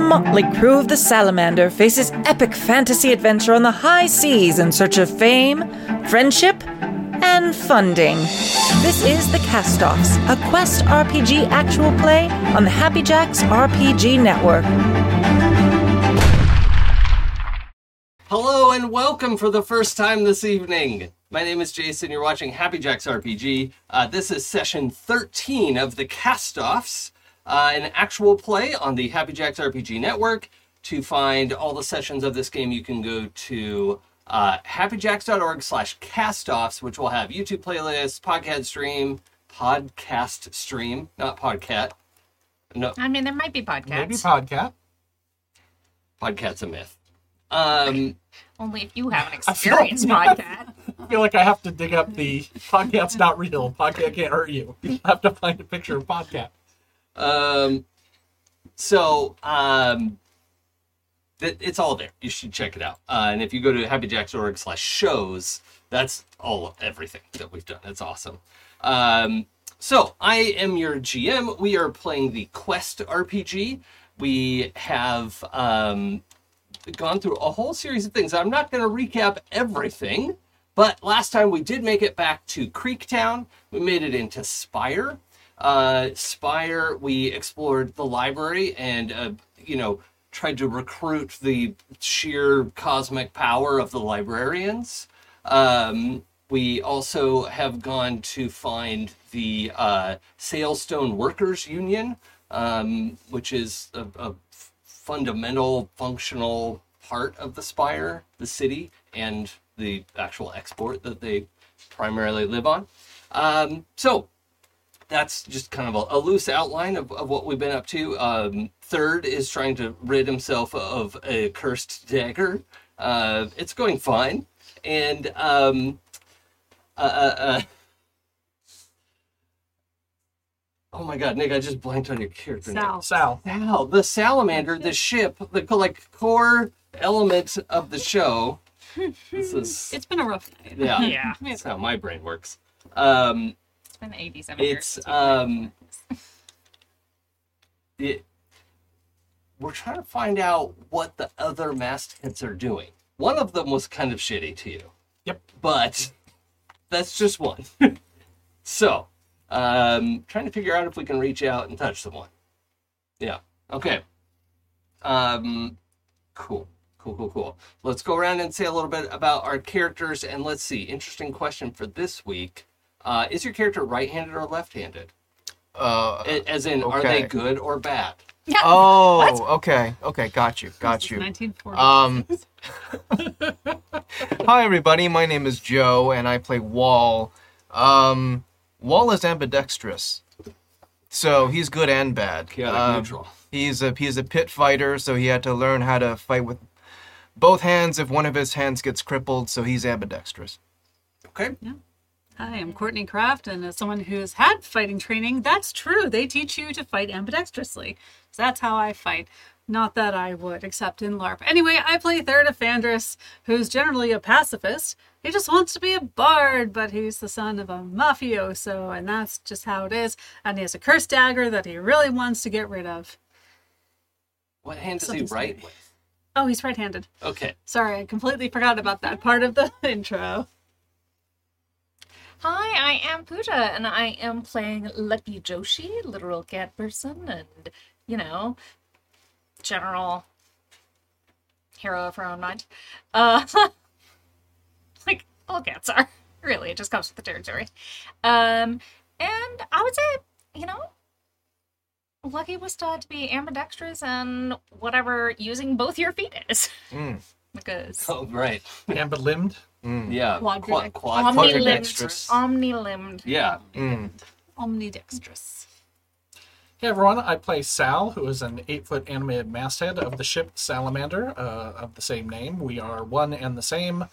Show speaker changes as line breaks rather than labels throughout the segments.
Motley crew of the Salamander faces epic fantasy adventure on the high seas in search of fame, friendship, and funding. This is The Castoffs, a Quest RPG actual play on the Happy Jacks RPG Network.
Hello and welcome for the first time this evening. My name is Jason. You're watching Happy Jacks RPG. Uh, this is session 13 of the Castoffs, uh, an actual play on the Happy Jacks RPG network. To find all the sessions of this game, you can go to uh, happyjacks.org/castoffs, which will have YouTube playlists, podcast stream, podcast stream, not podcat. No,
I mean, there might be podcasts.
Maybe podcast.
podcat's a myth. Um,
only if you have an
feel-
experienced podcast.
I feel like I have to dig up the podcast's not real. Podcast can't hurt you. I have to find a picture of podcast.
Um, so um, th- it's all there. You should check it out. Uh, and if you go to happyjacks.org slash shows, that's all everything that we've done. It's awesome. Um, so I am your GM. We are playing the Quest RPG. We have um, gone through a whole series of things. I'm not going to recap everything, but last time we did make it back to Creektown. We made it into Spire. Uh, Spire, we explored the library and, uh, you know, tried to recruit the sheer cosmic power of the librarians. Um, we also have gone to find the uh, Sailstone Workers Union, um, which is a, a f- fundamental functional part of the spire, the city, and the actual export that they primarily live on. Um, so that's just kind of a, a loose outline of, of what we've been up to. Um, third is trying to rid himself of a cursed dagger. Uh, it's going fine. And um, uh, uh, uh, oh my god, Nick, I just blanked on your character. name.
Sal.
Sal.
Wow, the salamander, the ship, the co- like core element of the show. This is
It's been a rough night.
yeah,
Yeah.
That's how my brain works. Um,
It's been 87 years.
it's um, it, we're trying to find out what the other mastheads are doing. One of them was kind of shitty to you.
Yep.
but that's just one. so, um, trying to figure out if we can reach out and touch someone. Yeah. Okay. Um, cool. Cool, cool, cool. Let's go around and say a little bit about our characters, and let's see. Interesting question for this week: uh, Is your character right-handed or left-handed?
Uh,
A- As in, are they
okay.
good or bad?
oh, okay, okay, got you, got you.
1940.
Um, hi everybody, my name is Joe, and I play Wall. Um, Wall is ambidextrous, so he's good and bad.
Chaotic
Um,
neutral.
He's a he's a pit fighter, so he had to learn how to fight with both hands if one of his hands gets crippled. So he's ambidextrous.
Okay.
Hi, I'm Courtney Craft, and as someone who's had fighting training, that's true. They teach you to fight ambidextrously. So that's how I fight. Not that I would, except in LARP. Anyway, I play Therida Fandris, who's generally a pacifist. He just wants to be a bard, but he's the son of a mafioso, and that's just how it is. And he has a cursed dagger that he really wants to get rid of.
What hand does he
Something's
write
good.
with?
Oh, he's right handed.
Okay.
Sorry, I completely forgot about that part of the intro.
Hi, I am Pooja, and I am playing Lucky Joshi, literal cat person, and you know, general hero of her own mind. Uh, like all cats are, really. It just comes with the territory. Um, and I would say, you know, Lucky was taught to be ambidextrous and whatever using both your feet is,
Mm.
because
Oh, right.
Amber limbed.
Mm.
Yeah.
Quadric-
Quad, quad,
omni-limbed,
Quadric-
omni-limbed.
Yeah.
Mm.
Omnidextrous.
Hey everyone, I play Sal, who is an eight foot animated masthead of the ship Salamander uh, of the same name. We are one and the same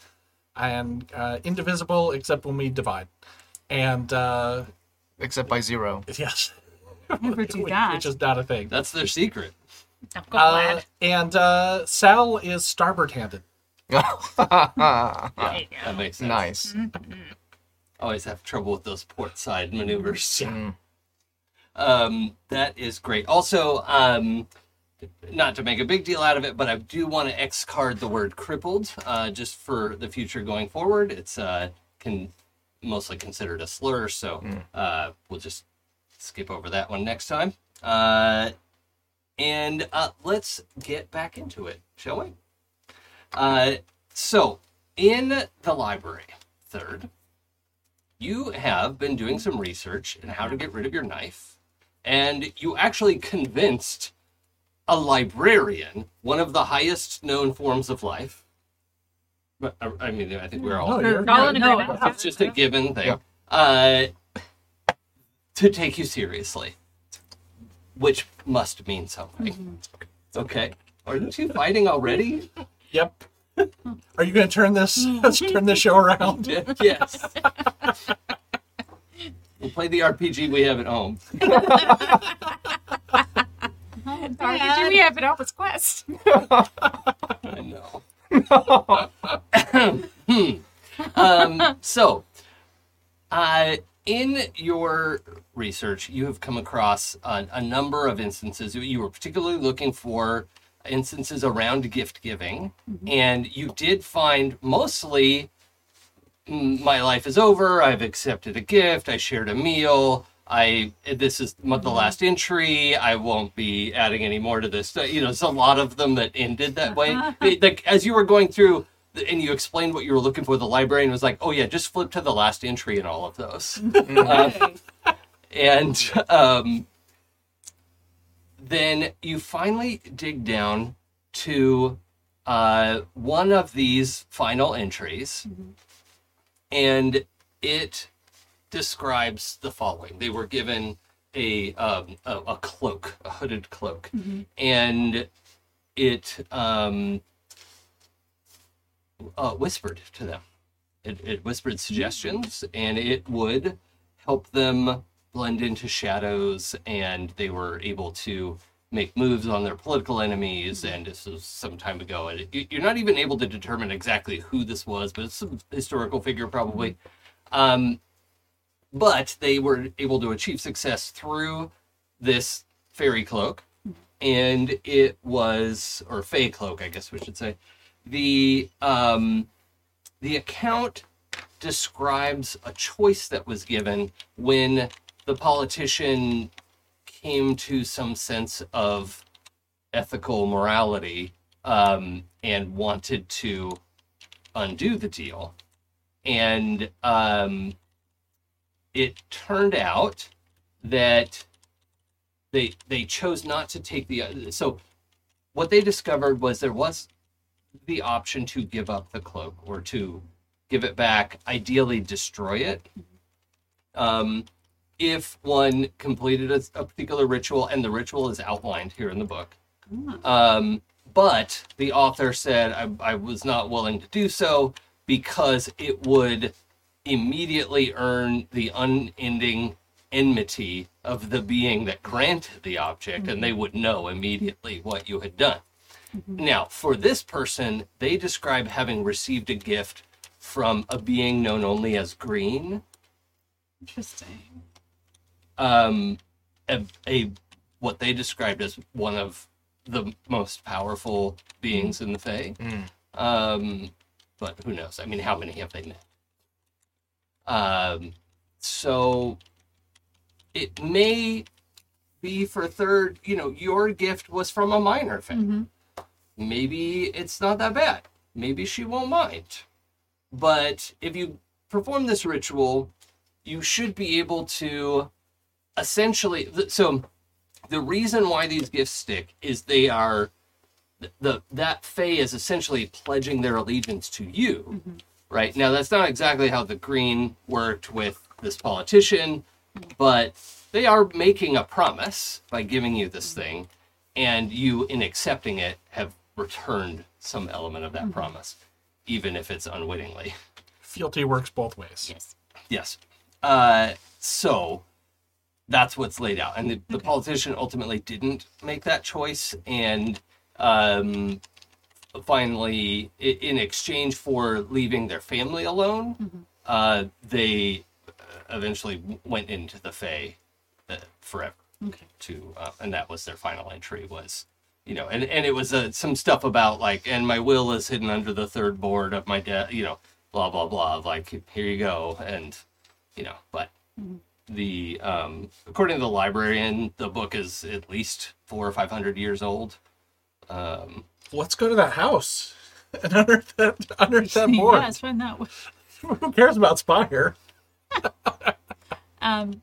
and uh, indivisible except when we divide. And uh,
Except by zero.
yes,
Never do
which,
that.
which is not a thing.
That's their secret.
I'm glad.
Uh, and uh, Sal is starboard handed.
Yeah,
There you go.
that makes sense.
nice.
always have trouble with those port side maneuvers.
Yeah.
Um, that is great. Also, um, not to make a big deal out of it, but I do want to X card the word crippled uh, just for the future going forward. It's uh, can mostly considered a slur, so uh, we'll just skip over that one next time. Uh, and uh, let's get back into it, shall we? Uh, so, in the library, third, you have been doing some research in how to get rid of your knife, and you actually convinced a librarian, one of the highest known forms of life. But, I I mean, I think we're all
No, Oh, you're
All Oh, in
No,
agreement.
no,
it's just a given thing.
Yeah.
Uh, to take you seriously, which must mean something. Okay. Aren't you fighting already?
Yep. Are you going to turn this turn this show around?
yes. we'll play the RPG we have at home.
Dad.
RPG we have at Office Quest.
I know. Hmm. um, so, uh, in your research, you have come across a, a number of instances. You- You were particularly looking for instances around gift giving, and you did find mostly "Mm, my life is over. I've accepted a gift. I shared a meal. I this is m- the last entry. I won't be adding any more to this. So, You know, it's a lot of them that ended that way. They- like as you were going through th- and you explained what you were looking for, the librarian was like, "Oh yeah, just flip to the last entry in all of those." Uh, and um, then you finally dig down to uh, one of these final entries and it describes the following they were given a um, a, a cloak a hooded cloak and it um uh, whispered to them it, it whispered suggestions and it would help them blend into shadows and they were able to make moves on their political enemies and this was some time ago and you- you're not even able to determine exactly who this was but it's some historical figure probably um, but they were able to achieve success through this fairy cloak and it was or fey cloak i guess we should say the um, the account describes a choice that was given when the politician came to some sense of ethical morality um, and wanted to undo the deal. And um, it turned out that they they chose not to take the so what they discovered was there was the option to give up the cloak or to give it back, ideally destroy it. Um, if one completed a, a particular ritual, and the ritual is outlined here in the book. Um, but the author said, I, I was not willing to do so because it would immediately earn the unending enmity of the being that granted the object, and they would know immediately what you had done. Now, for this person, they describe having received a gift from a being known only as Green,
Interesting.
um, a, a what they described as one of the most powerful beings in the Fae. Um, but who knows? I mean, how many have they met? Um, so it may be for third. You know, your gift was from a minor Fae maybe it's not that bad. Maybe she won't mind. But if you perform this ritual, you should be able to essentially. th- So, the reason why these gifts stick is they are th- the that fae is essentially pledging their allegiance to you, right? Now, that's not exactly how the green worked with this politician, but they are making a promise by giving you this thing and you in accepting it have returned some element of that promise even if it's unwittingly
Fealty works both ways.
Yes.
yes uh, so that's what's laid out and the, the politician ultimately didn't make that choice and um, finally i- in exchange for leaving their family alone uh, they uh, eventually w- went into the fey uh, forever
Okay.
to uh, and that was their final entry was you know, and and it was uh, some stuff about like, and my will is hidden under the third board of my death, you know, blah blah blah. of, Like here you go, and you know, but the um, according to the librarian, the book is at least four or five hundred years old. Um,
Let's go to that house and unearth that, unearth that board.
yeah, it's fine that way.
Who cares about Spire?
Um, d-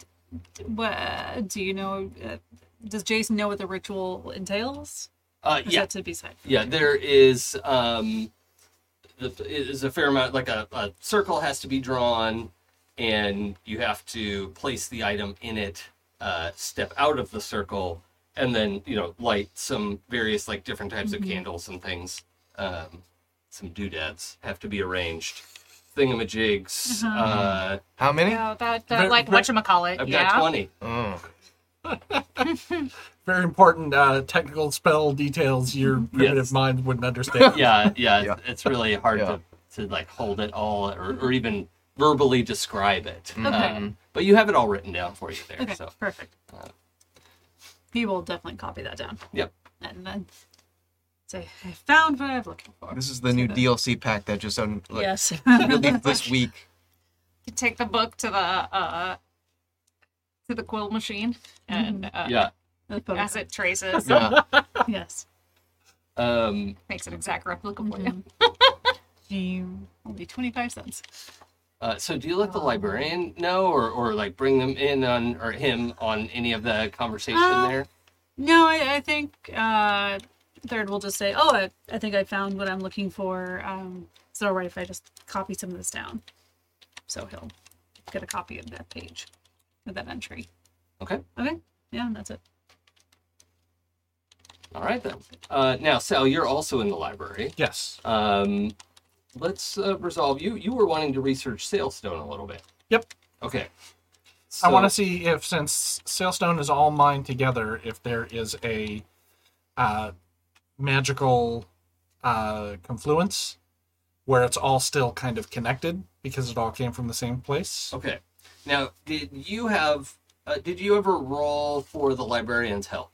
d- what, do you know? Uh, does Jason know what the ritual entails?
uh,
Or Is
yeah,
that to be said?
yeah there is um the- is a fair amount like a, a circle has to be drawn and you have to place the item in it uh step out of the circle and then you know light some various like different types of candles and things um some doodads have to be arranged thingamajigs uh
How many?
Yeah, that,
Ver-
that like
ver-
whatchamacallit.
i've
Yeah.
got 20
Mm.
Very important uh, technical spell details your primitive mind wouldn't understand.
yeah, yeah,
Yeah.
It's, it's really hard
Yeah.
to, to like hold it all or, or even verbally describe it. Um,
Okay.
but you have it all written down for you there.
Okay,
So,
perfect. He will definitely copy that down
yep.
and then say, I found what I'm looking for.
This is the new DLC pack that just un- like,
yes.
released this week.
You take the book to the uh to the quill machine and uh,
Yeah.
as it traces,
Yeah.
yes.
Um,
makes an exact replica for you.
You only 25 cents.
uh, so, do you let the librarian know, or, or like bring them in on or him on any of the conversation
Uh,
there?
No, I, I think uh, Third will just say, "Oh, I, I think I found what I'm looking for. Um, is it all right if I just copy some of this down?" So he'll get a copy of that page, of that entry.
Okay.
Okay. Yeah, that's it.
All right then. Uh, now, Sal, you're also in the library.
Yes.
Um, let's uh, resolve. You you were wanting to research Sailstone a little bit.
Yep.
Okay.
I want to
So-
see if, since Sailstone is all mined together, if there is a uh, magical uh, confluence where it's all still kind of connected because it all came from the same place.
Okay. Now, did you have? Uh, did you ever roll for the librarian's help?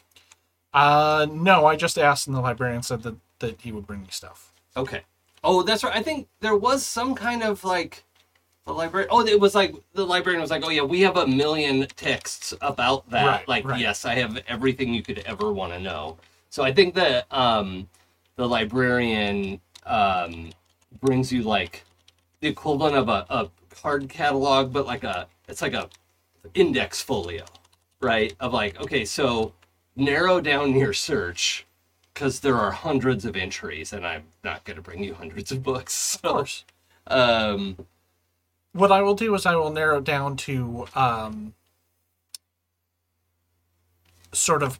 Uh, no, I just asked, and the librarian said that, that he would bring me stuff.
Okay. Oh, that's right. I think there was some kind of like the library. Oh, it was like the librarian was like, "Oh yeah, we have a million texts about that.
Right,
like,
right.
yes, I have everything you could ever want to know." So I think that um, the librarian um, brings you like the equivalent of a, a card catalog, but like a it's like a index folio, right? Of like, okay, so narrow down your search because there are hundreds of entries, and I'm not going to bring you hundreds of books. So,
Of course.
um,
What I will do is I will narrow down to um, sort of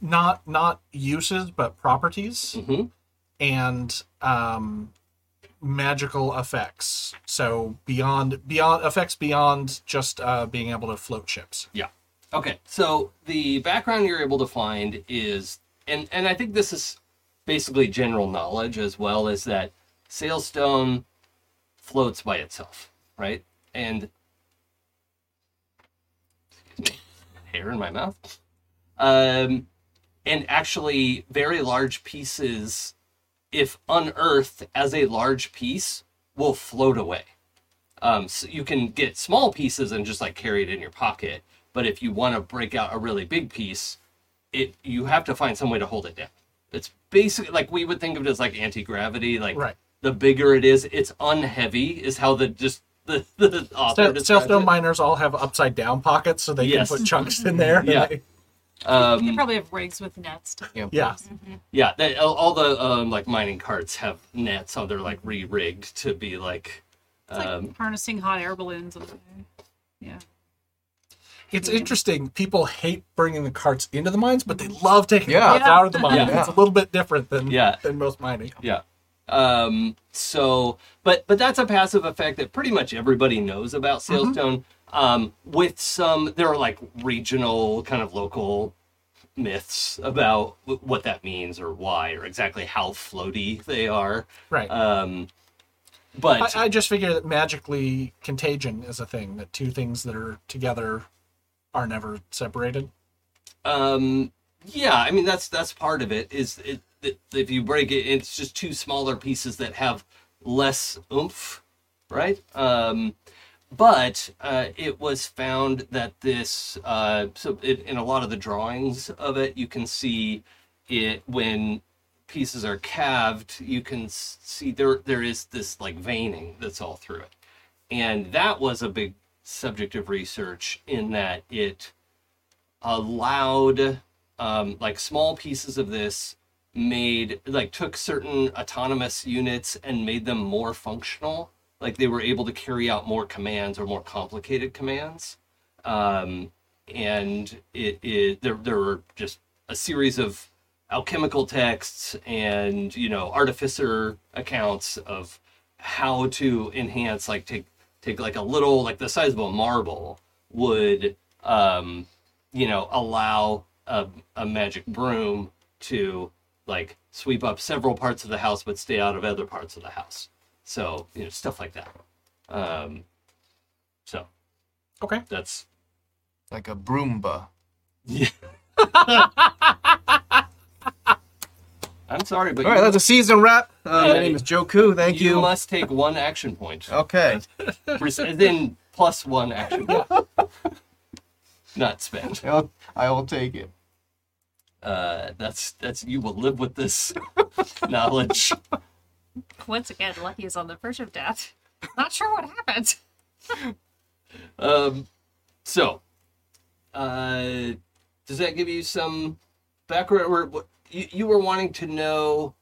not not uses but properties
mhm.
and um, magical effects. So beyond beyond effects beyond just uh, being able to float ships.
Okay, so the background you're able to find is, and and I think this is basically general knowledge as well, is that Sailstone floats by itself, right? And excuse me, hair in my mouth. Um, and actually, very large pieces, if unearthed as a large piece, will float away. Um, so you can get small pieces and just like carry it in your pocket. But if you want to break out a really big piece, it you have to find some way to hold it down. It's basically like we would think of it as like anti gravity. Like
Right.
the bigger it is, it's unheavy. Is how the just the the author
Sa-
describes
Sailstone
it.
miners all have upside down pockets, so they
Yes.
can put chunks in there.
Yeah.
You
Um,
probably have rigs with nets. to-
yeah.
yeah, they, all, all the um, like mining carts have nets, so they're like re-rigged to be like.
It's like
Um,
harnessing hot air balloons. And, yeah.
It's interesting. People hate bringing the carts into the mines, but they love taking the
Yeah.
carts out of the mine.
Yeah.
It's a little bit different than
Yeah.
than most mining.
yeah. Um, so, but but that's a passive effect that pretty much everybody knows about Sailstone. Um, with some, there are like regional kind of local myths about wh- what that means or why or exactly how floaty they are.
Right.
Um, but
I, I just figure that magically contagion is a thing that two things that are together are never separated.
um yeah i mean that's that's part of it is it, it if you break it it's just two smaller pieces that have less oomph right um but uh, it was found that this uh, so it, in a lot of the drawings of it you can see it when pieces are calved you can s- see there there is this like veining that's all through it and that was a big subject of research in that it allowed um, like small pieces of this made like took certain autonomous units and made them more functional like they were able to carry out more commands or more complicated commands um, and it, it there, there were just a series of alchemical texts and you know artificer accounts of how to enhance like take take like a little like the size of a marble would um you know allow a, a magic broom to like sweep up several parts of the house but stay out of other parts of the house so you know stuff like that um so
Okay.
that's
Like a broomba.
yeah i'm sorry but
All right,
you,
that's a season wrap. Uh, my
Hey.
name is Joku. Thank
you
you. Oh.
must take one action point
Okay.
Rec- then plus one action point. Not spend.
I'll, I will take it.
Uh, that's that's you will live with this knowledge.
Once again, Lucky is on the verge of death. Not sure what happened.
Um, so, uh, does that give you some background? Or what, you you were wanting to know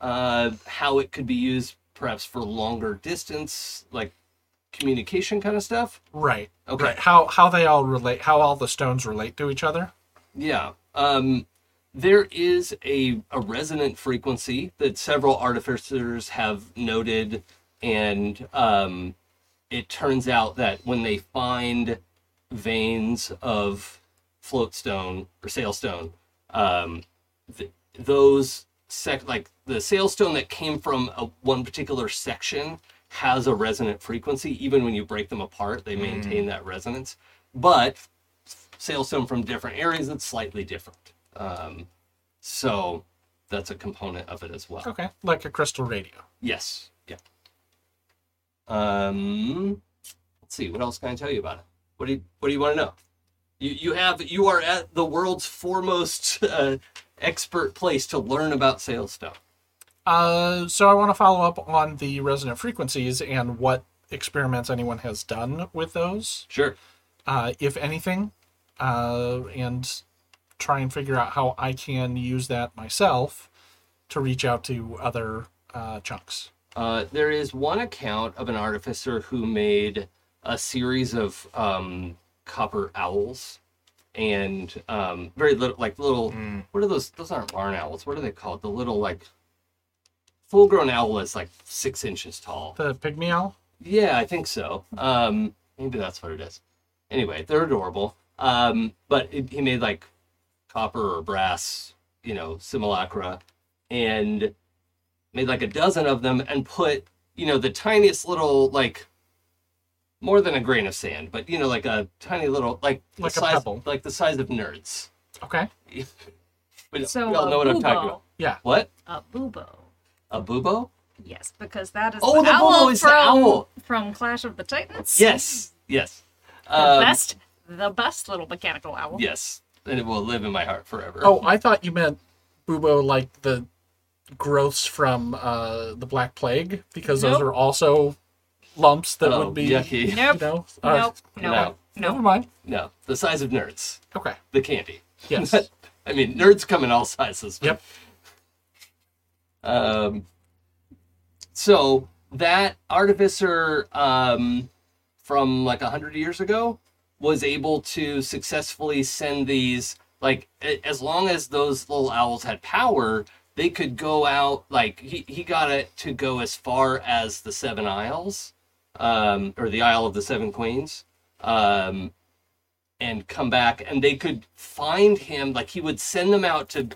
uh, how it could be used, perhaps for longer distance, like communication kind of stuff.
Right.
Okay.
Right. How how they all relate? How all the stones relate to each other?
Yeah. Um, there is a, a resonant frequency that several artificers have noted, and um, it turns out that when they find veins of float stone or sailstone, um, th- those sec like the sailstone that came from a, one particular section has a resonant frequency. Even when you break them apart, they maintain that resonance. But sailstone from different areas, it's slightly different. Um, so that's a component of it as well.
Okay. Like a crystal radio.
Yes. Yeah. Um, let's see. What else can I tell you about it? What do you What do you want to know? You You have you are at the world's foremost uh, expert place to learn about sales stuff.
Uh, so I want to follow up on the resonant frequencies and what experiments anyone has done with those,
Sure.
uh, if anything, uh, and try and figure out how I can use that myself to reach out to other uh, chunks.
Uh, there is one account of an artificer who made a series of um, copper owls and um, very little, like little. What are those? Those aren't barn owls. What are they called? The little like full-grown owl is like six inches tall.
The pygmy owl.
Yeah, I think so. Um, maybe that's what it is. Anyway, they're adorable. Um, but it, he made like copper or brass, you know, simulacra, and made like a dozen of them, and put you know the tiniest little like more than a grain of sand, but you know like a tiny little like the
Like a
size
pebble.
like the size of nerds.
Okay.
We,
So
we all
a
know what I'm talking
bubo.
about.
Yeah.
What
A bubo.
a bubo?
Yes, because that is
Oh,
the,
the bubo
owl
is the
from,
owl.
from Clash of the Titans.
Yes, yes.
The
Um,
best the best little mechanical owl.
Yes, and it will live in my heart forever.
Oh, I thought you meant Bubo like the growths from uh, the Black Plague because those
Nope.
are also lumps that
Oh,
would be.
yucky.
You
Nope.
know, uh,
Nope. Nope.
Never
Nope.
mind.
No, the size of nerds,
Okay.
the candy.
Yes.
I mean, nerds come in all sizes.
yep.
Um, so that artificer um, from like a hundred years ago was able to successfully send these. Like, a- as long as those little owls had power, they could go out. Like, he he got it to go as far as the Seven Isles, um, or the Isle of the Seven Queens. Um, and come back and they could find him like he would send them out to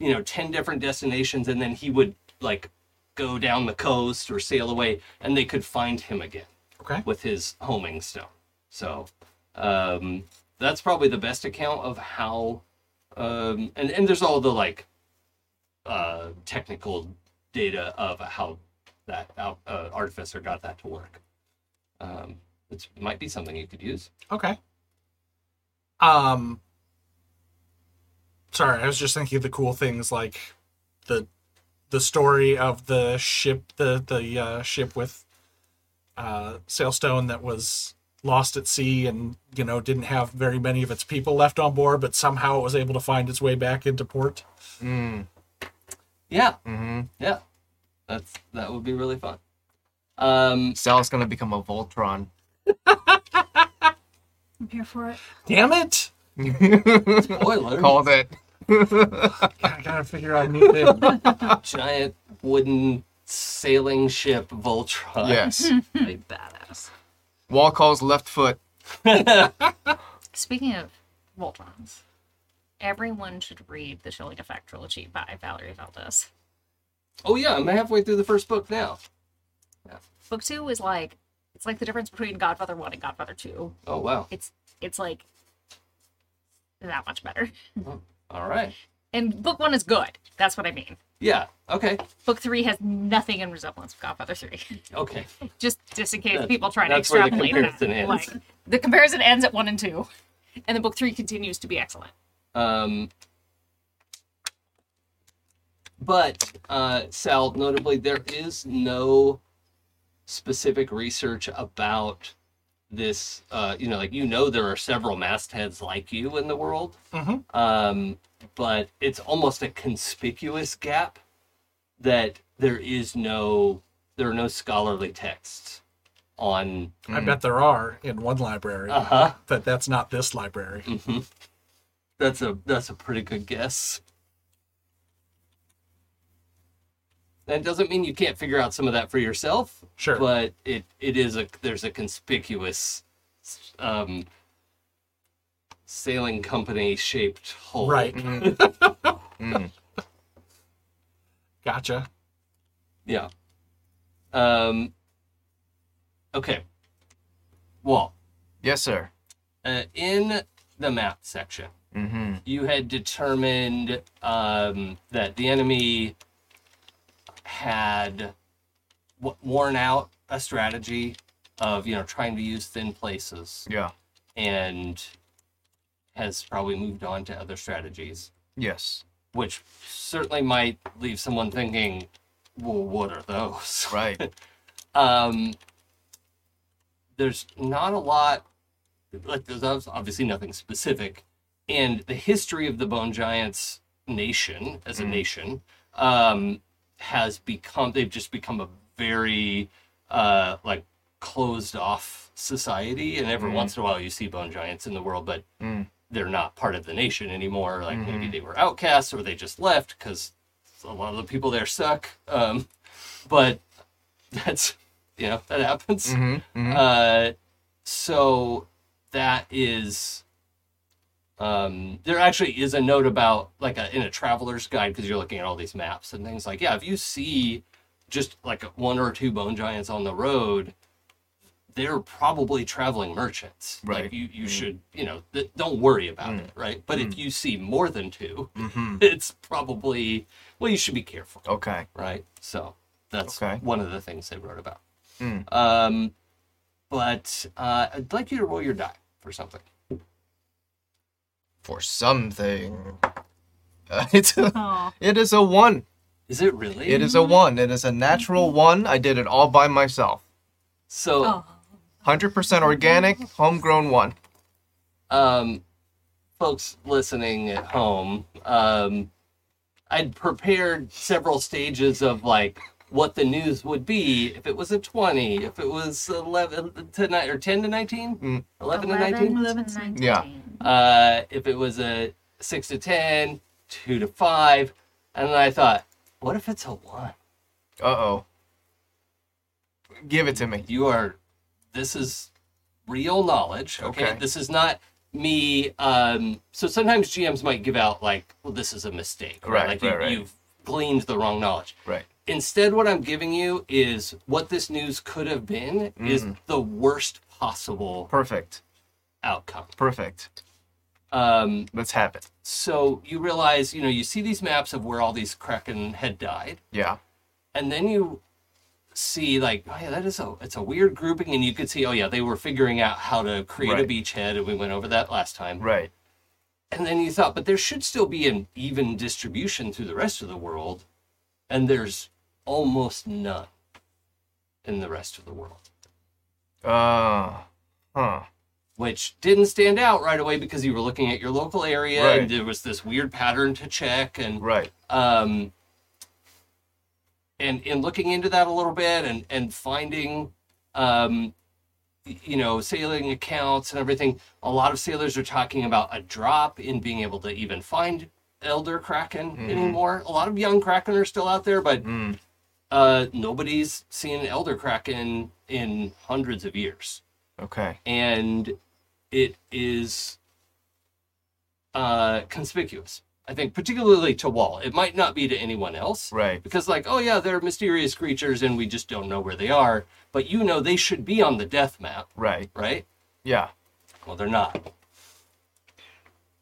you know 10 different destinations and then he would like go down the coast or sail away and they could find him again
Okay.
with his homing stone so um that's probably the best account of how um, and and there's all the like uh, technical data of how that out, uh, artificer got that to work. Um, it might be something you could use.
Okay. Um. Sorry, I was just thinking of the cool things like the the story of the ship, the the uh, ship with uh, Sailstone that was lost at sea and you know didn't have very many of its people left on board, but somehow it was able to find its way back into port.
Mm.
Yeah,
hmm
yeah, that's that would be really fun. Um,
Sal's gonna become a Voltron.
I'm here for it.
Damn it!
spoiler:
Called it.
I gotta figure out a new name.
giant wooden sailing ship Voltron.
Yes.
Badass.
Wall calls left foot.
Speaking of Voltrons, everyone should read The Chilling Effect trilogy by Valerie Valdez.
Oh yeah, I'm halfway through the first book now.
Book two is like it's like the difference between Godfather One and Godfather Two.
Oh wow.
It's it's like that much better.
All right.
And book one is good. That's what I mean.
Yeah. Okay.
Book three has nothing in resemblance of Godfather Three.
Okay.
just just in case
That-
people try to
that's where the
extrapolate
comparison
that.
ends.
Like, the comparison ends at one and two, and the book three continues to be excellent.
Um, but uh, Sal, notably, there is no specific research about this. Uh, you know, like you know, there are several mastheads like you in the world,
Mhm.
um, but it's almost a conspicuous gap that there is no there are no scholarly texts on.
I bet there are in one library,
Uh huh.
but that's not this library.
hmm That's a that's a pretty good guess. That doesn't mean you can't figure out some of that for yourself,
Sure.
but it it is a there's a conspicuous um, sailing company shaped hole.
Right.
Mm. Mm.
Gotcha.
Yeah. Um. Okay. Well,
Yes, sir.
uh, in the map section,
Mm-hmm.
you had determined um, that the enemy had w- worn out a strategy of you know trying to use thin places
Yeah.
and has probably moved on to other strategies
Yes.
which certainly might leave someone thinking well what are those
Right.
um there's not a lot like there's obv- obviously nothing specific and the history of the bone giants nation as a nation um has become they've just become a very uh like closed off society and every once in a while you see bone giants in the world but
Mm.
they're not part of the nation anymore like maybe
Mhm.
they were outcasts or they just left because a lot of the people there suck um but that's you know that happens
hmm
uh, so that is um there actually is a note about like a, in a traveler's guide because you're looking at all these maps and things like yeah if you see just like one or two bone giants on the road they're probably traveling merchants like
Right.
you you should you know th- don't worry about it right but if you see more than two it's probably well you should be careful
Okay.
right? So that's
Okay.
one of the things they wrote about.
Mm.
Um, but uh, I'd like you to roll your die for something.
For something. Uh, it's a,
Oh,
it is a one.
Is it really?
It is a one. It is a natural one. I did it all by myself.
So
oh.
Hundred percent organic, homegrown one.
um, folks listening at home, um, I'd prepared several stages of like what the news would be if it was a 20, if it was 11 to 9 or 10 to 19,
Mm.
11 to 19,
to 19.
Yeah.
uh, if it was a 6 to 10, 2 to 5. And then I thought, what if it's a 1?
Uh oh. Give it to me.
You are, this is real knowledge. Okay.
Okay.
This is not me. Um, so sometimes GMs might give out, like, well, this is a mistake.
Right,
Like
right, right.
you've gleaned the wrong knowledge.
Right.
Instead, what I'm giving you is what this news could have been
Mm.
is the worst possible
Perfect.
outcome.
Perfect.
Um,
Let's have it.
so you realize, you know, you see these maps of where all these Kraken had died,
Yeah.
and then you see like, oh yeah, that is a it's a weird grouping, and you could see, oh yeah, they were figuring out how to create a
Right.
beachhead, and we went over that last time.
Right.
And then you thought, but there should still be an even distribution through the rest of the world, and there's almost none in the rest of the world.
Uh. Huh.
which didn't stand out right away because you were looking at your local area
Right.
and there was this weird pattern to check and
Right.
um and in looking into that a little bit and and finding um y- you know sailing accounts and everything a lot of sailors are talking about a drop in being able to even find elder kraken anymore a lot of young kraken are still out there but
Mm.
uh nobody's seen elder kraken in hundreds of years
Okay.
and it is uh, conspicuous. I think, particularly to Wall. It might not be to anyone else,
Right.
because, like, oh yeah, they're mysterious creatures, and we just don't know where they are. But you know, they should be on the death map,
Right.
right?
Yeah.
Well, they're not.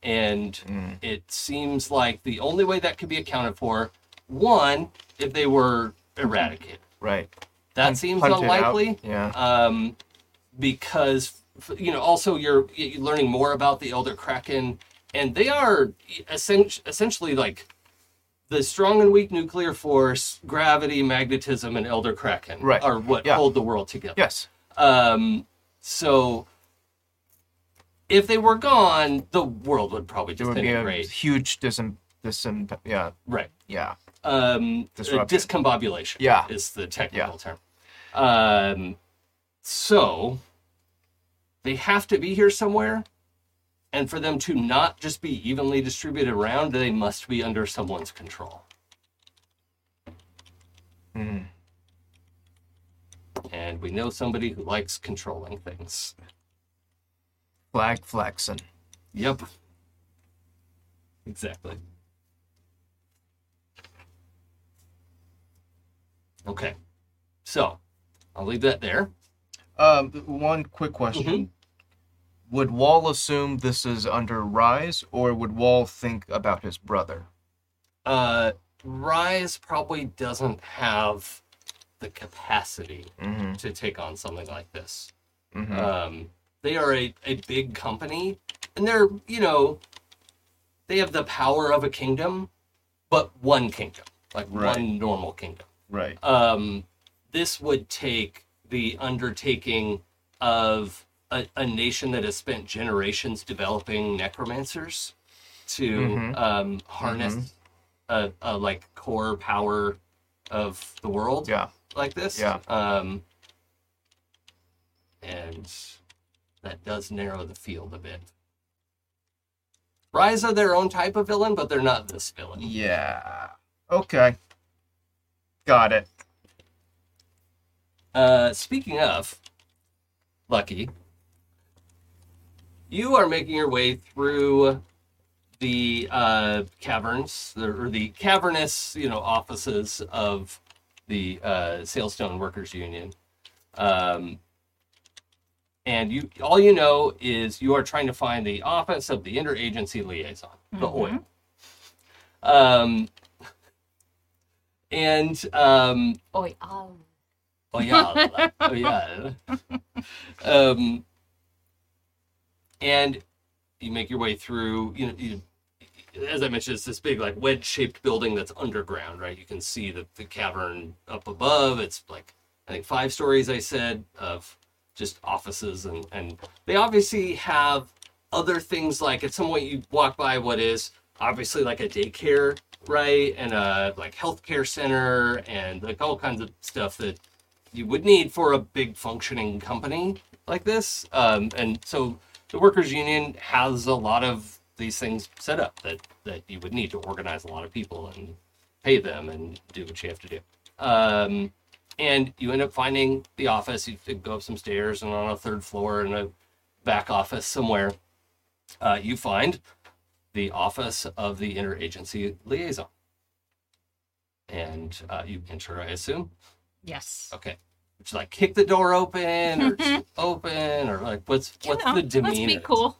And
Hmm.
it seems like the only way that could be accounted for, one, if they were eradicated.
Right.
That seems
Hunted out.
unlikely
Yeah.
um, because f- you know also you're, you're learning more about the elder kraken and they are essen- essentially like the strong and weak nuclear force gravity magnetism and elder kraken
Right.
are what
Yeah.
hold the world together
Yes.
um, so if they were gone the world would probably
There would be a
disintegrate
huge disim. disim. Yeah.
right
Yeah.
um uh,
Disruption.
discombobulation
Yeah.
is the technical term um so they have to be here somewhere and for them to not just be evenly distributed around they must be under someone's control
Hmm.
and we know somebody who likes controlling things
Flag flexing.
yep exactly okay so i'll leave that there
Um, one quick question.
Mm-hmm.
Would Wall assume this is under Rise, or would Wall think about his brother?
uh rise probably doesn't have the capacity
Mm-hmm.
to take on something like this
Mm-hmm.
um they are a, a big company and they're you know they have the power of a kingdom but one kingdom like
Right.
one normal kingdom
right.
um this would take the undertaking of a, a nation that has spent generations developing necromancers to
Mhm.
um, harness a,
Mm-hmm.
a like core power of the world
Yeah.
like this.
Yeah.
Um, and that does narrow the field a bit. Rise are their own type of villain, but they're not this villain.
Yeah. Okay. Got it.
Uh, speaking of, Lucky, you are making your way through the uh, caverns the- or the cavernous, you know, offices of the uh, Sailstone Workers Union. Um, and you, all you know is you are trying to find the office of the interagency liaison, the OIL. Um, and um,
Oh, yeah. oh.
Oh yeah, oh yeah. Um, and you make your way through. You know, you, as I mentioned, it's this big like wedge-shaped building that's underground, right? You can see the, the cavern up above. It's like I think five stories. I said of just offices, and and they obviously have other things like at some point you walk by what is obviously like a daycare right and a like healthcare center and like all kinds of stuff that you would need for a big functioning company like this. Um, and so the workers union has a lot of these things set up that that you would need to organize a lot of people and pay them and do what you have to do. Um, and you end up finding the office. You go up some stairs and on a third floor in a back office somewhere. Uh, you find the office of the interagency liaison, and uh, you enter, I assume.
Yes.
Okay. Just like kick the door open or just open or like what's
You
what's
know,
the
let's
demeanor?
Be cool.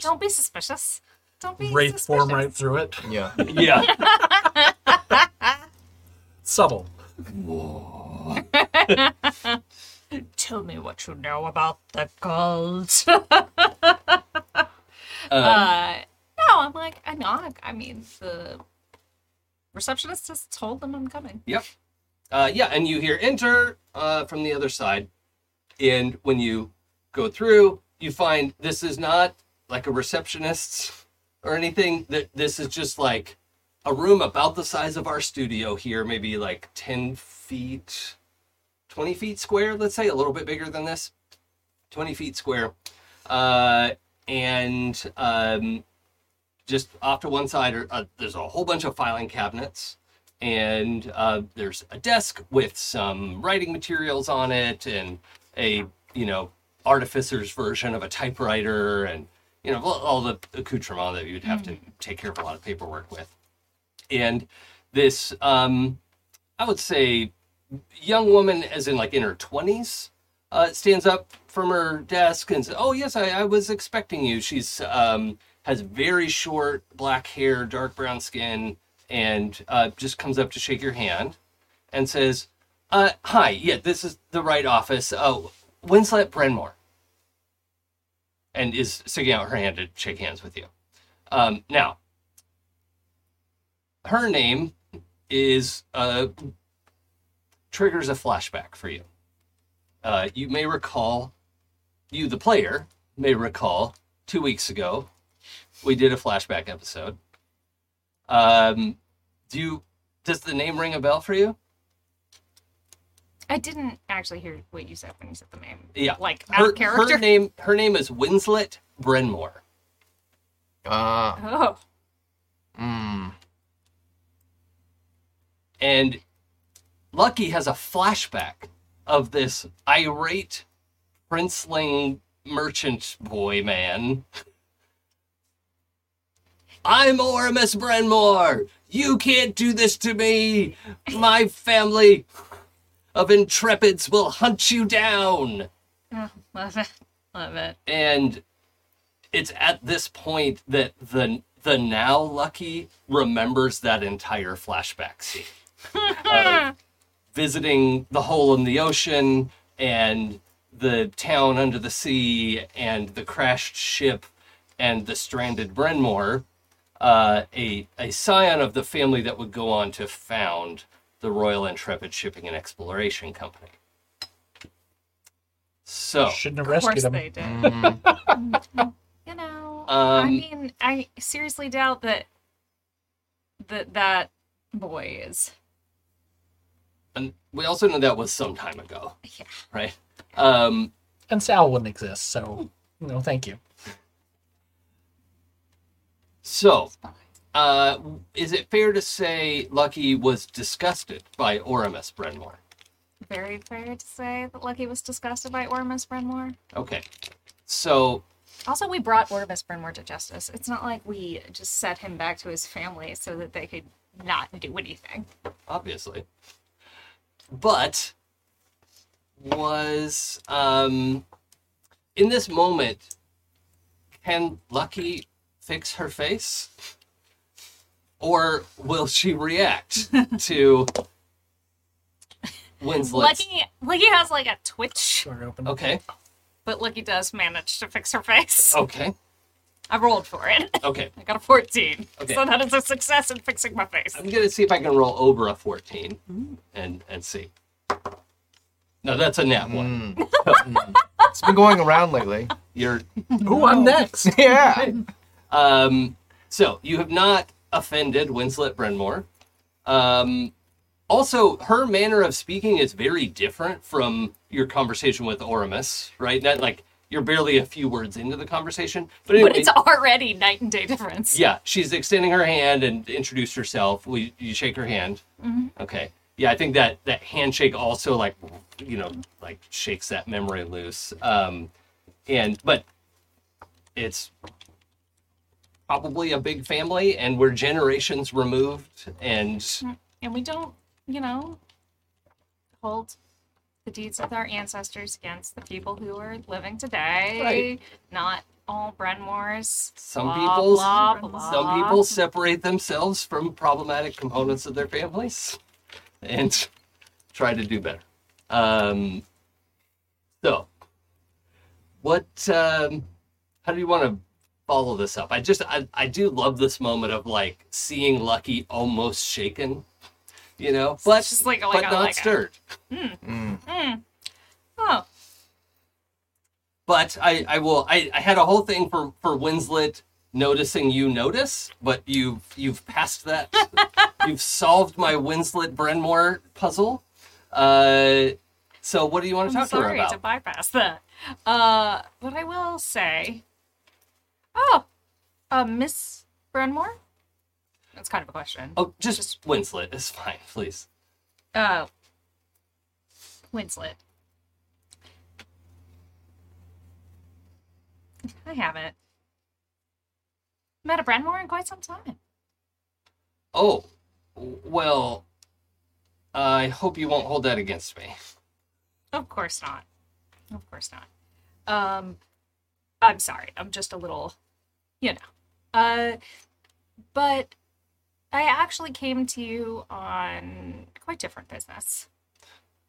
Don't be suspicious. Don't be
wraith
suspicious.
form right through it.
Yeah.
Yeah.
Subtle.
Tell me what you know about the cult. uh, no, I'm like, I knock. I mean, the receptionist just told them I'm coming.
Yep. Uh, yeah, and you hear enter uh, from the other side. And when you go through, you find this is not like a receptionist's or anything. That this is just like a room about the size of our studio here, maybe like ten feet, twenty feet square. Let's say a little bit bigger than this, twenty feet square. Uh, and um, just off to one side, are, uh, there's a whole bunch of filing cabinets and uh, there's a desk with some writing materials on it and a you know artificer's version of a typewriter and you know all- all the accoutrement that you'd have to take care of a lot of paperwork with and this um i would say young woman as in like in her 20s uh, stands up from her desk and says oh yes i, I was expecting you she's um has very short black hair dark brown skin and uh, just comes up to shake your hand and says uh, hi yeah this is the right office oh winslet brenmore and is sticking out her hand to shake hands with you um, now her name is uh, triggers a flashback for you. Uh, you may recall, you the player may recall, two weeks ago, we did a flashback episode. Um, do you? Does the name ring a bell for you?
I didn't actually hear what you said when you said the name.
Yeah.
Like, out
Her,
of character.
her name. Her name is Winslet Brenmore.
Ah.
oh,
Mm.
and Lucky has a flashback of this irate princeling merchant boy man. I'm Oramus Brenmore. You can't do this to me. My family of intrepids will hunt you down.
oh, love it. Love it.
And it's at this point that the the now Lucky remembers that entire flashback scene visiting the hole in the ocean and the town under the sea and the crashed ship and the stranded Brenmore, uh, a, a scion of the family that would go on to found the Royal Intrepid Shipping and Exploration Company. So,
Shouldn't have
Oh, of course
rescued him.
they did.
Mm.
you know i
Um,
mean i seriously doubt that that that boy is
and we also know that was some time ago,
yeah
right? Um,
And Sal wouldn't exist, so no, thank you.
so, uh, is it fair to say Lucky was disgusted by Oramus Brenmore?
very fair to say that lucky was disgusted by ormus brenmore
Okay. So,
also we brought ormus brenmore to justice it's not like we just set him back to his family so that they could not do anything
obviously. But was um in this moment can Lucky fix her face? Or will she react to Winslet's
lucky lucky has like a twitch
Door open.
Okay.
but lucky does manage to fix her face
Okay.
i rolled for it
Okay.
i got a 14
Okay.
so that is a success in fixing my face
I'm gonna see if I can roll over a 14 and and see. No, that's a nat one.
It's been going around lately.
You're
Ooh, I'm next.
Yeah.
Um, so you have not offended Winslet Brenmore. Um, also, her manner of speaking is very different from your conversation with Oramus, right? Not like you're barely a few words into the conversation, but anyway,
but it's already night and day difference.
yeah, she's extending her hand and introduced herself. We you shake her hand. Okay. Yeah, I think that that handshake also like you know like shakes that memory loose. Um, and but it's probably a big family, and we're generations removed, and
And we don't, you know, hold the deeds of our ancestors against the people who are living today.
Right.
Not all Brenmores.
Some
blah,
people's-
blah, blah.
Some people separate themselves from problematic components of their families and try to do better. Um, so, what? Um, how do you want to follow this up? I just, I, I do love this moment of like seeing Lucky almost shaken, you know, but
just like, like
but
a-
not
like a-
stirred.
Oh,
But I, I will. I, I had a whole thing for for Winslet noticing you notice, but you've you've passed that. you've solved my Winslet Brenmore puzzle. Uh, so what do you want to
I'm
talk to her
sorry
about?
to bypass that. Uh, but I will say, oh, uh, Miss Brenmore. That's kind of a question.
oh, just, Winslet is fine, please.
Uh, Winslet. I haven't met a Brenmore in quite some time.
Oh, well, I hope you won't hold that against me.
Of course not. Of course not. Um, I'm sorry. I'm just a little, you know. Uh, but I actually came to you on quite different business.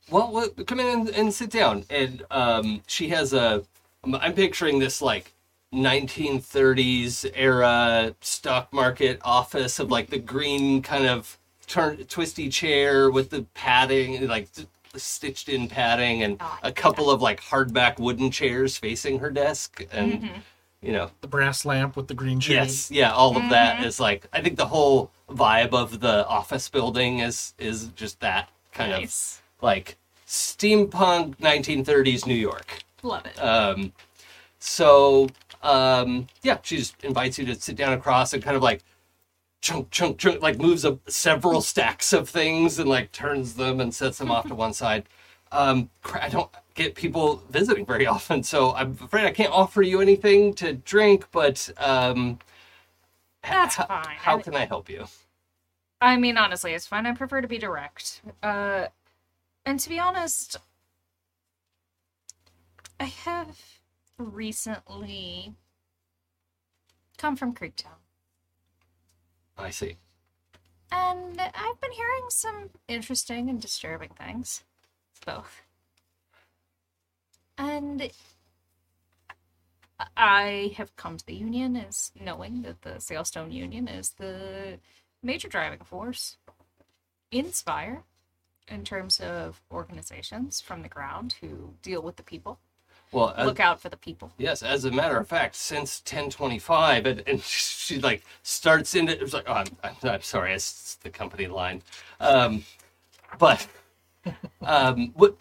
Well, well come in and, and sit down. And um, she has a. I'm- I'm picturing this like 1930s era stock market office of like the green kind of turn twisty chair with the padding like stitched in padding and
Oh, I
a couple of like hardback wooden chairs facing her desk and you know
The brass lamp with the green shade.
Yes, yeah, all of that is like I think the whole vibe of the office building is is just that kind
Nice.
of like steampunk 1930s New York.
Love it.
Um, so um, yeah, she just invites you to sit down across and kind of like chunk chunk chunk like moves up several stacks of things and like turns them and sets them off to one side. Um, cra- I don't get people visiting very often, so I'm afraid I can't offer you anything to drink, but um,
That's
h-
fine.
How
I-
can I help you?
I mean, honestly, it's fine. I prefer to be direct. Uh, and to be honest, I have recently come from Creektown.
I see.
And I've been hearing some interesting and disturbing things. Both. And I have come to the Union as knowing that the Sailstone Union is the major driving force in Spire in terms of organizations from the ground who deal with the people,
Well, uh, as,
look out for the people.
yes, as a matter of fact, since 1025, and, and she like starts into it was like, oh, I'm, I'm, I'm sorry, it's the company line. Um, but um, what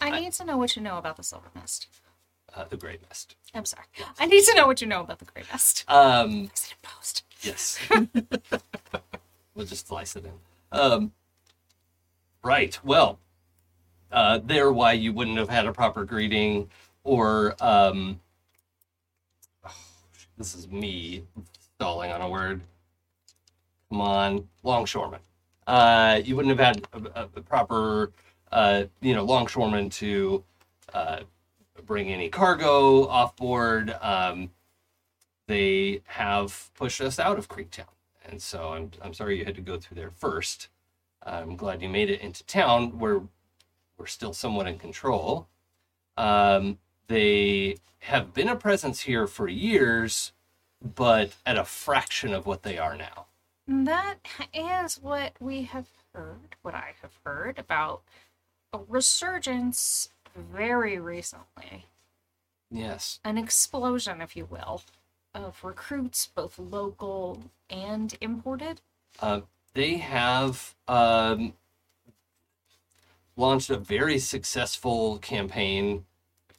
I need to know what you know about the Silver Mist.
uh, the Great Mist.
I'm sorry. I need to know what you know about the Grey Mist.
Um,
Is it in post?
yes, we'll just slice it in. Um, right. Well, uh, there why you wouldn't have had a proper greeting or um this is me stalling on a word come on longshoreman uh you wouldn't have had a, a- a proper uh you know longshoreman to uh bring any cargo off board um they have pushed us out of creektown and so i'm, I'm sorry you had to go through there first i'm glad you made it into town where we're still somewhat in control. Um, they have been a presence here for years, but at a fraction of what they are now.
That is what we have heard, what I have heard about a resurgence very recently.
Yes.
An explosion, if you will, of recruits, both local and imported.
Uh, they have um, launched a very successful campaign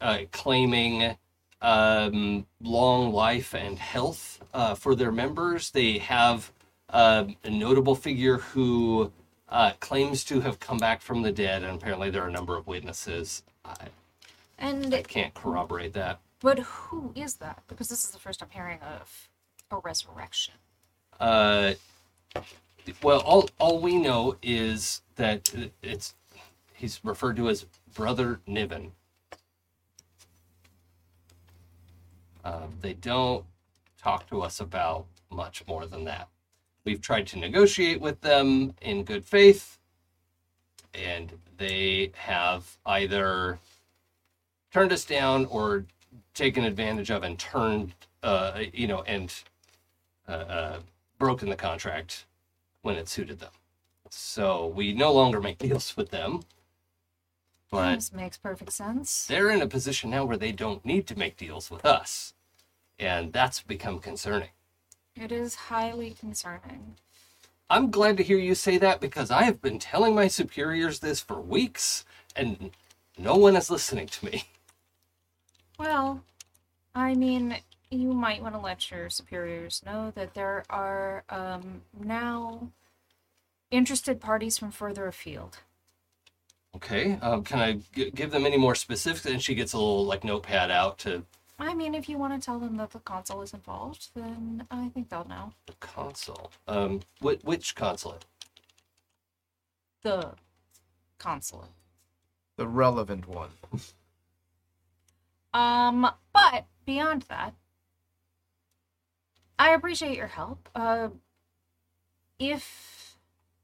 uh, claiming um, long life and health uh, for their members. They have uh, a notable figure who uh, claims to have come back from the dead, and apparently there are a number of witnesses. I
And
can't corroborate that.
but who is that? Because this is the first I'm hearing of a resurrection.
Uh, well, all all we know is that it's he's referred to as brother Niven. Uh, they don't talk to us about much more than that. We've tried to negotiate with them in good faith, and they have either turned us down or taken advantage of and turned, uh, you know, and uh, uh, broken the contract when it suited them. So we no longer make deals with them, but
This makes perfect sense.
they're in a position now where they don't need to make deals with us. And that's become concerning.
It is highly concerning.
I'm glad to hear you say that because I have been telling my superiors this for weeks and no one is listening to me.
Well, I mean, you might want to let your superiors know that there are um, now interested parties from further afield.
Okay, um, can I g- give them any more specifics? And she gets a little like notepad out to
I mean, if you want to tell them that the consul is involved, then I think they'll know.
the consul. Um, wh- which consulate?
The consulate.
The relevant one.
Um, but beyond that, I appreciate your help. Uh, if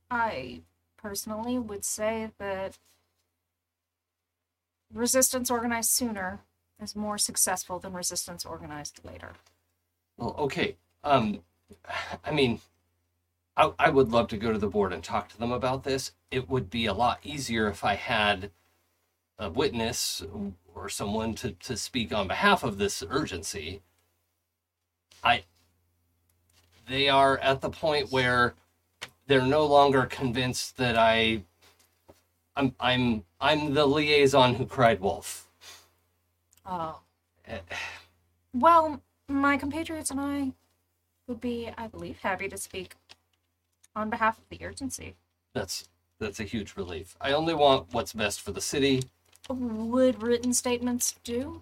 I personally would say that resistance organized sooner is more successful than resistance organized later.
Well, okay. Um, I mean, I, I would love to go to the board and talk to them about this. It would be a lot easier if I had a witness or someone to, to speak on behalf of this urgency. I, they are at the point where they're no longer convinced that I, I'm, I'm, I'm the liaison who cried wolf.
Oh.
Eh.
Well, my compatriots and I would be, I believe, happy to speak on behalf of the urgency.
That's, that's a huge relief. I only want what's best for the city.
would written statements do?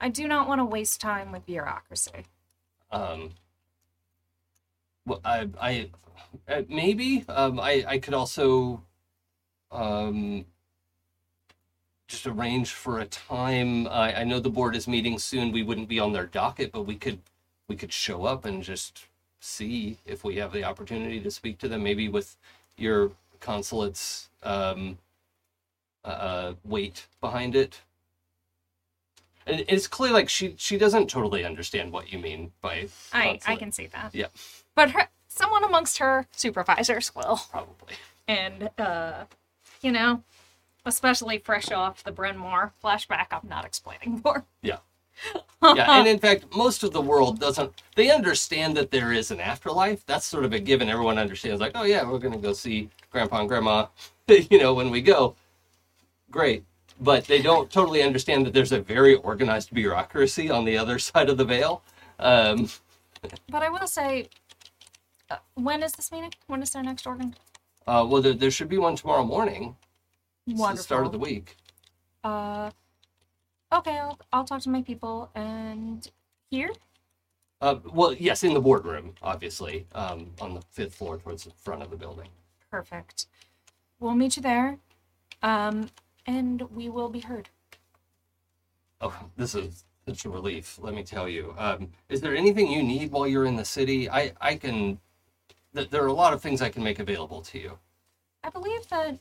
I do not want to waste time with bureaucracy.
um well i i uh, maybe um i i could also um just arrange for a time i i know the board is meeting soon we wouldn't be on their docket but we could we could show up and just see if we have the opportunity to speak to them maybe with your consulate's um uh, uh weight behind it and it's clear like she she doesn't totally understand what you mean by
I, I
consulate.
can see that.
Yeah,
But her, someone amongst her supervisors will.
probably.
And, uh, you know, especially fresh off the Bryn Mawr flashback, I'm not explaining more.
Yeah. Yeah, and in fact, most of the world doesn't. They understand that there is an afterlife. That's sort of a given. Everyone understands, like, oh yeah, we're gonna go see grandpa and grandma, you know, when we go. Great, but they don't totally understand that there's a very organized bureaucracy on the other side of the veil. Um,
But I will say, uh, when is this meeting? When is their next organ?
uh, well, there, there should be one tomorrow morning. It's the start of the
Wonderful.
week.
Uh, okay, I'll, I'll talk to my people. And here?
Uh, well, yes, in the boardroom, obviously, um, on the fifth floor towards the front of the building.
Perfect. We'll meet you there. Um, and we will be heard.
Oh, this is such a relief. Let me tell you. Um, is there anything you need while you're in the city? I I can. Th- there are a lot of things I can make available to you.
I believe that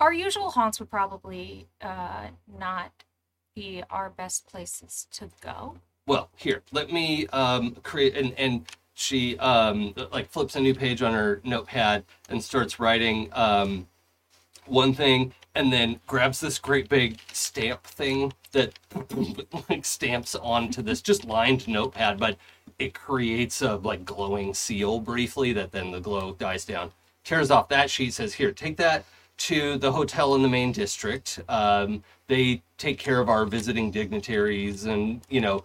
our usual haunts would probably uh, not be our best places to go.
Well, here, let me um, create and and she um, like flips a new page on her notepad and starts writing um, one thing and then grabs this great big stamp thing that like stamps onto this just lined notepad but it creates a like glowing seal briefly that then the glow dies down tears off that sheet says here take that to the hotel in the main district um, they take care of our visiting dignitaries and you know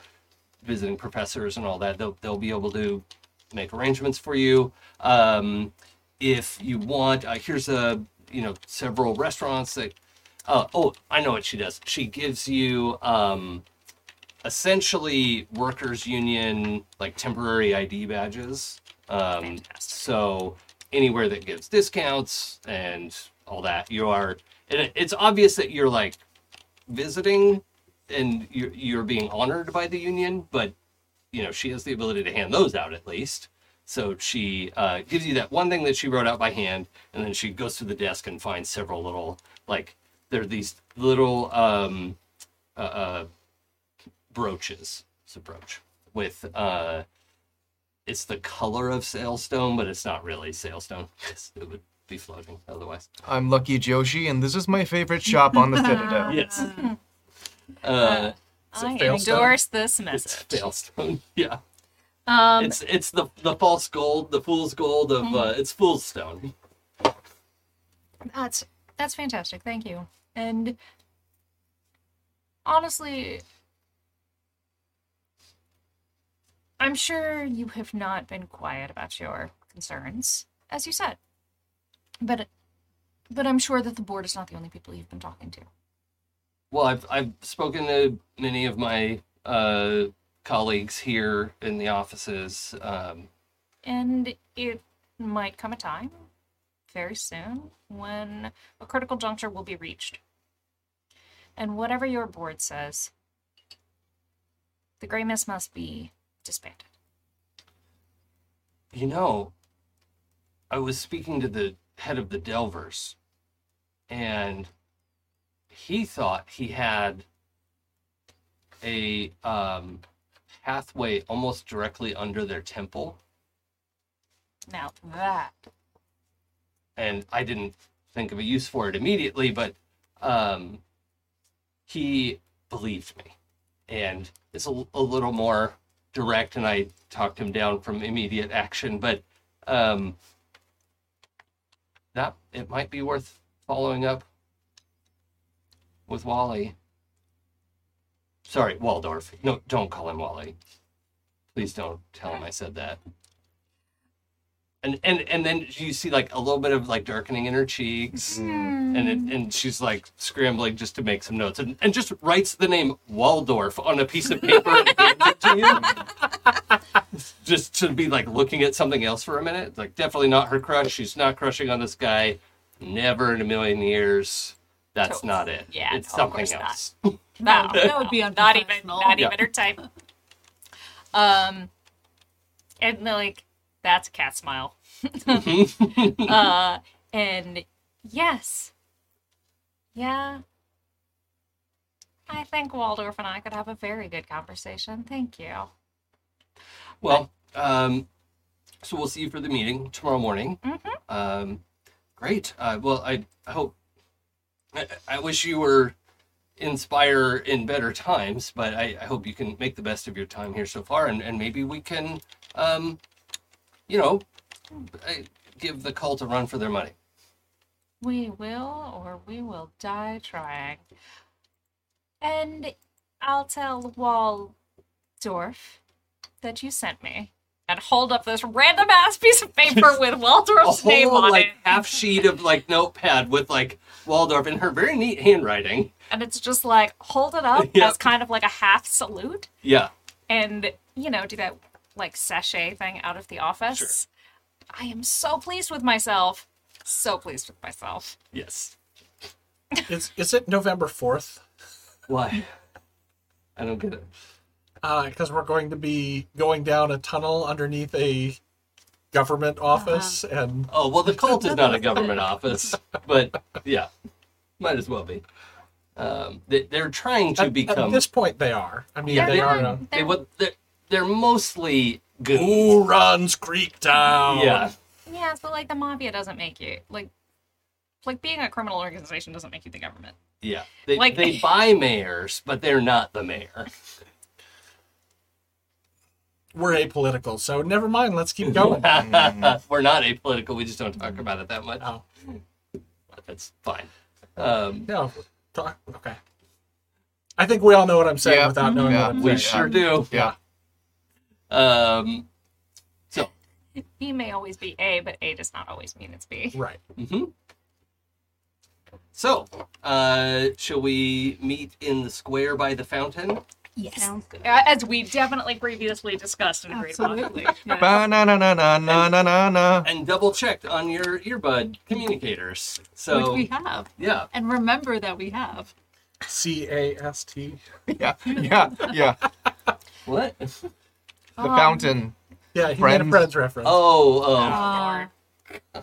visiting professors and all that they'll, they'll be able to make arrangements for you um, if you want uh, here's a you know several restaurants that uh, oh i know what she does she gives you um, essentially workers union like temporary id badges um, so anywhere that gives discounts and all that. You are, and it- it's obvious that you're like visiting and you're, you're being honored by the union, but you know, she has the ability to hand those out at least. So she uh, gives you that one thing that she wrote out by hand, and then she goes to the desk and finds several little, like, there are these little um, uh, uh, brooches. It's a brooch with, uh, it's the color of sailstone, but it's not really sailstone. it would be floating otherwise.
I'm Lucky Joshi, and this is my favorite shop on the Citadel.
Yes. Uh,
I
Failstone.
endorse this
it's
message.
sailstone. Yeah.
Um,
It's it's the the false gold, the fool's gold of uh, it's fool's stone.
That's that's fantastic. Thank you. And honestly, I'm sure you have not been quiet about your concerns, as you said. But but I'm sure that the board is not the only people you've been talking to.
Well, I've I've spoken to many of my uh, colleagues here in the offices. Um,
And it might come a time very soon when a critical juncture will be reached. And whatever your board says, the Grey Mist must be disbanded.
you know, I was speaking to the head of the Delvers, and he thought he had a um, pathway almost directly under their temple.
Now that
and I didn't think of a use for it immediately, but um, he believed me. And it's a, a little more direct, and I talked him down from immediate action, but um, that it might be worth following up with Wally. Sorry, Waldorf. No, don't call him Wally. Please don't tell him I said that and and and then you see like a little bit of like darkening in her cheeks and it, and she's like scrambling just to make some notes and, and just writes the name waldorf on a piece of paper and hands it to you. just to be like looking at something else for a minute like definitely not her crush she's not crushing on this guy never in a million years that's
Totally.
not it
Yeah,
it's
no, of
something
course not.
else
no,
That would be
not even
unprofessional.
not
Yeah.
even her type. Um, and like that's a cat smile. uh, and yes, yeah. I think Waldorf and I could have a very good conversation. Thank you.
Well, um, so we'll see you for the meeting tomorrow morning.
Mm-hmm.
Um, great. Uh, well, I, I hope. I, I wish you were inspire in better times, but I, I hope you can make the best of your time here so far, and, and maybe we can, um, you know, uh, give the cult a run for their money.
We will, or we will die trying. And I'll tell Waldorf that you sent me. And hold up this random ass piece of paper with
A
Waldorf's name
whole
on
like
it.
half sheet of like notepad with like Waldorf in her very neat handwriting.
And it's just like, hold it up
Yep.
as kind of like a half salute.
Yeah.
and you know do that like sachet thing out of the office i am so pleased with myself so pleased with myself
Yes.
Is, is it November 4th?
Why? I don't get it.
Because Uh, we're going to be going down a tunnel underneath a government
Uh-huh.
office and
Oh well, the cult is not a government office, but yeah, might as well be. Um, they, they're trying to
at, at
become.
this point they are. I mean,
yeah,
they are. uh,
They, what they're, they're mostly goons.
Who runs Creek Town?
Yeah,
yes but like the mafia doesn't make you like like being a criminal organization doesn't make you the government
yeah. They
Like-
they buy mayors, but they're not the mayor.
We're apolitical, so never mind. Let's keep going.
We're not apolitical. We just don't talk about it that much.
Mm. Oh.
But That's fine. Um,
No. talk- Okay. I think we all know what I'm saying
Yeah.
without knowing
Yeah.
what I'm
we
saying.
sure do.
Yeah.
Um, so
b may always be a but a does not always mean it's b
Right.
hmm So, uh, shall we meet in the square by the fountain?
Yes.
Sounds good.
As we definitely previously discussed and agreed upon.
Absolutely. Yeah.
Ba na na na na na na na na.
and double checked on your earbud communicators.
Which
So
we have.
yeah,
And remember that we have.
C A S T.
Yeah, yeah, yeah.
what?
The fountain.
Yeah, he made
Friends.
a Fred's reference.
Oh, oh,
Uh,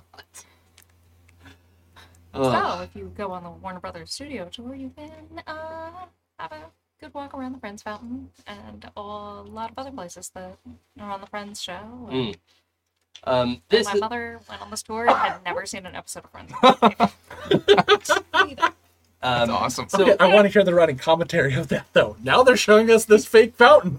oh.
So, if you go on the Warner Brothers studio tour, you can uh, have a good walk around the Friends Fountain and a lot of other places that are on the Friends show. And
Mm.
oh.
Um, this
My
is-
mother went on this tour and had never seen an episode of Friends.
um,
That's awesome.
So
I want to hear the running commentary of that though. Now they're showing us this fake fountain.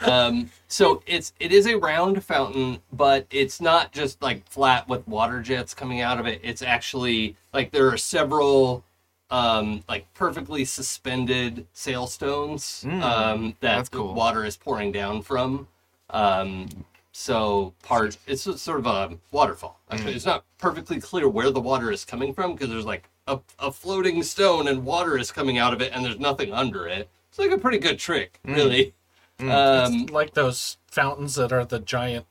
um, so it's it is a round fountain, but it's not just like flat with water jets coming out of it. It's actually like there are several um, like perfectly suspended sailstones
Mm,
um, that
that's
the
cool.
water is pouring down from. Um, so part it's a sort of a waterfall.
Hmm.
Actually, It's not perfectly clear where the water is coming from because there's like a, a floating stone and water is coming out of it and there's nothing under it. It's like a pretty good trick,
Hmm.
really. Um,
like those fountains that are the giant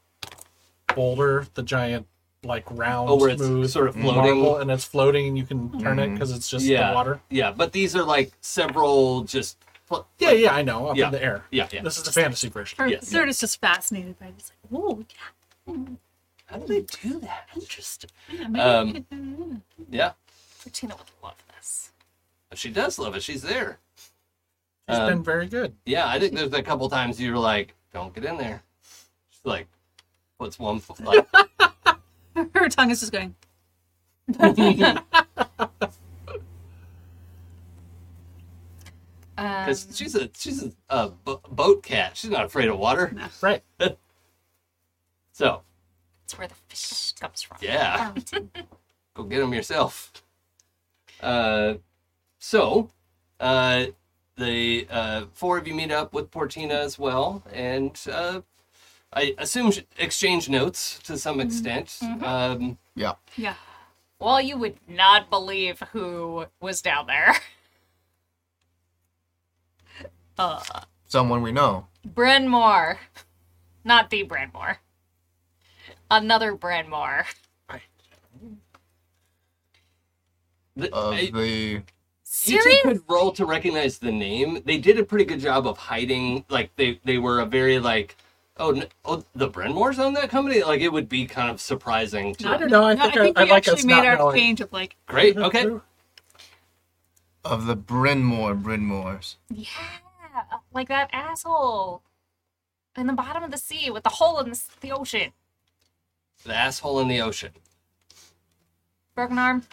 boulder, the giant like round,
Oh, where it's
smooth
sort of floating.
marble, and it's floating, and you can turn it because it's just
yeah,
the water.
Yeah, but these are like several just. pl-
Yeah, yeah, I know. Up
Yeah.
in the air.
Yeah, yeah.
This is the fantasy version.
Or
Yeah.
Sarah's just fascinated by it. It's like, whoa,
How do they do that? Interesting.
yeah, maybe
Um,
we could-
Yeah,
Tina would love this.
she does love it. She's there.
It's
Um,
been very good.
Yeah, I think there's a couple times you were like, "Don't get in there." She's like, "What's one foot?" Like,
her tongue is just going.
Um,
'cause she's a she's a, a bo- boat cat. She's not afraid of water.
Right.
So
it's where the fish comes from.
yeah, go get them yourself. Uh, so, uh, the uh, four of you meet up with Portina as well, and uh, I assume sh- exchange notes to some extent. Um,
Yeah.
Yeah.
Well, you would not believe who was down there. Uh,
Someone we know.
Bryn Mawr. Not the Bryn Mawr. Another Bryn Mawr.
th-
Of
I-
Uh, the.
you
Serious?
two could roll to recognize the name. They did a pretty good job of hiding. Like they they were a very like. Oh, n oh, the Brenmores own that company? Like, it would be kind of surprising. To...
I don't know. I
No,
think I, I
we
like us
actually made
not
our
knowing.
change of like,
Great. Okay.
Of the Brynmore Brynmores.
Yeah. Like that asshole. In the bottom of the sea with the hole in the, s- the ocean.
The asshole in the ocean.
Broken arm.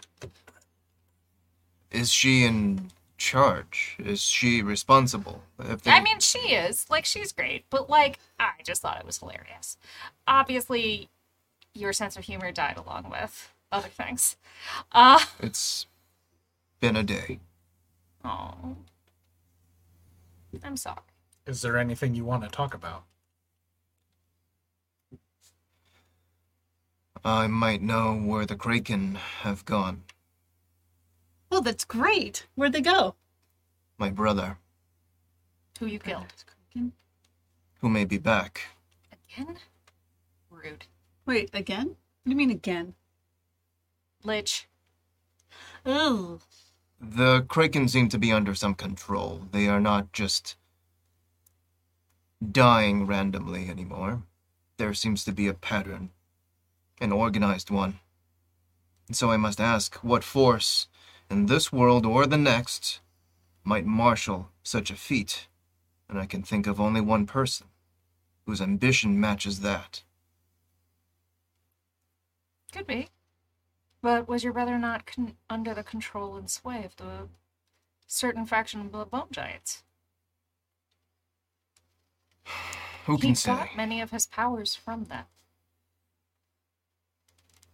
Is she in charge? Is she responsible? If they-
I mean, she is. Like, she's great. But, like, I just thought it was hilarious. Obviously, your sense of humor died along with other things. Uh,
it's been a day.
oh. I'm sorry.
Is there anything you want to talk about?
I might know where the Kraken have gone.
well, "Oh, that's great. Where'd they go?
My brother,
Who you killed.
who may be back.
Again? Rude.
Wait, again? What do you mean again?
Lich.
Oh,
The Kraken seem to be under some control. They are not just dying randomly anymore. There seems to be a pattern, an organized one. And so I must ask what force, in this world or the next, might marshal such a feat? And I can think of only one person whose ambition matches that.
Could be. But was your brother not con- under the control and sway of the certain faction of the Bone Giants?
Who
He
can say?
got many of his powers from them.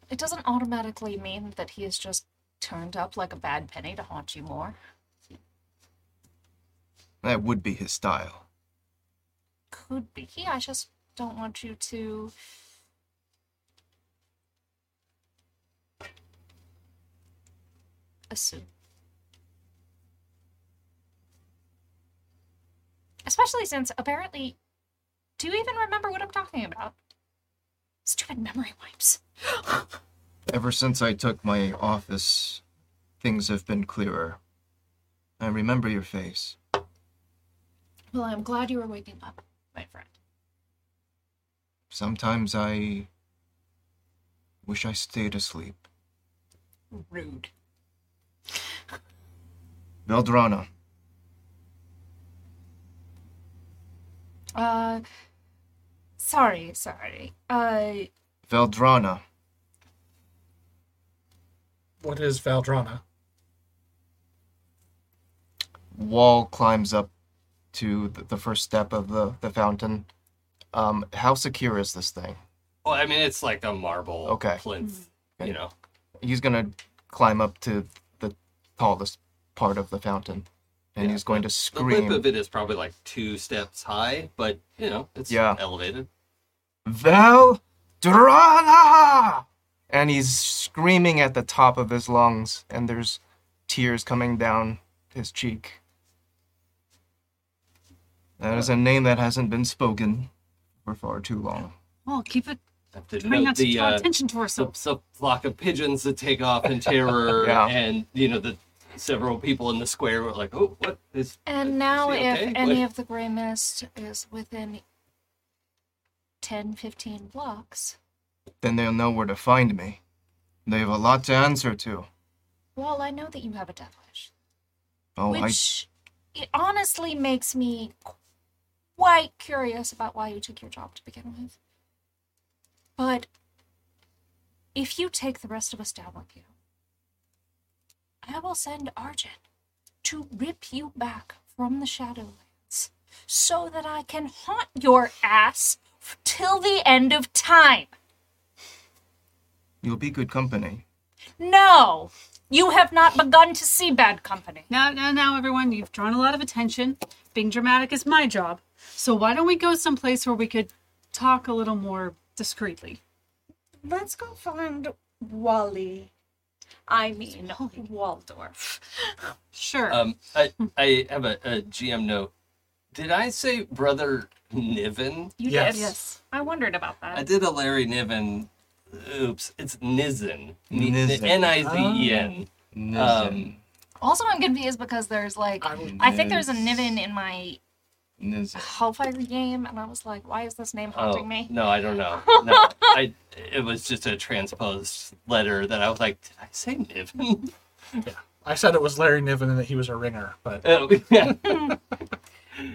It doesn't automatically mean that he is just turned up like a bad penny to haunt you more.
That would be his style.
Could be. I just don't want you to. Assume. Especially since apparently, do you even remember what I'm talking about? Stupid memory wipes.
Ever since I took my office, things have been clearer. I remember your face.
Well, I'm glad you were waking up, my friend.
Sometimes I wish I stayed asleep.
Rude.
Veldrana,
Uh, sorry, sorry. Uh,
Veldrana,
What is Valdrana?
wall climbs up to th- the first step of the, the fountain. Um, how secure is this thing?
Well, I mean, it's like a marble
Okay.
plinth,
Okay.
Mm-hmm.
you know.
He's gonna climb up to the tallest part of the fountain, and
Yeah,
he's going to
The lip
scream,
of it is probably like two steps high, but you know, it's
Yeah.
elevated.
Veldrana! And he's screaming at the top of his lungs, and there's tears coming down his cheek. That is a name that hasn't been spoken for far too long.
Well, Oh, keep it.
I have to
Try
note
not to
the,
draw
uh,
attention to
the,
ourselves.
the flock of pigeons that take off in terror,
Yeah.
and you know, the several people in the square were like, "Oh, what is?"
and now,
he
if
okay?
any
What-
of the gray mist is within 10, 15 blocks,
Then they'll know where to find me. They have a lot to answer to.
well, I know that you have a death wish.
Oh, I
which it honestly makes me quite curious about why you took your job to begin with. But if you take the rest of us down with you, I will send Arjun to rip you back from the Shadowlands so that I can haunt your ass f- till the end of time.
You'll be good company.
No, you have not begun to see bad company.
Now, now, now, everyone, you've drawn a lot of attention. Being dramatic is my job. So why don't we go someplace where we could talk a little more discreetly?
Let's go find Wally. I mean, Waldorf.
Sure.
Um, I,
Hmm.
I have a, a GM note. Did I say brother Niven?
You
Yes.
did.
Yes.
I wondered about that.
I did a Larry Niven. Oops, it's Nizen.
Nizen.
N i z e
Oh.
n. Um,
Also, I'm confused because there's like,
I
Um, I,
would-
think there's a Niven in my
Nizen.
Hellfire game, and I was like, why is this name
Oh,
haunting me?
no, I don't know. No, I. It was just a transposed letter that I was like, did I say Niven?
I said it was Larry Niven and that he was a ringer, but
Oh, yeah.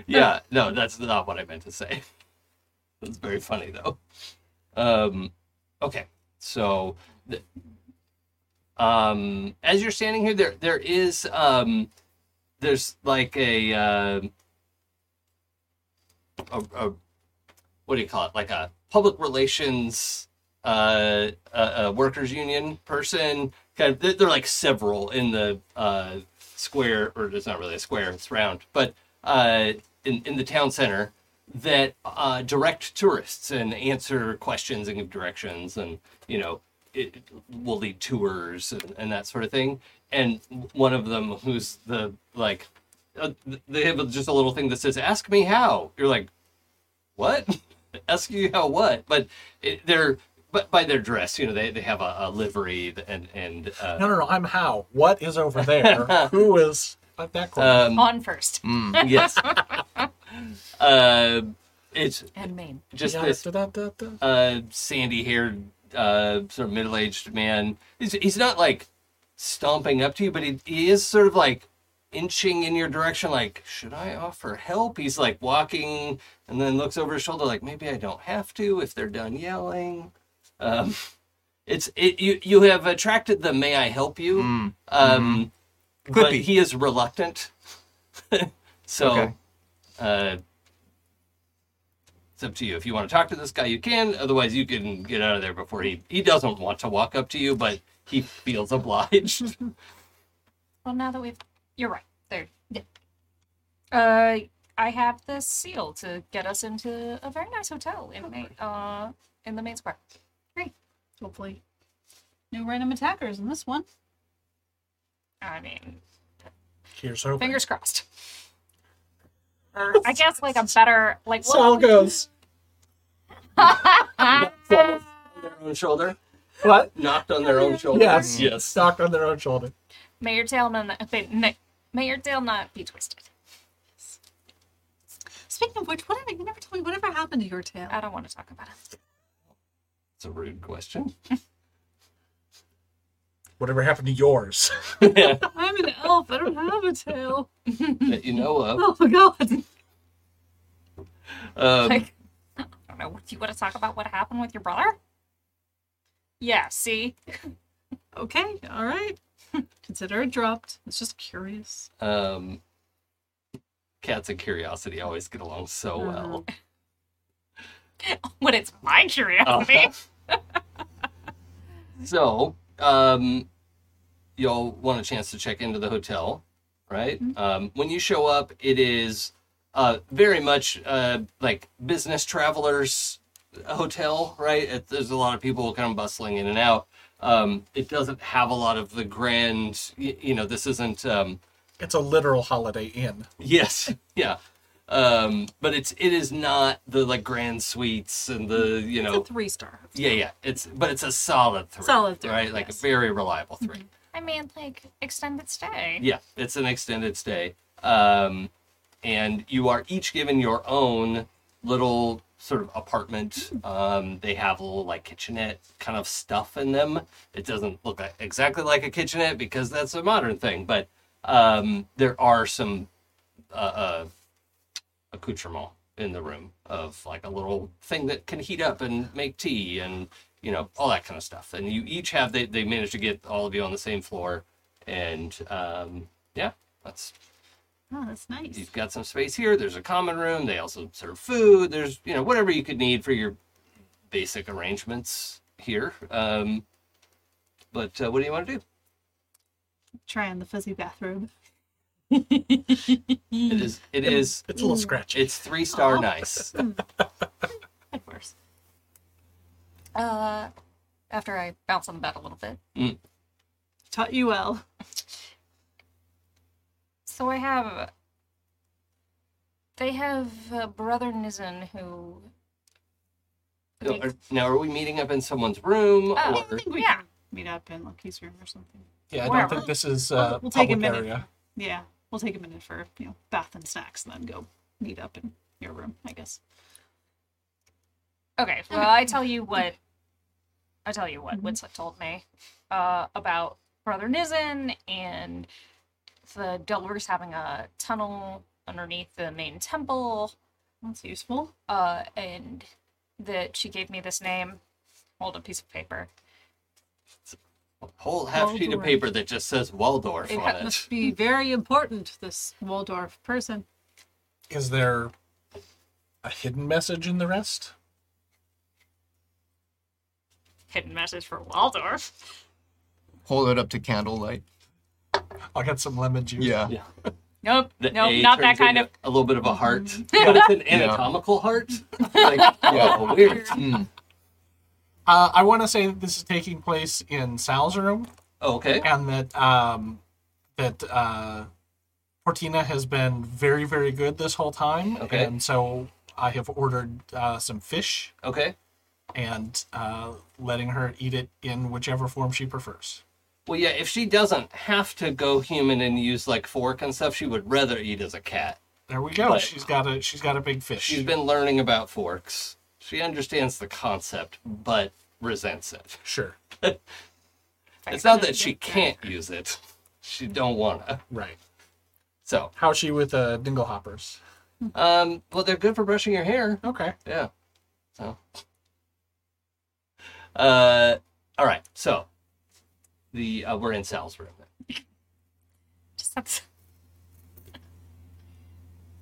yeah. No, that's not what I meant to say. It's very funny though. Um, okay, so th- um, as you're standing here, there there is um, there's like a, uh, a a what do you call it? Like a public relations uh, a, a workers union person. Kind of, they're, they're like several in the uh, square, or it's not really a square; it's round, but uh, in in the town center that uh, direct tourists and answer questions and give directions, and you know, it will lead tours and, and that sort of thing. And one of them, who's the like, uh, they have just a little thing that says "Ask me how." You're like, what? Ask you how what? But it, they're but by their dress, you know, they, they have a, a livery and and uh,
no, no, no. I'm how. What is over there? Who is at that corner?
um,
On first
yes, uh, it's
and main.
just
Yeah,
this
da-da-da-da.
uh, sandy-haired, uh, sort of middle-aged man. He's he's not like stomping up to you, but he, he is sort of like inching in your direction. Like, should I offer help? He's like walking, and then looks over his shoulder, like maybe I don't have to if they're done yelling. Um, it's it you you have attracted the may I help you. Um, But
Clippy.
he is reluctant. so.
Okay.
Uh, it's up to you. If you want to talk to this guy, you can. Otherwise, you can get out of there before he he doesn't want to walk up to you, but he feels obliged.
Well, now that we've, you're right. There. Yeah. Uh, I have this seal to get us into a very nice hotel in ma- uh in the main square.
Hopefully. No random attackers in this one.
I mean,
Here's hoping.
fingers crossed. or I guess like a better like. what-
Sal goes.
Sort of on their own shoulder.
What?
Knocked on their own shoulder.
Yes.
Yes.
Knocked on their own shoulder.
May your tail not may- may- may your tail not be twisted.
Speaking of which, whatever you never told me whatever happened to your tail.
I don't want to talk about it.
It's a rude question.
Whatever happened to yours?
I'm an elf. I don't have a tail.
that you know of.
Oh my god.
Um,
Like, I don't know. Do you want to talk about what happened with your brother? Yeah. See.
Okay. All right. Consider it dropped. It's just curious.
um, cats and curiosity always get along so
Mm-hmm.
well.
When it's my
Oh.
curiosity.
So, um, y'all want a chance to check into the hotel, right? Um, when you show up, it is uh, very much uh, like business travelers uh, hotel, right? It, there's a lot of people kind of bustling in and out. Um, it doesn't have a lot of the grand, y- you know, this isn't um,
It's a literal Holiday Inn.
Yes, yeah. Um, but it's it is not the like grand suites and the you
It's a
know
three star.
yeah yeah it's but it's a solid three
Solid three,
right like
yes. Mm-hmm.
a very reliable 3
I mean, like extended stay.
yeah it's an extended stay um, and you are each given your own little sort of apartment um, they have little like kitchenette kind of stuff in them it doesn't look like, exactly like a kitchenette because that's a modern thing but um, there are some uh, uh, accoutrement in the room of like a little thing that can heat up and make tea and you know all that kind of stuff and you each have they, they managed to get all of you on the same floor and um, yeah that's
Oh, that's nice.
you've got some space here there's a common room they also serve food there's you know whatever you could need for your basic arrangements here um, but uh, what do you want to do
Try on the fuzzy bathrobe.
it is it is
It's a
Mm.
little scratchy.
it's three star nice
Of course.
Uh, after I bounce on the bed a little bit.
Taught you well.
So I have. They have uh, brother Nizan who.
Now, are, now, are we meeting up in someone's room?
Oh.
or...
think we
Yeah.
can meet up in Lucky's room or something.
yeah, I
wherever.
don't think this is uh,
we'll take a
public
minute.
area.
Yeah, we'll take a minute for you know bath and snacks, and then go meet up in your room, I guess.
Okay, well, I tell you what. I tell you what Winslet told me uh, about brother Nizan and the Delvers having a tunnel underneath the main temple,
That's useful.
uh, and that she gave me this name. Hold a piece of paper.
whole half sheet of
Waldorf.
paper that just says Waldorf
It
on
ha-
it.
must be very important. This Waldorf person.
Is there a hidden message in the rest?
Hidden message for Waldorf.
Hold it up to candlelight.
I'll get some lemon juice.
Yeah.
Yeah.
Nope,
The
nope,
A
not that
turns
kind
into
of.
A little bit of a heart, but it's an anatomical heart. Like, oh, weird.
Uh, I want to say that this is taking place in Sal's room,
Okay.
and that um, that uh, Portina has been very, very good this whole time.
Okay.
And so I have ordered uh, some fish
Okay.
and uh, letting her eat it in whichever form she prefers.
Well, yeah. If she doesn't have to go human and use like fork and stuff, she would rather eat as a cat.
There we go.
But-
she's got a she's got a big fish.
She's been learning about forks. She understands the concept, but resents it.
sure.
It's not that she can't use it; she don't wanna.
Right.
So,
How's she with uh, dingle hoppers?
um, well, they're good for brushing your hair.
Okay.
Yeah. So. Uh, all right. So, the uh, we're in Sal's room.
Just that's.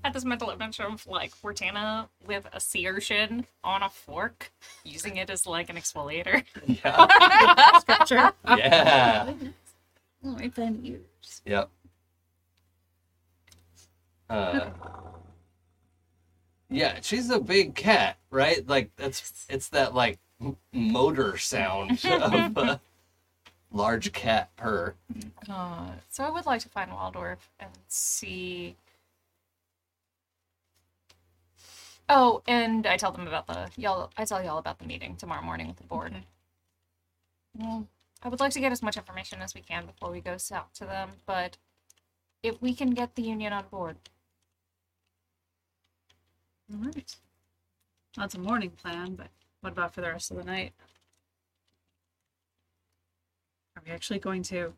Had this mental image of like Cortana with a sea urchin on a fork, using it as like an exfoliator.
Yeah.
Sure.
yeah.
Oh, I've been years.
Yep. Uh, yeah, she's a big cat, right? Like that's it's that like m- motor sound of a large cat purr.
Uh, so I would like to find Waldorf and see Oh, and I tell them about the y'all. I tell y'all about the meeting tomorrow morning with the board. Well, I would like to get as much information as we can before we go south to them, but if we can get the union on board,
All right. That's a morning plan, but what about for the rest of the night? Are we actually going to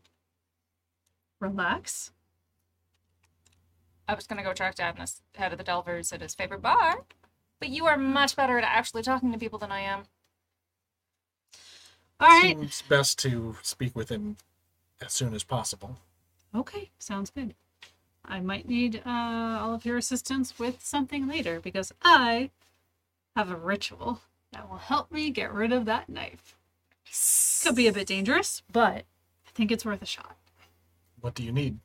relax?
I was gonna go track down this head of the Delvers at his favorite bar. But you are much better at actually talking to people than I am.
All right.
Seems best to speak with him as soon as possible.
Okay, sounds good. I might need uh, all of your assistance with something later because I have a ritual that will help me get rid of that knife. Could be a bit dangerous, but I think it's worth a shot.
What do you need?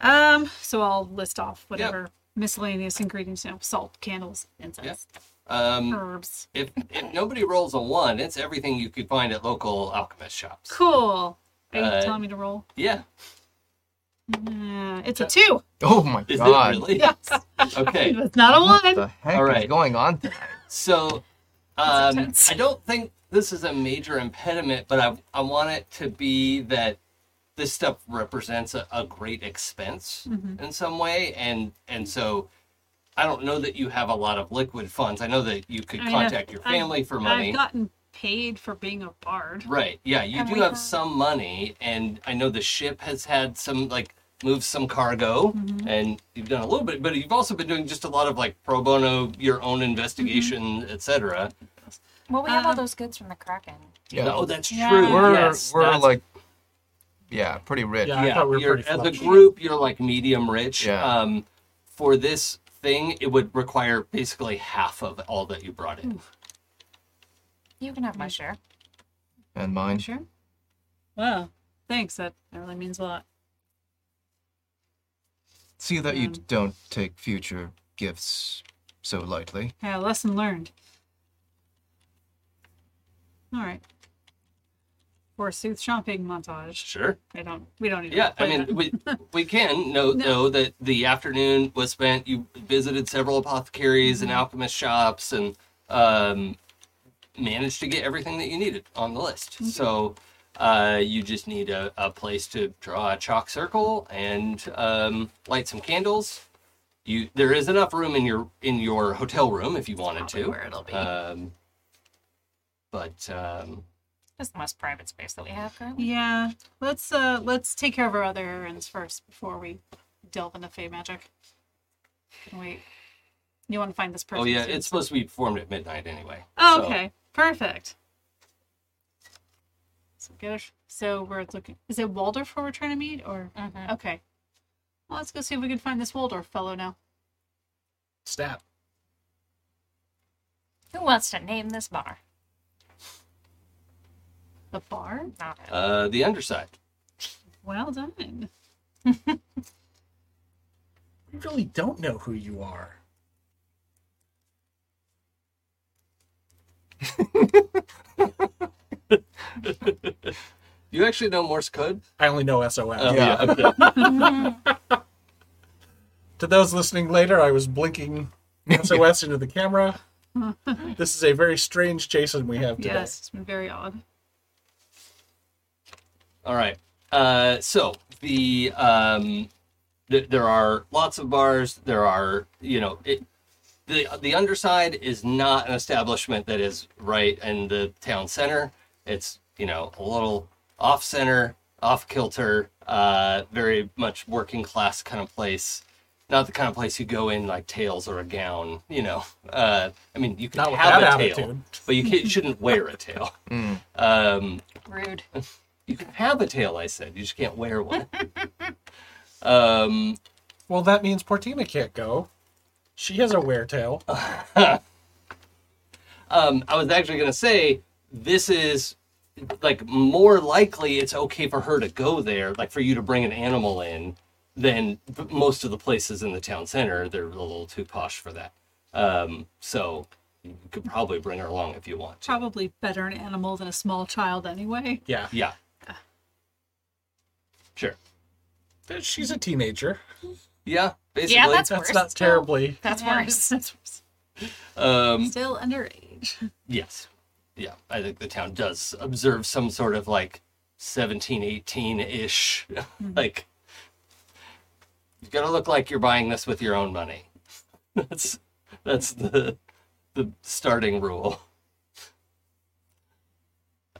Um, so I'll list off whatever miscellaneous ingredients, you know, salt, candles, incense,
Um,
herbs.
if if nobody rolls a one, it's everything you could find at local alchemist shops.
Cool. Are you
Mm. Uh,
telling me to roll?
Yeah,
Uh, it's a two.
Oh my
is
god.
it really?
Yes.
Okay.
It was not a
What the
one.
heck
All
is
right.
going on tonight?
So, um,
intense.
I don't think this is a major impediment, but I, I want it to be that this stuff represents a, a great expense
Mm-hmm.
in some way, and and so I don't know that you have a lot of liquid funds. I know that you could
I mean, I've-
contact your family for money.
I've gotten paid for being a bard.
Right. Yeah, you
And
do
we
have
have-
some money, and I know the ship has had some like moved some cargo, and you've done a little bit, but you've also been doing just a lot of like pro bono, your own investigation, etc.
Well, we have all
Um,
those goods from the Kraken.
Yeah.
Oh, that's
Yeah.
true.
We're
yes,
we're
that's-
like yeah, pretty rich.
Yeah. I
yeah,
thought we were
you're-
pretty
as a
flush.
group, you're like medium rich.
Yeah.
Um, for this thing, it would require basically half of all that you brought in.
You can have my share.
And mine.
Sure. Wow. Thanks. That that really means a lot.
See that you
Um,
don't take future gifts so lightly.
Yeah, lesson learned. All right. Forsooth shopping montage.
Sure.
I don't. We don't need. to
Yeah, I
play
mean,
that.
we we can note though that the afternoon was spent. You visited several apothecaries
Mm-hmm.
and alchemist shops, and um, managed to get everything that you needed on the list.
Mm-hmm.
So uh, you just need a, a place to draw a chalk circle and um, light some candles. You there is enough room in your in your hotel room if you wanted
Probably
to.
where it'll be.
Um, but um,
That's the most private space that we have currently.
Yeah, let's uh let's take care of our other errands first before we delve into fey magic. Can we? You want to find this person?
oh yeah,
too?
it's supposed to be formed at midnight anyway.
Oh,
so-
okay, perfect. So get us. So we're looking. Is it Waldorf who we're trying to meet, or
Mhm.
okay? Well, let's go see if we can find this Waldorf fellow now.
Stat.
Who wants to name this bar?
The bar.
Not it.
Uh, the underside.
Well done.
We really don't know who you are.
You actually know Morse code?
I only know SOS.
yeah.
okay.
To those listening later, I was blinking SOS into the camera. this is a very strange Jason we have today.
Yes, it's been very odd.
All right. Uh, so the um, th- there are lots of bars. There are you know it. The, the underside is not an establishment that is right in the town center. It's you know a little off center, off kilter, uh, very much working class kind of place. Not the kind of place you go in like tails or a gown. You know, uh, I mean you can
Not with
have
that
a tail,
attitude.
but you can't, shouldn't wear a tail. Um,
Rude.
you can have a tail, I said. You just can't wear one. um,
Well, that means Portina can't go. She has a wear tail.
um, I was actually going to say this is like more likely it's okay for her to go there, like for you to bring an animal in, than b- most of the places in the town center. They're a little too posh for that. Um, so you could probably bring her along if you want to.
Probably better an animal than a small child, anyway.
Yeah.
Yeah. Sure.
But She's a teenager.
Yeah, basically.
Yeah, that's
That's
worse.
not terribly.
That's
Yeah,
worse.
That's worse.
Um,
Still underage.
yes. Yeah. I think the town does observe some sort of like 17, 18 ish. like, you got to look like you're buying this with your own money. that's that's the the starting rule.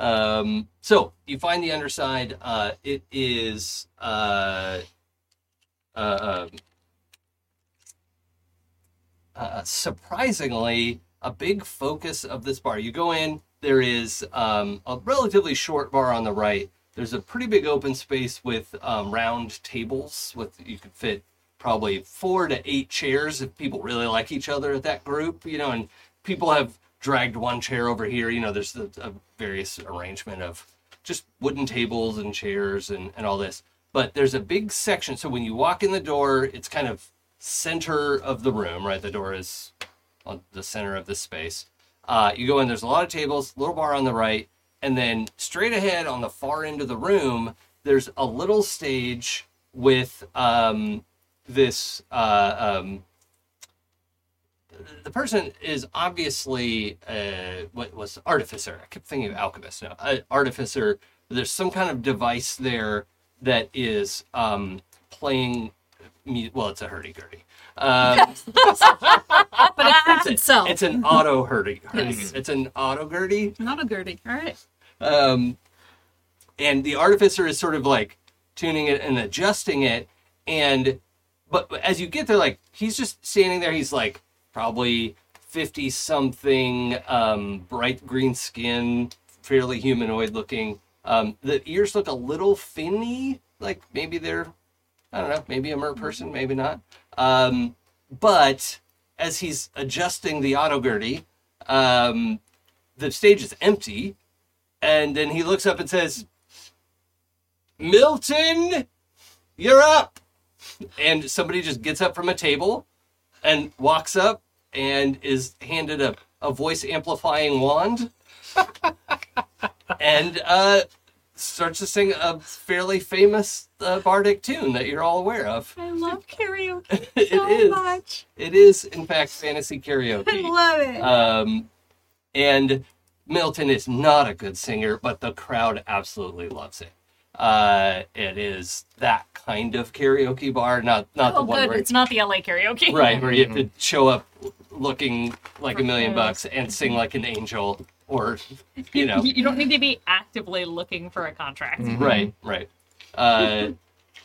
Um, so you find the underside. Uh, it is uh, uh, um, uh, surprisingly a big focus of this bar. You go in, there is um, a relatively short bar on the right. There's a pretty big open space with um, round tables with you could fit probably four to eight chairs if people really like each other at that group, you know, and people have dragged one chair over here. You know, there's the, a various arrangement of just wooden tables and chairs and, and all this. But there's a big section. So when you walk in the door, it's kind of center of the room, right? The door is on the center of this space. Uh, you go in, there's a lot of tables, little bar on the right, and then straight ahead on the far end of the room, there's a little stage with um, this. Uh, um, the person is obviously uh, what was artificer. I kept thinking of alchemist now. Uh, artificer. There's some kind of device there that is um, playing. mu- Well, it's a hurdy gurdy. Um,
But it crafts itself.
it's an auto hurdy. It's an auto gurdy.
Not a girding. All right.
Um, and the artificer is sort of like tuning it and adjusting it. And but as you get there, like he's just standing there. He's like probably fifty something, um, bright green skin, fairly humanoid looking. Um, the ears look a little finny, like maybe they're I don't know, maybe a mer person, maybe not. Um, but as he's adjusting the auto gurdy, um, the stage is empty, and then he looks up and says, Milton, you're up. And somebody just gets up from a table and walks up and is handed a, a voice amplifying wand and uh, starts to sing a fairly famous uh, bardic tune that you're all aware of.
I love karaoke
It
so
is.
much.
It is, in fact, fantasy
I
karaoke.
love it.
Um, and Milton is not a good singer, but the crowd absolutely loves it. Uh, it is that kind of karaoke bar, not not the
Oh,
one
good.
where
It's not the LA karaoke.
right where you
Mm-hmm.
have to show up looking like a million bucks and sing like an angel, or you know,
You don't need to be actively looking for a contract.
right, right. Uh,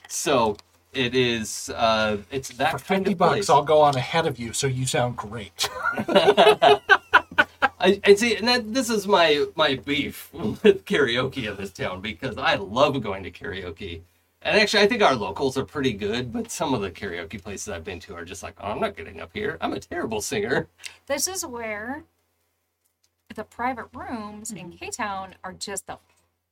so it is. Uh, it's that
For
kind
50
of
bucks,
place.
I'll go on ahead of you so you sound great.
I, and see, and that this is my my beef with karaoke in this town because I love going to karaoke, and actually I think our locals are pretty good, but some of the karaoke places I've been to are just like, oh, I'm not getting up here. I'm a terrible singer.
This is where the private rooms in K Town are just the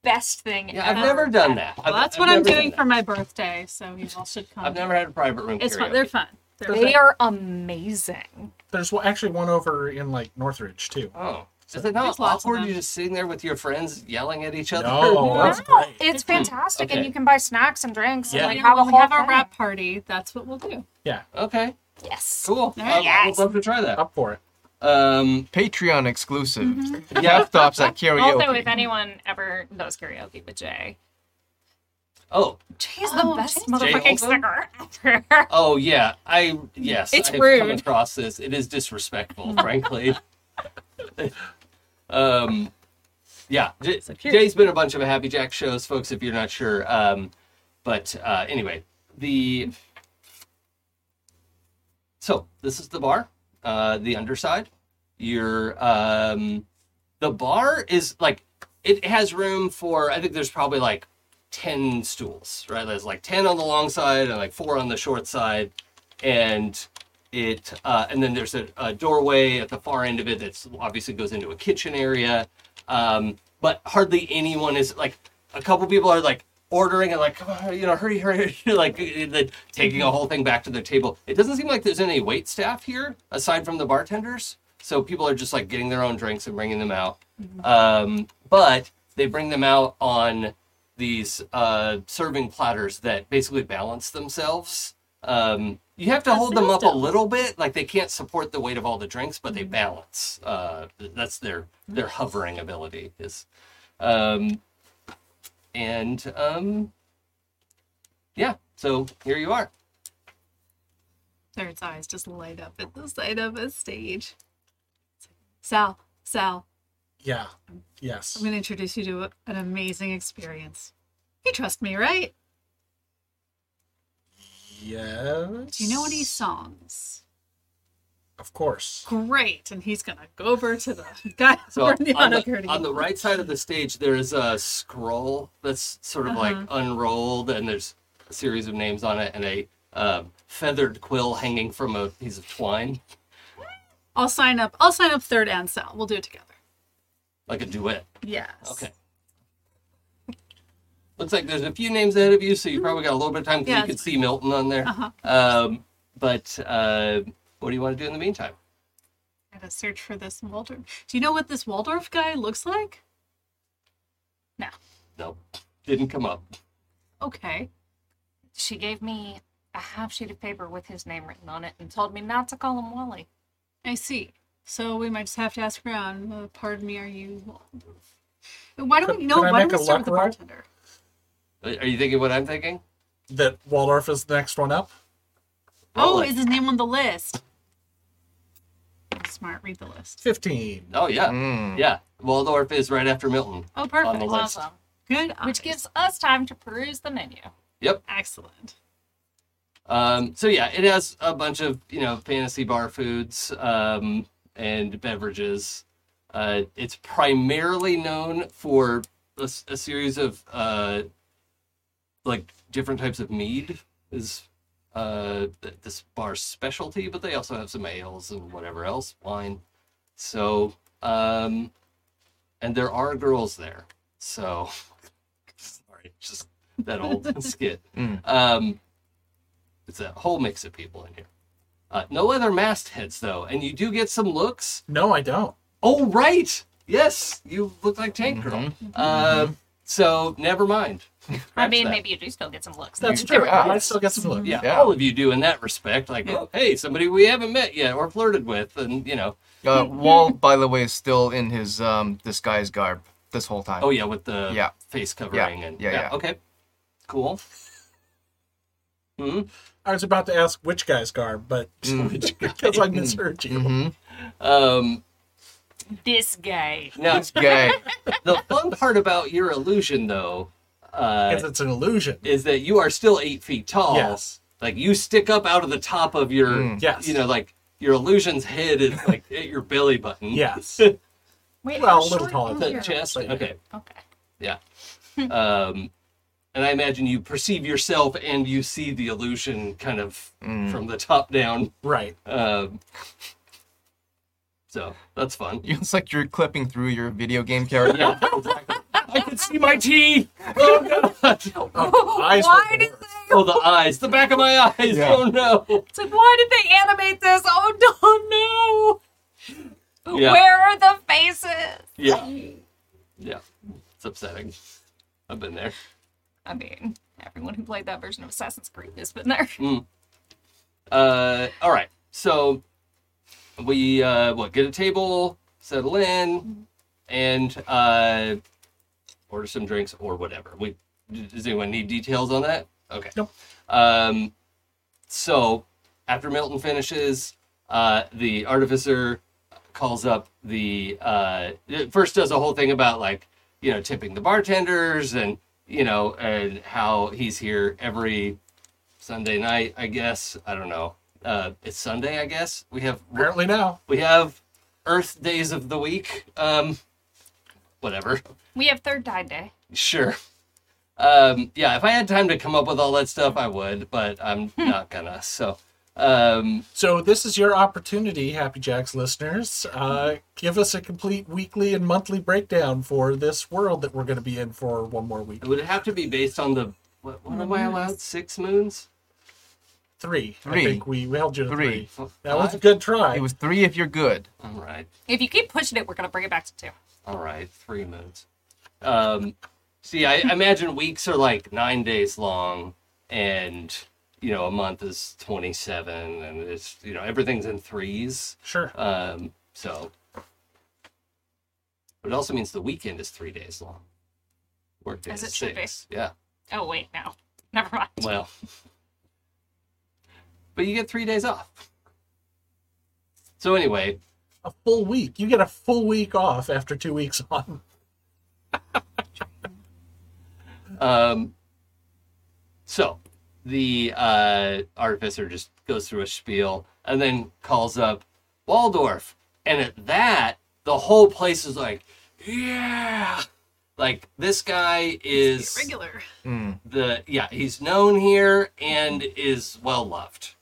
best thing
Yeah, I've
ever.
never done that.
Well,
I've-
that's
I've
what I'm
never done
doing
that.
for my birthday, so you all should come.
I've never had a private room.
it's fun.
karaoke.
They're fun. They're
They
fun.
are amazing.
There's one- actually one over in like Northridge too.
Oh, is it not
There's lots of
awkward?
them.
You just sitting there with your friends yelling at each other.
No, that's
No,
great.
it's fantastic,
Okay.
and you can buy snacks and drinks
Yeah.
and like
Yeah,
have a
when we
whole
have our
thing.
wrap party, that's what we'll do.
Yeah,
Okay,
Yes.
cool. I- I would
Yes.
love to try that.
up for it.
Um,
Patreon exclusive.
yeah.
Laptops at karaoke.
Also, if anyone ever does karaoke with Jay,
Oh,
Jay's
Oh,
the best
Jay's-
Jay
motherfucking
Oldham?
singer ever.
Oh yeah, I yes.
It's
I've Come
rude.
across this, it is disrespectful, frankly. um, yeah, J-
cute.
Jay's been a bunch of Happy Jack shows, folks. If you're not sure, um, but uh, anyway, the so this is the bar, uh, the underside. Your um, the bar is like it has room for. I think there's probably like 10 stools, right? There's like 10 on the long side and like four on the short side. And it, uh, and then there's a, a doorway at the far end of it that's obviously goes into a kitchen area. Um, but hardly anyone is like, a couple people are like ordering and like, come on, you know, hurry, hurry, hurry," like the, taking a whole thing back to their table. It doesn't seem like there's any wait staff here aside from the bartenders. So people are just like getting their own drinks and bringing them out. Um, but they bring them out on these uh, serving platters that basically balance themselves. Um, You have to
That's
hold them up a
awesome.
little bit, like they can't support the weight of all the drinks, but they balance. Uh, th- that's their their hovering ability is, um, and um, yeah. So here you are.
Thaird's eyes just light up at the sight of a stage. Sal, Sal,
Yeah. Yes.
I'm going to introduce you to a- an amazing experience. You trust me, right?
yes.
Do you know any songs?
Of course.
Great. And he's going to go over to the guy
So
over in the
on,
auto
the, on the right side of the stage, there's a scroll that's sort of like unrolled, and there's a series of names on it, and a um, feathered quill hanging from a piece of twine,
I'll sign up. I'll sign up third and Sal. We'll do it together.
like a duet.
Yes.
Okay. Looks like there's a few names ahead of you, so you probably got a little bit of time because
Yeah.
you could see Milton on there.
Uh-huh.
Um, but uh, what do you want to do in the meantime?
I gotta search for this Waldorf. Do you know what this Waldorf guy looks like? No.
Nope, didn't come up.
Okay.
She gave me a half sheet of paper with his name written on it and told me not to call him Wally.
I see. So we might just have to ask around. Uh, pardon me, are you Waldorf? Why don't we
Could-
know?
could I
Why don't
make
we
a luck
start with the
roll?
bartender?
Are you thinking what I'm thinking?
That Waldorf is the next one up.
Roll
Oh,
it.
is his name on the list? Smart. Read the list.
Fifteen.
Oh yeah,
Mm.
yeah. Waldorf is right after Milton.
Oh,
On the
perfect.
list.
Awesome.
Good.
Which
eyes.
gives us time to peruse the menu.
Yep.
excellent.
Um, so yeah, it has a bunch of you know fantasy bar foods um, and beverages. Uh, it's primarily known for a, s- a series of uh, like different types of mead is uh, th- this bar's specialty, but they also have some ales and whatever else wine. So um, and there are girls there. So sorry, just that old skit.
Mm.
Um, it's a whole mix of people in here. Uh, no other mastheads though, and you do get some looks.
No, I don't.
Oh right, yes, you look like Tank Girl.
Mm-hmm.
Uh, so never mind.
I
Scratch
mean,
that.
maybe you do still get some looks.
That's
You-
true.
There we
I
go.
still get some look.
Yeah,
Yeah.
all of you do in that respect. Like, oh, hey, somebody we haven't met yet or flirted with, and you know,
Uh, Wall, by the way, is still in his um, disguise garb this whole time.
oh yeah, with the
Yeah.
face covering and
Yeah, yeah.
okay, cool. Hmm.
I was about to ask which guy's garb, but
Mm-hmm.
because I misheard you.
Um.
This guy.
Now,
Gay.
the fun part about your illusion, though, uh,
Because it's an illusion.
is that you are still eight feet tall.
Yes.
Like you stick up out of the top of your,
Mm.
Yes.
you know, like your illusion's head is like at your belly button.
Yes.
Wait,
Well,
how
a little
short
taller
is
The
your-
chest.
Like-
Okay.
Okay.
Yeah. um, and I imagine you perceive yourself and you see the illusion kind of from the top down.
right.
Um, so that's fun.
it's like you're clipping through your video game character.
Yeah. exactly. I can see my teeth. Oh no.
Oh, eyes were
Why
the
did
worst.
Oh, the eyes, the back of my eyes.
Yeah.
Oh no.
It's like, why did they animate this? Oh, no,
Yeah.
Oh, Where are the faces?
Yeah. Yeah. It's upsetting. I've been there.
I mean, everyone who played that version of Assassin's Creed has been there.
Uh, all right. So we uh, what get a table, settle in, and uh, order some drinks or whatever. We does anyone need details on that? Okay.
Nope.
Um, so after Milton finishes, uh, the artificer calls up the uh, it first does a whole thing about like you know tipping the bartenders and you know and how he's here every Sunday night, I guess. I don't know. Uh, it's Sunday, I guess. We have
Apparently now.
we have Earth days of the week. Um, whatever.
We have Third Tide Day.
Sure. Um, yeah, if I had time to come up with all that stuff, I would, but I'm
Hmm.
not gonna. So, um,
So this is your opportunity, Happy Jacks listeners. Uh, give us a complete weekly and monthly breakdown for this world that we're going to be in for one more week.
it would have to be based on the what, what am I
Mm-hmm.
allowed? Six moons?
Three.
Three.
I think we we held you to
Three.
three.
F-
That was a
five?
good try.
It was three if you're good.
All right.
If you keep pushing it, we're gonna bring it back to two.
All right, three moons.
Hmm.
Um, see, I imagine weeks are like nine days long, and you know, a month is 27 and it's, you know, everything's in threes.
Sure.
Um, so but it also means the weekend is three days long. Work day
As
is
it should be.
six. Yeah.
Oh wait, no. Never mind.
Well, but you get three days off. So anyway,
A full week. You get a full week off after two weeks on.
um, so the uh, artificer just goes through a spiel and then calls up Waldorf, and at that, the whole place is like, yeah, like this guy is
Regular.
Mm.
the yeah he's known here and is well loved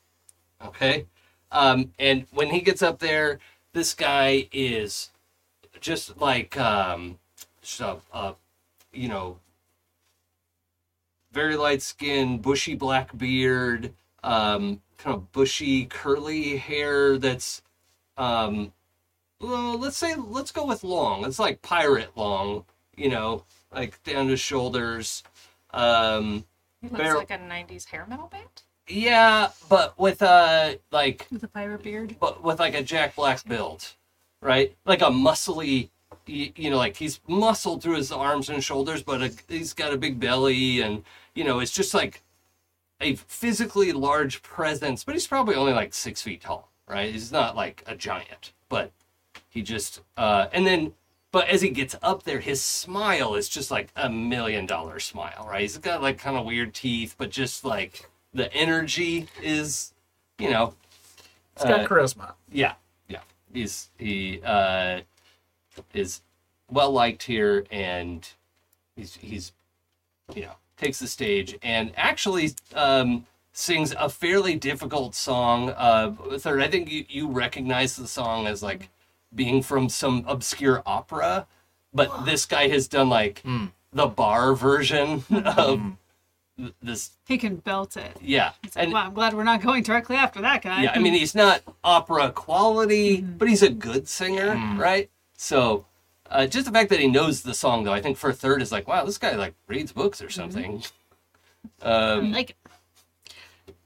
okay um and when he gets up there this guy is just like um just a, a, you know very light skin bushy black beard um kind of bushy curly hair that's um well, let's say let's go with long it's like pirate long you know like down to shoulders um
He looks
Barrel-
like a '90s hair metal band.
yeah but with uh like
With a pirate beard.
but with like a Jack Black build, right? Like a muscly, y- you know, like he's muscled through his arms and shoulders, but a, he's got a big belly, and you know, it's just like a physically large presence. But he's probably only like six feet tall, right? He's not like a giant, but he just uh, and then. But as he gets up there, his smile is just like a million dollar smile, right? He's got like kind of weird teeth, but just like the energy is, you know,
It's got
Uh,
charisma.
yeah, yeah. He's he uh, is well liked here, and he's he's you know takes the stage and actually um, sings a fairly difficult song. Uh, third, I think you you recognize the song as like being from some obscure opera, but this guy has done like the bar version of th- this.
He can belt it.
Yeah,
It's like, wow, I'm glad we're not going directly after that guy. Hmm,
yeah, I mean, he's not opera quality,
Mm-hmm.
but he's a good singer, right? So, uh, just the fact that he knows the song, though, I think for a third is like, wow, this guy like reads books
Mm-hmm.
or something. Um,
Like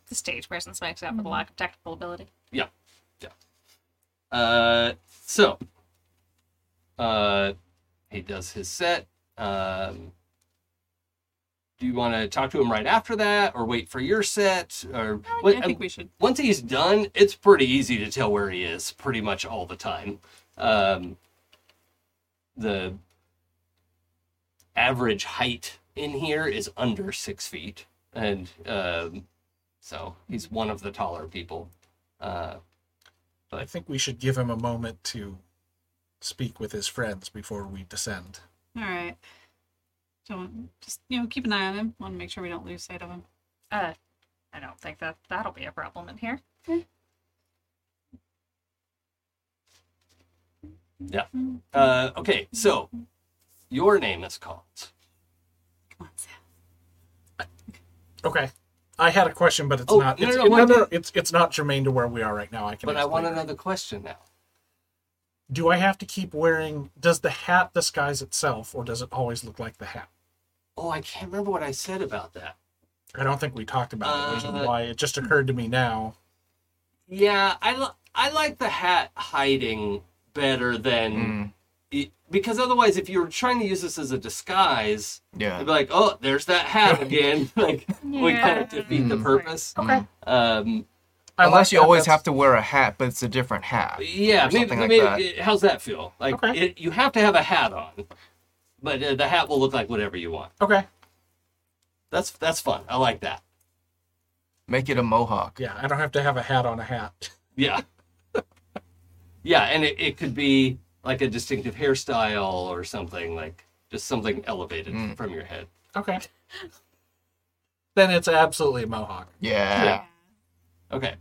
the stage person smacks out for the lack of technical ability.
yeah, yeah. Uh, so, uh, he does his set. Um, do you want to talk to him right after that, or wait for your set, or
I think we should.
once he's done, it's pretty easy to tell where he is pretty much all the time. Um, the average height in here is under six feet, and um, so he's one of the taller people. Uh,
I think we should give him a moment to speak with his friends before we descend.
All right. So just you know, keep an eye on him. Want to make sure we don't lose sight of him.
Uh, I don't think that that'll be a problem in here.
uh, okay, so your name is called.
Come on, Sam.
Okay. I had a question, but it's
Oh,
not.
no,
it's,
no, no,
no,
wait.
no, it's it's not germane to where we are right now. I can.
But I
ask
want
later.
another question now.
Do I have to keep wearing? Does the hat disguise itself, or does it always look like the hat?
Oh, I can't remember what I said about that.
I don't think we talked about it, which
Uh,
is why it just occurred to me now.
Yeah, I li- I like the hat hiding better than
Mm.
it- because otherwise, if you were trying to use this as a disguise,
Yeah.
it'd be like, oh, there's that hat again. like we kind
Yeah.
of defeat the
Mm.
purpose.
Okay.
Um,
I
Unless
like
you
that
always
that's-
have to wear a hat, but it's a different hat.
yeah,
Or
maybe,
something like
maybe
that.
it- how's that feel? Like
Okay.
it, you have to have a hat on, but uh, the hat will look like whatever you want.
Okay.
That's that's fun. I like that.
Make it a mohawk.
Yeah, I don't have to have a hat on a hat.
Yeah. yeah, and it, it could be like a distinctive hairstyle or something like just something elevated
Mm.
from your head.
Okay. Then it's absolutely a mohawk.
Yeah.
Yeah. Okay,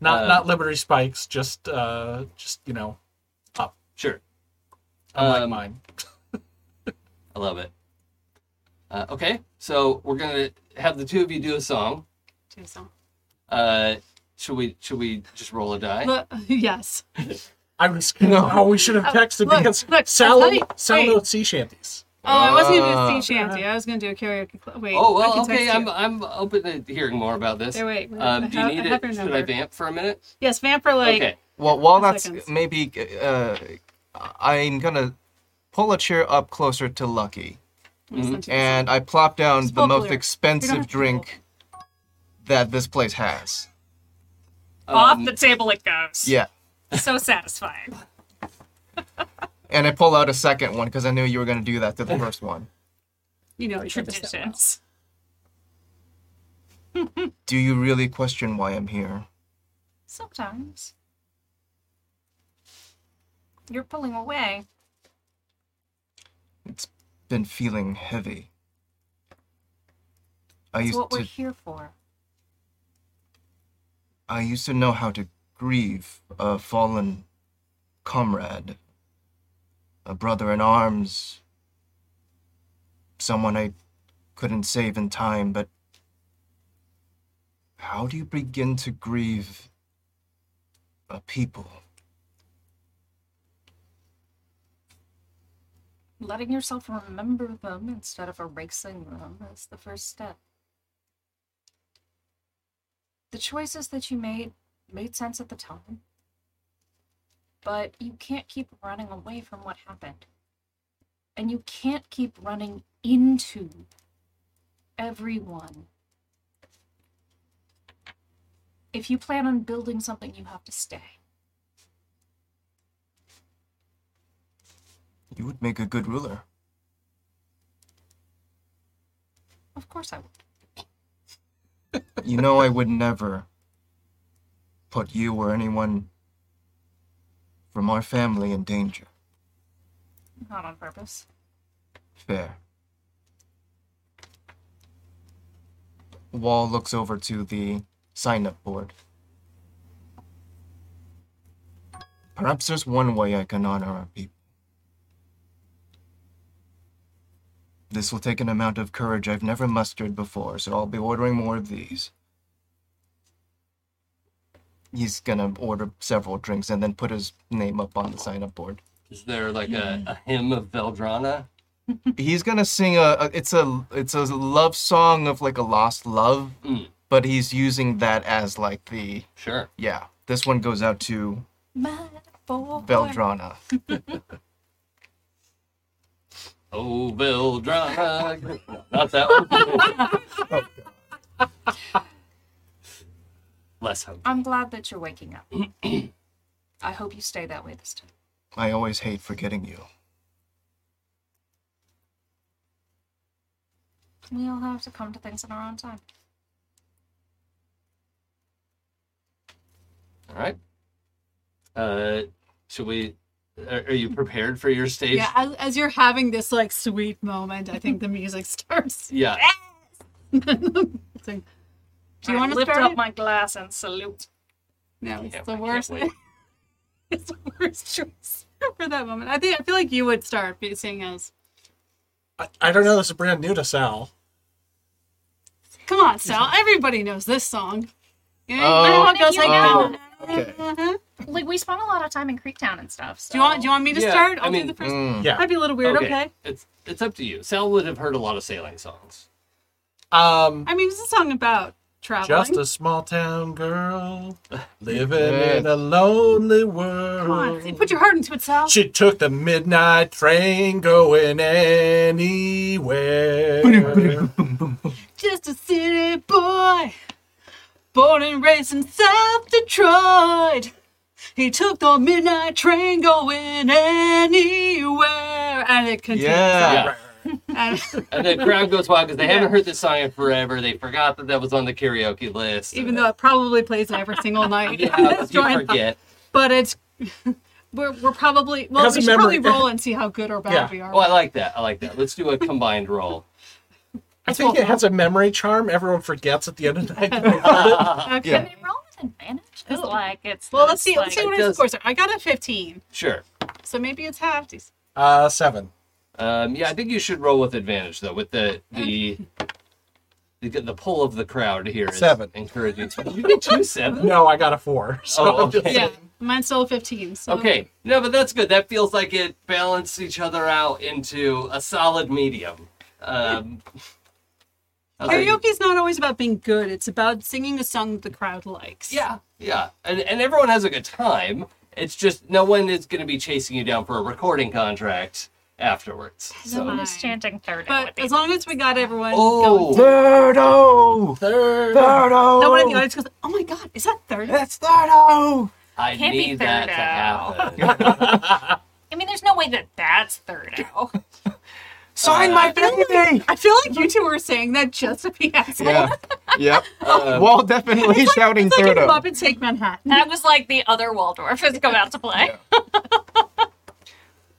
Not
Uh,
not Liberty Spikes, just uh just you know,
sure.
unlike
Um,
mine.
I love it. Uh, okay, so we're gonna have the two of you do a song.
Do some.
Uh, should we? Should we just roll a die?
Look, yes.
I was no. oh we should have texted
look,
because
look,
Sal
I-
Sal
wait.
knows sea shanties.
Oh, I wasn't even
Ah,
gonna sing shanty. I was gonna do a karaoke. Cl- wait.
Oh
I
well,
can text
okay.
you.
I'm I'm open to hearing more about this.
There, wait, wait, I
um, do you
have- I
need it?
have your
Should I
number.
vamp for a minute?
Yes, Vamper. Like
okay.
Well, while that's
seconds.
maybe, uh, I'm gonna pull a chair up closer to Lucky,
listen to this.
Mm-hmm. and I plop down the most
Spoke clear. We don't
expensive
have to
drink that this place has.
Um,
off the table it goes.
Yeah,
So satisfying.
and I pull out a second one because I knew you were gonna do that to the first one.
You know traditions.
Do you really question why I'm here?
Sometimes. You're pulling away.
It's been feeling heavy. I
That's
used
what
to.
we're here for.
I used to know how to grieve a fallen comrade, a brother in arms, someone I couldn't save in time, but how do you begin to grieve a people?
Letting yourself remember them instead of erasing them is the first step. The choices that you made made sense at the time, but you can't keep running away from what happened. And you can't keep running into everyone. If you plan on building something, you have to stay.
You would make a good ruler.
Of course, I would.
You know, I would never put you or anyone from our family in danger.
Not on purpose.
Fair. Wall looks over to the sign up board. Perhaps there's one way I can honor our people. This will take an amount of courage I've never mustered before, so I'll be ordering more of these. He's gonna order several drinks and then put his name up on the sign up board.
Is there like a, a hymn of Veldrana?
he's gonna sing a, a- it's a it's a love song of like a lost love
Mm.
but he's using that as like the
Sure.
yeah this one goes out to
My boy.
beldrana
Oh, Veldrana. Not that one. Less hungry.
I'm glad that you're waking up. I hope you stay that way this time.
i always hate forgetting you
We all have to come to things in our own time.
All right. Uh, should we? Are, are you prepared for your stage?
Yeah, as, as you're having this like sweet moment, I think the music starts.
Yeah.
It's like, Do you
I
want to
lift
start?
up
it?
my glass and salute?
no, it's
Yeah, I
the
can't
worst.
wait.
It's the worst choice for that moment. I think I feel like you would start be- seeing us.
I, I don't know. This is brand new to Sal.
Come on, Sal. Everybody knows this song. Yeah,
Mm-hmm. Oh.
I know it goes
You
like
know.
that.
okay
Uh-huh.
Like we spent a lot of time in Creektown and stuff. So.
Do you want? Do you want me to
Yeah,
start?
I
I'll
mean-
do the first.
Mm.
Yeah.
I'd be a little weird. Okay.
It's it's up to you. Sal would have heard a lot of sailing songs.
Um,
I mean, it's a song about traveling.
just a small town girl living
Yeah.
in a lonely
Come on,
Oh.
world.
put your heart into it, Sal.
She took the midnight train going anywhere.
Just a city boy, born and raised in South Detroit. He took the midnight train going anywhere, and it continues.
yeah
Yeah.
And-
And the crowd goes wild because they haven't heard this song in forever. They forgot that that was on the karaoke list.
even though it probably plays every single night.
yeah, but you
Join-
forget.
But it's we're, we're probably well.
has
We
a
should
memory.
probably roll and see how good or bad
Yeah.
we are.
Oh, I like that. I like that. Let's do a combined roll.
I think it has a memory charm. Everyone forgets at the end of the night. that they heard it.
okay.
I mean, roll with advantage. 'cause,
Ooh.
like it's.
Well, let's see.
Like,
Let's see what
it
our
does-
scores are. I got a fifteen,
Sure.
so maybe it's half. decent.
Uh, seven.
Um, yeah, I think you should roll with advantage though, with the the the, the pull of the crowd here is
Seven.
encouraging. You get two seven.
No, I got a four. So
Oh,
I'm just-
okay.
Yeah, mine's still 15. So
Okay, no, but that's good. That feels like it balanced each other out into a solid medium. Um, I was like,
Karaoke's not always about being good. It's about singing a song that the crowd likes.
Yeah, yeah, and and everyone has a good time. It's just no one is going to be chasing you down for a recording contract afterwards.
No one
So,
is chanting third.
But as long as we got everyone
oh,
going.
Thirdo! Thirdo!
No one in the audience goes, oh my god, is that 30?
That's Thirdo!
I
Can't be
need that to
third
happen.
I mean, there's no way that that's third out.
Sign
Uh,
my baby!
I feel like you two were saying that just to be asshole.
Yeah. Yep.
Um,
Wall definitely shouting
It's like in
Thirdo.
Muppets Take Manhattan.
That was like the other Waldorf has come out to play.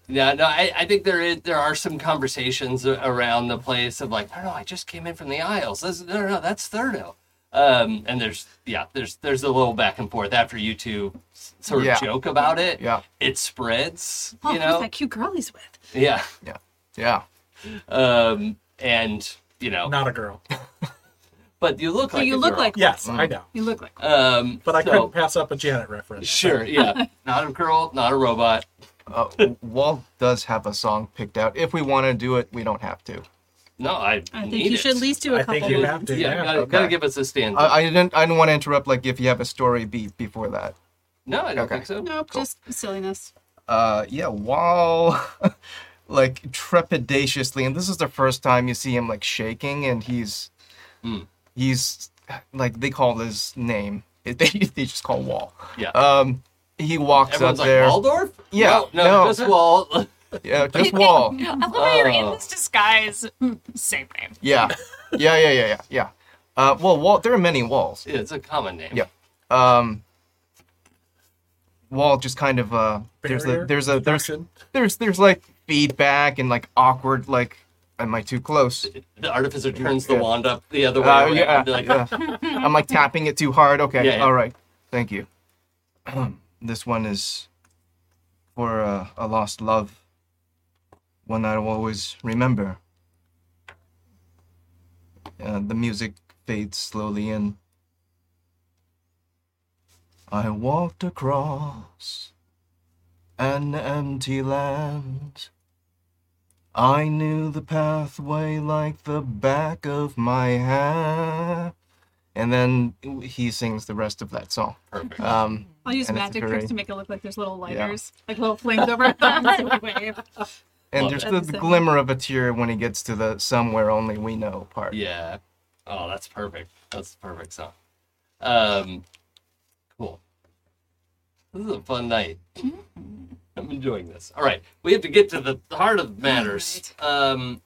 Yeah, no, I, I think there is there are some conversations a- around the place of like, no, no, I just came in from the aisles. This, no, no, no, that's Thurdo. Um, and there's yeah, there's there's a little back and forth after you two s- sort of
Yeah.
joke about it.
Yeah.
it spreads.
oh,
you
who's
know,
that cute girl he's with?
yeah.
Yeah.
Um, and you know,
Not a girl.
but you look
So
like
you
a
look
girl.
like
Yes, I know.
you look like.
Um,
But I
so-
couldn't pass up a Janet reference.
Sure, yeah, not a girl, not a robot.
Uh, Walt does have a song picked out. If we want to do it, we don't have to.
No, I.
I think
need
you
it.
should at least do a
I
couple.
think you
of-
have to.
Yeah,
Yeah.
gotta, gotta
okay.
give us a stand.
I, I didn't. I didn't want to interrupt. Like if you have a story beat before that.
no, I don't
okay.
think so.
Nope, just silliness.
uh yeah wall like trepidatiously and this is the first time you see him like shaking and he's
Hmm.
he's like they call his name It- they, they just call wall
Yeah.
um he walks
Everyone's
up
like
there
Waldorf.
Yeah,
no,
no.
no, just Wal.
yeah just wall
I love how you're in
Oh.
this disguise. Same name.
yeah yeah yeah yeah yeah yeah uh well wall there are many walls
Yeah, it's a common name.
yeah um wall just kind of uh there's a
Barrier,
there's a there's
obstruction.
there's there's like feedback and like awkward like am i too close
The artificer turns the
Yeah.
wand up the other way.
Uh,
around.
yeah,
They're like,
yeah. I'm like tapping it too hard. Okay,
Yeah, yeah.
all right. Thank you. this one is for uh, a lost love, one I will always remember. Uh, the music fades slowly in. I walked across an empty land. I knew the pathway like the back of my hand. And then he sings the rest of that song.
Perfect.
Um,
I'll use
And it's a
magic
very-
tricks to make it look like there's little lighters, like little flames over our thumbs and we wave.
and
Love
there's
it.
the,
That's
the
so-
glimmer of a tear when he gets to the somewhere only we know part.
yeah. Oh, that's perfect. That's the perfect song. Um, cool. This is a fun night. I'm enjoying this. All right, we have to get to the heart of matters. Um,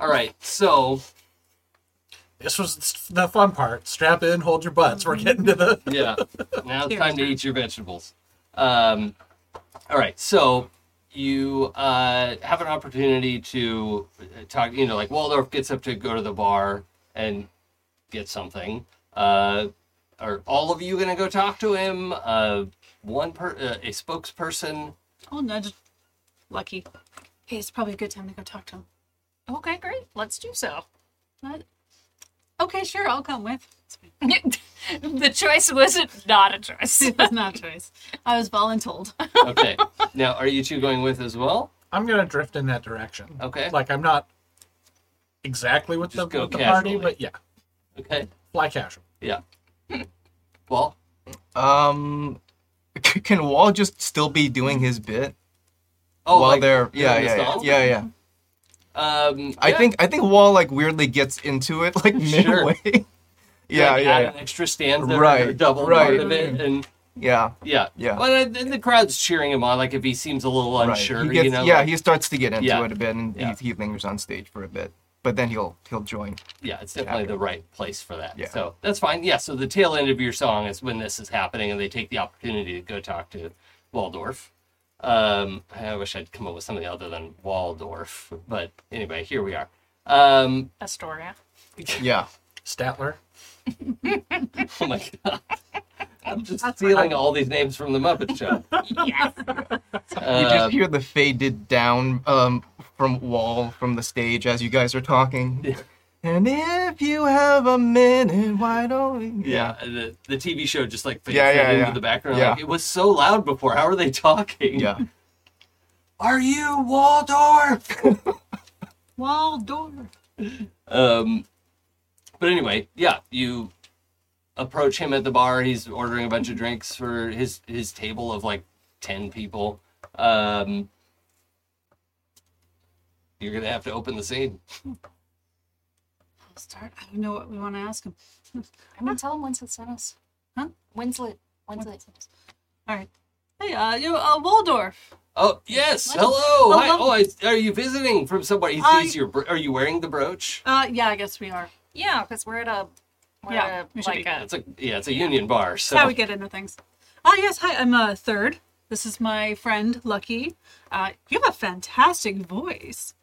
all right, so
This was the fun part. Strap in, hold your butts. We're getting to the.
yeah. Now it's time to eat your vegetables. Um, all right. So you uh, have an opportunity to uh, talk. You know, like Waldorf gets up to go to the bar and get something. Uh, are all of you going to go talk to him? Uh, one per uh, a spokesperson.
I'll nudge Lucky. Hey, it's probably a good time to go talk to him.
Okay, great. Let's do so.
But- okay, sure, I'll come with. It's fine.
the choice was not a choice.
It was not a choice. I was voluntold.
Okay. now, are you two going with as well?
I'm gonna drift in that direction.
Okay.
Like I'm not exactly with the,
Just go
with the party,
casually.
but yeah,
Okay.
fly casual.
Yeah. Well,
Um, c- can Wall just still be doing his bit
oh,
while
like,
they're
you're
yeah
in the
yeah, yeah
stall?
yeah yeah.
Um,
I
yeah.
think I think Wall like weirdly gets into it like
Sure.
midway. yeah,
like,
yeah,
add
yeah,
an extra stanza right,
Right,
double part
right.
of it, and
yeah.
yeah,
Yeah.
Well, and then the crowd's cheering him on, like if he seems a little
Right.
unsure,
he gets,
you know,
yeah,
like-
he starts to get into
Yeah.
it a bit, and
Yeah.
he, he lingers on stage for a bit, but then he'll he'll join.
yeah, it's definitely the right place for that.
Yeah.
So that's fine. Yeah, so the tail end of your song is when this is happening, and they take the opportunity to go talk to Waldorf. Um, I wish I'd come up with something other than Waldorf, but anyway, here we are. Um,
Astoria.
Yeah,
Statler.
oh my god, I'm just
That's
stealing all these names from the Muppet Show.
Yes.
you
Uh,
just hear the faded down um, from wall from the stage as you guys are talking.
And if you have a minute, why don't we?
Yeah, and Uh, the, the TV show just like fades
Yeah, yeah,
into
yeah.
the background.
Yeah.
Like, it was so loud before. How are they talking?
Yeah.
Are you Waldorf?
Waldorf.
um, but anyway, yeah, you approach him at the bar. He's ordering a bunch of drinks for his his table of like ten people. Um, you're gonna have to open the scene.
I'll start. I don't know what we want to ask him.
I'm gonna tell him Winslet sent us.
Huh?
Winslet. Winslet.
All right. Hey, uh, you, uh, Waldorf.
Oh yes, hello. Hi.
Hello.
Oh, I, are you visiting from somewhere? He
I-
sees your. bro- Are you wearing the brooch?
Uh, yeah, I guess we are.
Yeah, because we're at a we're
Yeah,
at
we
a,
should
like
be.
a
It's a yeah, it's a union bar. So
That's how we get into things. Ah, yes. Hi, I'm uh, third. This is my friend Lucky. Uh, you have a fantastic voice.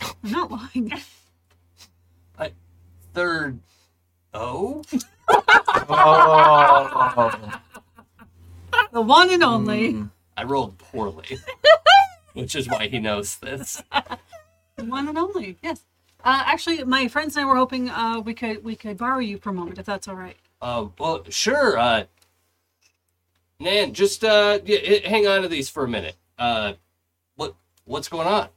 I'm not lying.
I, third. Oh,
Oh.
The one and only.
I rolled poorly, which is why he knows this.
The One and only. Yes. Uh, actually, my friends and I were hoping uh, we could we could borrow you for a moment, if that's all right.
Uh, well, sure. Uh, Nan, just uh, yeah, h- hang on to these for a minute. Uh, what what's going on?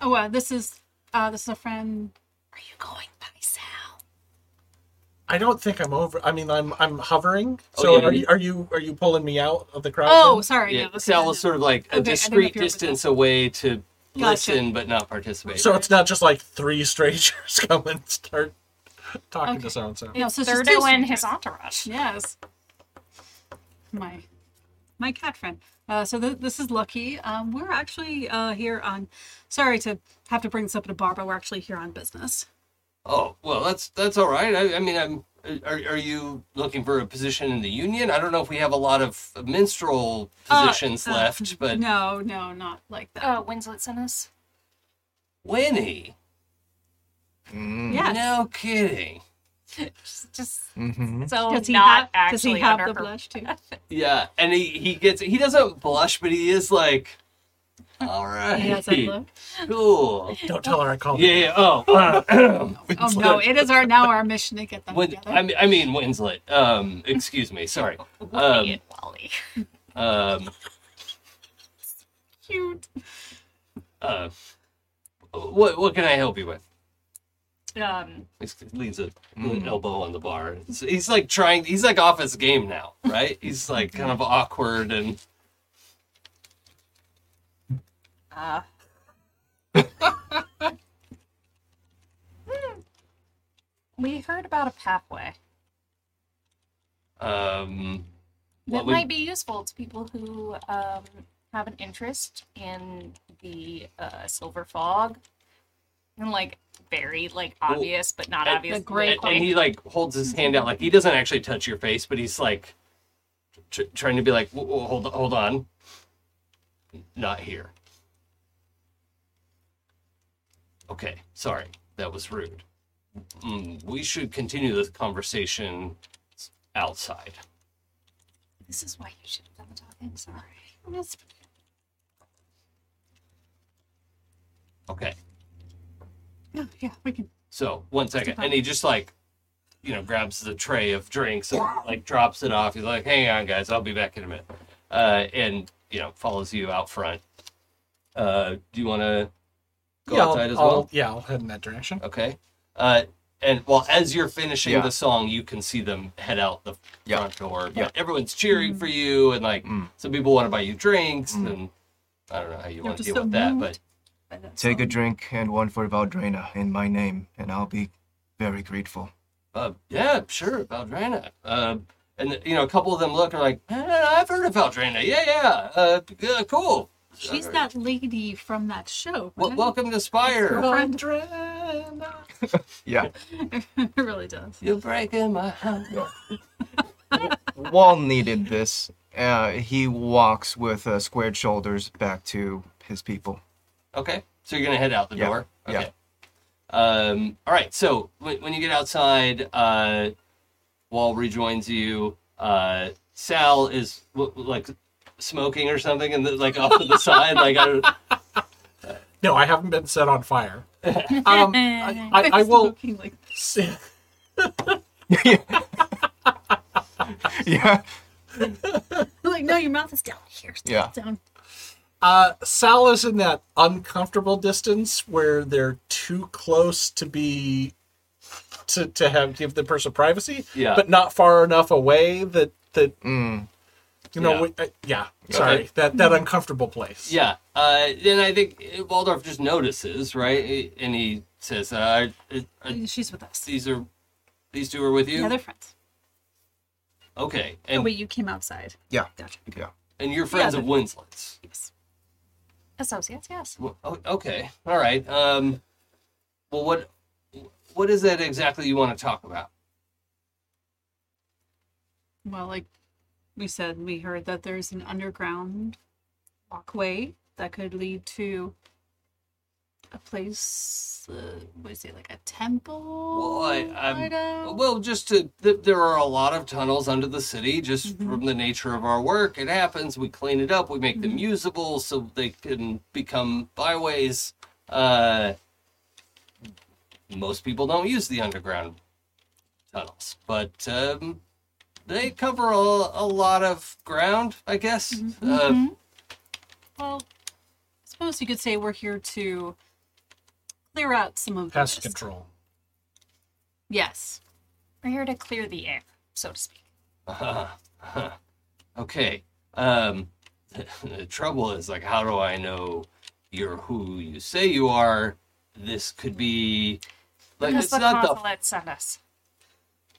Oh, uh, this is uh, this is a friend. Are you going by Sal?
I don't think I'm over. I mean, I'm I'm hovering. So
Oh, yeah.
are you are you are you pulling me out of the crowd?
Oh,
then?
sorry.
Yeah,
no, okay,
Sal
no,
is sort of like
Okay, I
a
didn't know if
discrete
you were with
distance away to
Gotcha.
listen but not participate.
so it's not just like three strangers come and start talking
Okay.
to so and so.
no. Yeah, so it's just two
Thurdo and
strangers.
his entourage.
Yes. My my cat friend. Uh, so th- this is Lucky. Um, we're actually uh, here on. Sorry to have to bring this up at a bar, but we're actually here on business.
Oh well, that's that's all right. I, I mean, I'm. Are, are you looking for a position in the union? I don't know if we have a lot of minstrel
Uh,
positions
uh,
left, but
No, no, not like that.
Uh, Winslet sent us.
Winnie,
Mm.
yes.
no kidding.
Just, just
Mm-hmm.
so
Does he
not
have, does
actually
he have
under
the
her-
blush too?
Yeah, and he he gets he doesn't blush, but he is like, all right,
He has that look.
cool.
Don't tell her I called.
Yeah, yeah. Oh, uh,
Oh no! It is our now our mission to get them
Win-
together.
I mean, I mean Winslet. Um, excuse me. Sorry. Um,
Wally.
um,
Cute.
uh, what what can I help you with?
Um,
He leans a
Hmm.
an elbow on the bar. It's- he's like trying. He's like off his game now, right? He's like kind of awkward and
we heard about a pathway
um.
that
What would-
might be useful to people who um, have an interest in the uh, silver fog and like very like
Well,
obvious but not
and-
obvious.
the gray
And, and he like holds his hand out, like he doesn't actually touch your face, but he's like tr- trying to be like, "Whoa, whoa, hold on, hold on, not here. Okay, sorry, that was rude. Mm, we should continue this conversation outside.
This is why you should have done the talking. Sorry.
Yes.
Okay.
No, yeah, we can.
So one second, and he just like, you know, grabs the tray of drinks and like drops it off. He's like, "Hang on, guys, I'll be back in a minute," uh, and you know, follows you out front. Uh, do you want to go
Yeah, I'll,
outside as
I'll-
well?
yeah, I'll head in that direction.
Okay. Uh, and well, as you're finishing
Yeah.
the song, you can see them head out the
Yeah.
front door. But
Yeah.
everyone's
Mm.
cheering for you, and like
Mm.
some people want to buy you drinks, and I don't know how you want to
just
deal
so
with that,
moved.
but
but that's
Take a
all.
drink and one for Valdrena in my name, and I'll be very grateful.
Uh, yeah, sure, Valdrana. Uh, and you know, a couple of them look and are like, "Ah, I've heard of Valdrana. Yeah, yeah. Uh, yeah, cool.
She's
Uh,
that lady from that show.
Well,
right?
welcome to Spire.
Girlfriend.
Yeah.
it really does.
You're breaking my heart.
Wall needed this. Uh, he walks with uh, squared shoulders back to his people.
Okay, so you're gonna head out the
Yeah,
door.
yeah.
Okay. Um. All right. So when, when you get outside, uh, Wall rejoins you. Uh, Sal is w- like smoking or something, and like off to the side, like I don't.
No, I haven't been set on fire. Um, I, I, I will.
Looking like
yeah.
like no, your mouth is down here. It's
Yeah.
down.
Uh, Sal is in that uncomfortable distance where they're too close to be to, to have give the person privacy,
Yeah. Mm.
but not far enough away that that you know
Yeah.
we- uh, yeah. Sorry, that that uncomfortable place.
Yeah. Uh, then I think Waldorf just notices, right? And he says, uh, uh,
She's with us.
"These are these two are with you."
Yeah, they're friends.
okay.
Oh,
And
wait, you came outside.
Yeah.
Gotcha.
Yeah.
and you're friends
Yeah,
of Winslet's.
Yes. Associates, yes.
Well, o- okay. All right. Um, well, what what is that exactly you want to talk about?
Well, like we said, we heard that there's an underground walkway that could lead to a place. Uh, what is it? Like a temple?
Well, I, I'm,
of?
well, just to th- there are a lot of tunnels under the city. Just from the nature of our work, it happens. We clean it up. We make them usable so they can become byways. Uh, most people don't use the underground tunnels, but um, they cover a, a lot of ground, I guess. Uh,
Well, I suppose you could say we're here to clear out some of
Pest
this.
control.
Yes. We're here to clear the air, so to speak.
Uh-huh. Okay. Um, the trouble is, like, how do I know you're who you say you are? This could be like
Because
it's
the
not the
consulate sent us.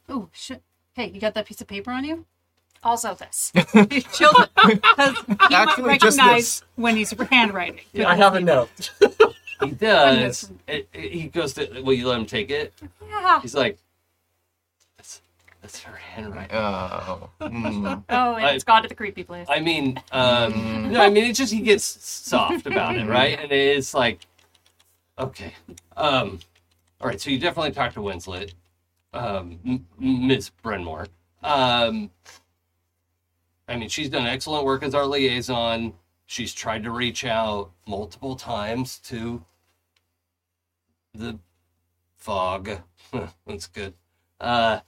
Oh, shit. Hey, you got that piece of paper on you?
Also, this. Oh,
Children, because he might
Actually, just
recognize when he's handwriting.
I have a note.
he does. It, it- he goes to. Will you let him take it?
Yeah.
He's like, that's that's her handwriting.
Oh. mm,
Oh, and
I-
it's gone to the creepy place.
I mean, um, no, I mean it's just he gets soft about it, right? And it's like, okay, um, all right. So you definitely talked to Winslet, um, M- Miss Brenmore. Um, I mean, she's done excellent work as our liaison. She's tried to reach out multiple times to the fog. That's good. Uh,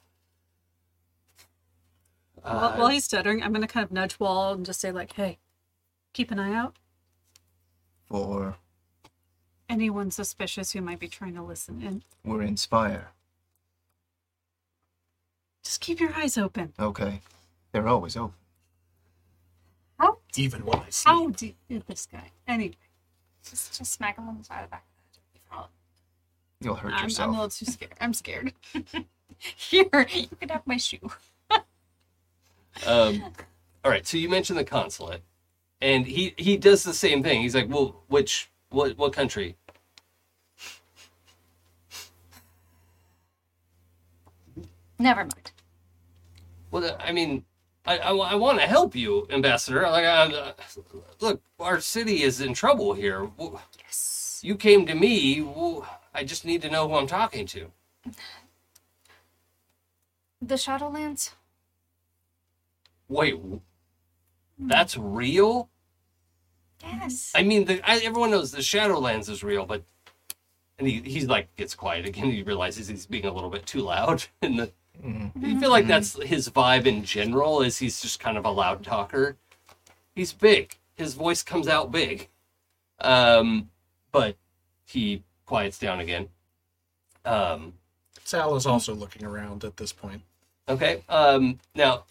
While,
uh,
while he's stuttering, I'm going to kind of nudge Wall and just say, like, hey, keep an eye out.
for
Anyone suspicious who might be trying to listen in,
we're inspire.
just keep your eyes open.
Okay. They're always
oh,
open.
How,
Even when I see
how do this guy? Anyway,
Just, just smack him on the side of the back.
You'll hurt
I'm, I'm a
yourself.
little too scared. I'm scared.
Here, you can have my shoe.
Um, all right, so you mentioned the consulate, and he he does the same thing. He's like, "Well, which what what country?"
Never mind.
Well, I mean, I I, wa- I want to help you, Ambassador. Like, I, look, our city is in trouble here. W-
Yes.
You came to me. W- I just need to know who I'm talking to.
The Shadowlands?
Wait, w- that's real?
Yes.
I mean, the, I, everyone knows the Shadowlands is real, but and he he's like gets quiet again. He realizes he's being a little bit too loud, and the, you feel like that's his vibe in general. Is he's just kind of a loud talker. He's big. His voice comes out big, um, but he quiets down again. Um,
Sal is also looking around at this point.
Okay. Um, now,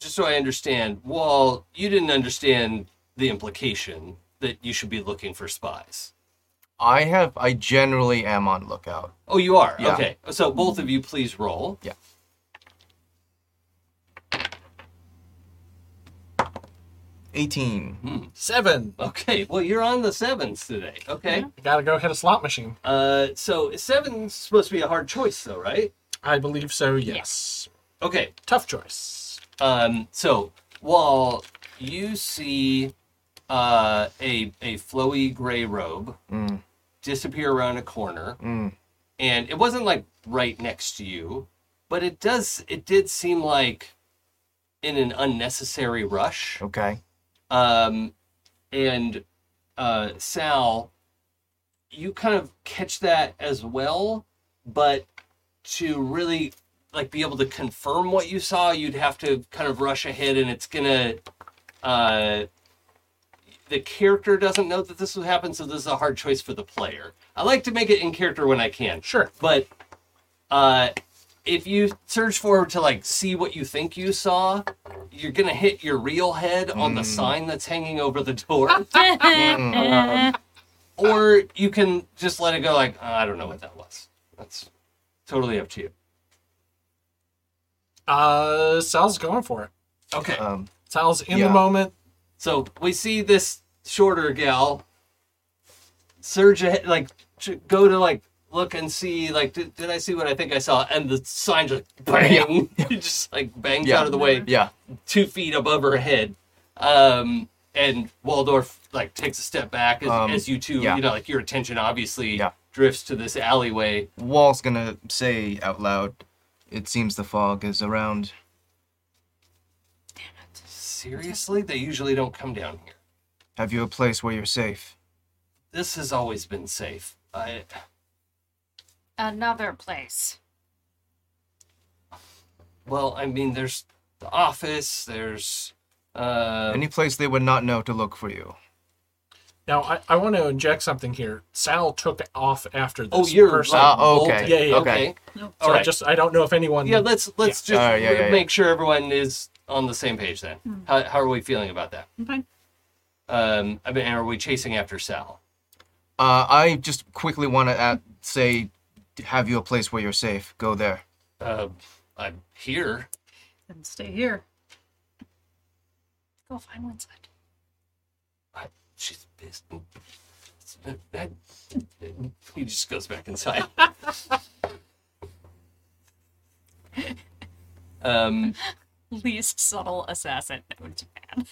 just so I understand, Wall, you didn't understand the implication that you should be looking for spies.
I have. I generally am on lookout.
Oh, you are?
Yeah.
Okay. So both of you, please roll.
Yeah. Eighteen.
Seven.
Okay. Well, you're on the sevens today. Okay.
I gotta go hit a slot machine.
Uh, so seven's supposed to be a hard choice, though, right?
I believe so. Yes.
Okay.
Tough choice.
Um, so Wall, you see uh, a a flowy gray robe disappear around a corner, and it wasn't like right next to you, but it does it did seem like in an unnecessary rush.
Okay.
Um, and uh, Sal, you kind of catch that as well, but to really like be able to confirm what you saw, you'd have to kind of rush ahead, and it's gonna. Uh, the character doesn't know that this would happen, so this is a hard choice for the player. I like to make it in character when I can,
Sure.
but uh, if you search for to like see what you think you saw, you're gonna hit your real head on the sign that's hanging over the door. or you can just let it go like "Uh, i don't know what that was that's totally up to you
Uh, Sal's going for it.
okay
Uh.
Um,
Sal's in
Yeah.
the moment.
so we see this shorter gal surge ahead like to go to like look and see like did, did i see what i think i saw and the sign just bang just like bangs
Yeah.
out of the way
yeah.
two feet above her head um and waldorf like takes a step back as,
Um,
as you two
yeah.
you know like your attention obviously
Yeah.
drifts to this alleyway
Wall's gonna say out loud, it seems the fog is around.
seriously they usually don't come down here
Have you a place where you're safe?
this has always been safe. I,
Another place.
well, I mean, there's the office. There's uh,
Any place they would not know to look for you.
Now, I, I want to inject something here. Sal took off after this
oh, you're
person.
Ah, oh,
bolted.
okay,
Yeah, yeah,
okay.
so
All
I
right.
just I don't know if anyone.
yeah, let's let's
Yeah.
just
Alright, yeah, yeah, yeah.
make sure everyone is on the same page. Then, how, how are we feeling about that?
Fine.
Um, I mean, are we chasing after Sal?
Uh, I just quickly want to at- say, have you a place where you're safe? Go there.
Uh, I'm here.
And stay here.
Go find one side.
I, she's pissed. He just goes back inside. um.
Least subtle assassin known to man.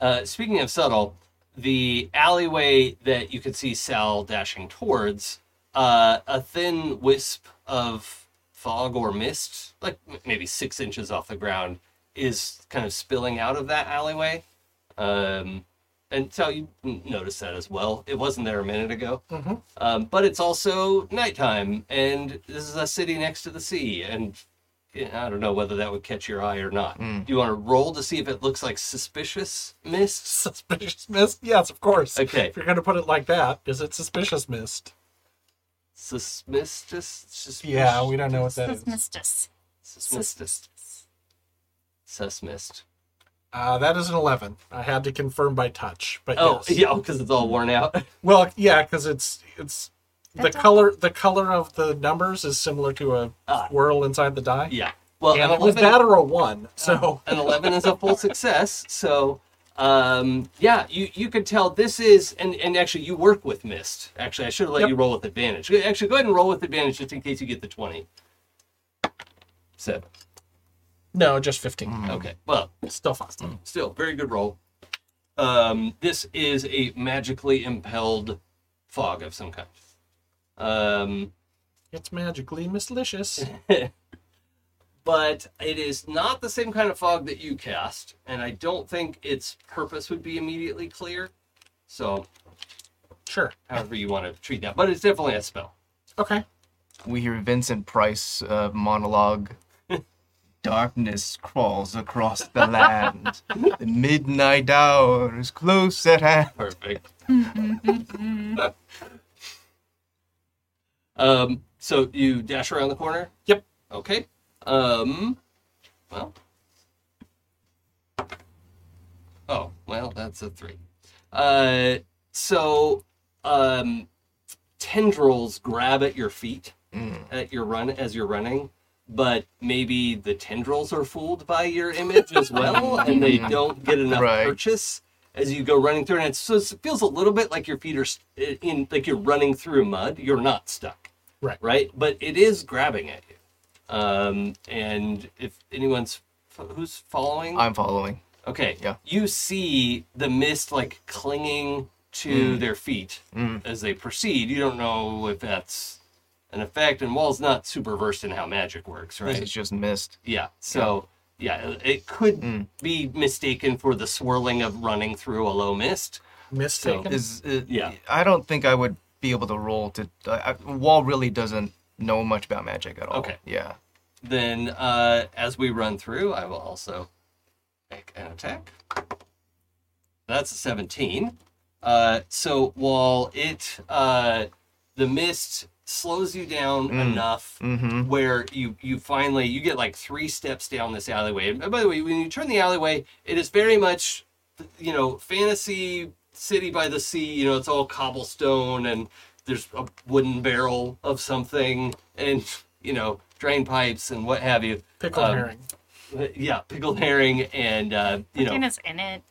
Uh, speaking of subtle, the alleyway that you could see Sal dashing towards, uh, a thin wisp of fog or mist, like m- maybe six inches off the ground, is kind of spilling out of that alleyway. Um, and so you n- notice that as well. It wasn't there a minute ago.
Mm-hmm.
Um, but it's also nighttime, and this is a city next to the sea, and I don't know whether that would catch your eye or not.
Mm.
Do you want to roll to see if it looks like suspicious mist?
Suspicious mist. Yes, of course.
Okay.
If you're gonna put it like that, is it suspicious mist?
Suspicious? Suspicious?
Yeah, we don't know what that
This
is.
is Mistis.
Suspicious. Susmist.
Uh, that is an eleven. I had to confirm by touch, but
Oh,
yes.
yeah, because it's all worn out.
Well, yeah, because it's it's
That's
the
all.
color the color of the numbers is similar to a
Ah.
whirl inside the die.
Yeah. Well, Oh.
And
an
it was
11
that or a one. So
an 11 is a full success so um yeah you you could tell this is and and actually you work with mist actually i should have let
Yep.
you roll with advantage actually go ahead and roll with advantage just in case you get the 20 seven
no, just fifteen.
okay well
Still fine.
still very good roll um this is a magically impelled fog of some kind um
It's magically mislicious.
but it is not the same kind of fog that you cast, and I don't think its purpose would be immediately clear. So,
Sure.
however you want to treat that, but it's definitely a spell.
Okay.
We hear Vincent Price uh, monologue. Darkness crawls across the land. the midnight hour is close at hand.
Perfect. um, so you dash around the corner.
Yep.
Okay. Um, well. Oh, well, that's a three. Uh, so, um, tendrils grab at your feet at your run as you're running, but maybe the tendrils are fooled by your image as well, and they don't get enough
Right.
purchase as you go running through. And it's, so it feels a little bit like your feet are s- in, like you're running through mud. You're not stuck
Right.
right? But it is grabbing at you. Um, and if anyone's who's following,
I'm following.
okay,
yeah.
you see the mist like clinging to
Mm.
their feet as they proceed. You don't know if that's an effect, and Wall's not super versed in how magic works, right?
This is just mist.
Yeah. So
Mm.
yeah, it could be mistaken for the swirling of running through a low mist,
mistaken.
Is uh,
Yeah.
I don't think I would be able to roll to. I, I, Wall really doesn't know much about magic at all.
Okay.
Yeah.
Then, uh, as we run through, I will also make an attack. That's a 17. Uh, so while it, uh, the mist slows you down enough where you you finally you get like three steps down this alleyway. And by the way, when you turn the alleyway, it is very much, you know, fantasy city by the sea. You know, it's all cobblestone and there's a wooden barrel of something and you know drain pipes and what have you.
Pickle
Um,
herring.
yeah, pickled herring, and uh, you know
Tina's in it.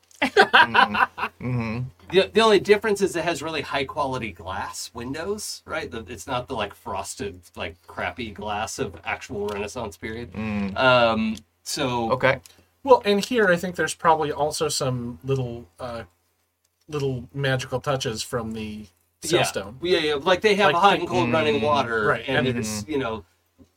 the, the only difference is it has really high quality glass windows, right? The, it's not the like frosted, like crappy glass of actual Renaissance period.
Mm.
Um, so
Okay.
Well, and here I think there's probably also some little, uh, little magical touches from the
yeah,
stone.
yeah, yeah, like they have
Like
hot
the-
and cold running water,
Right,
And,
and-
it's you know,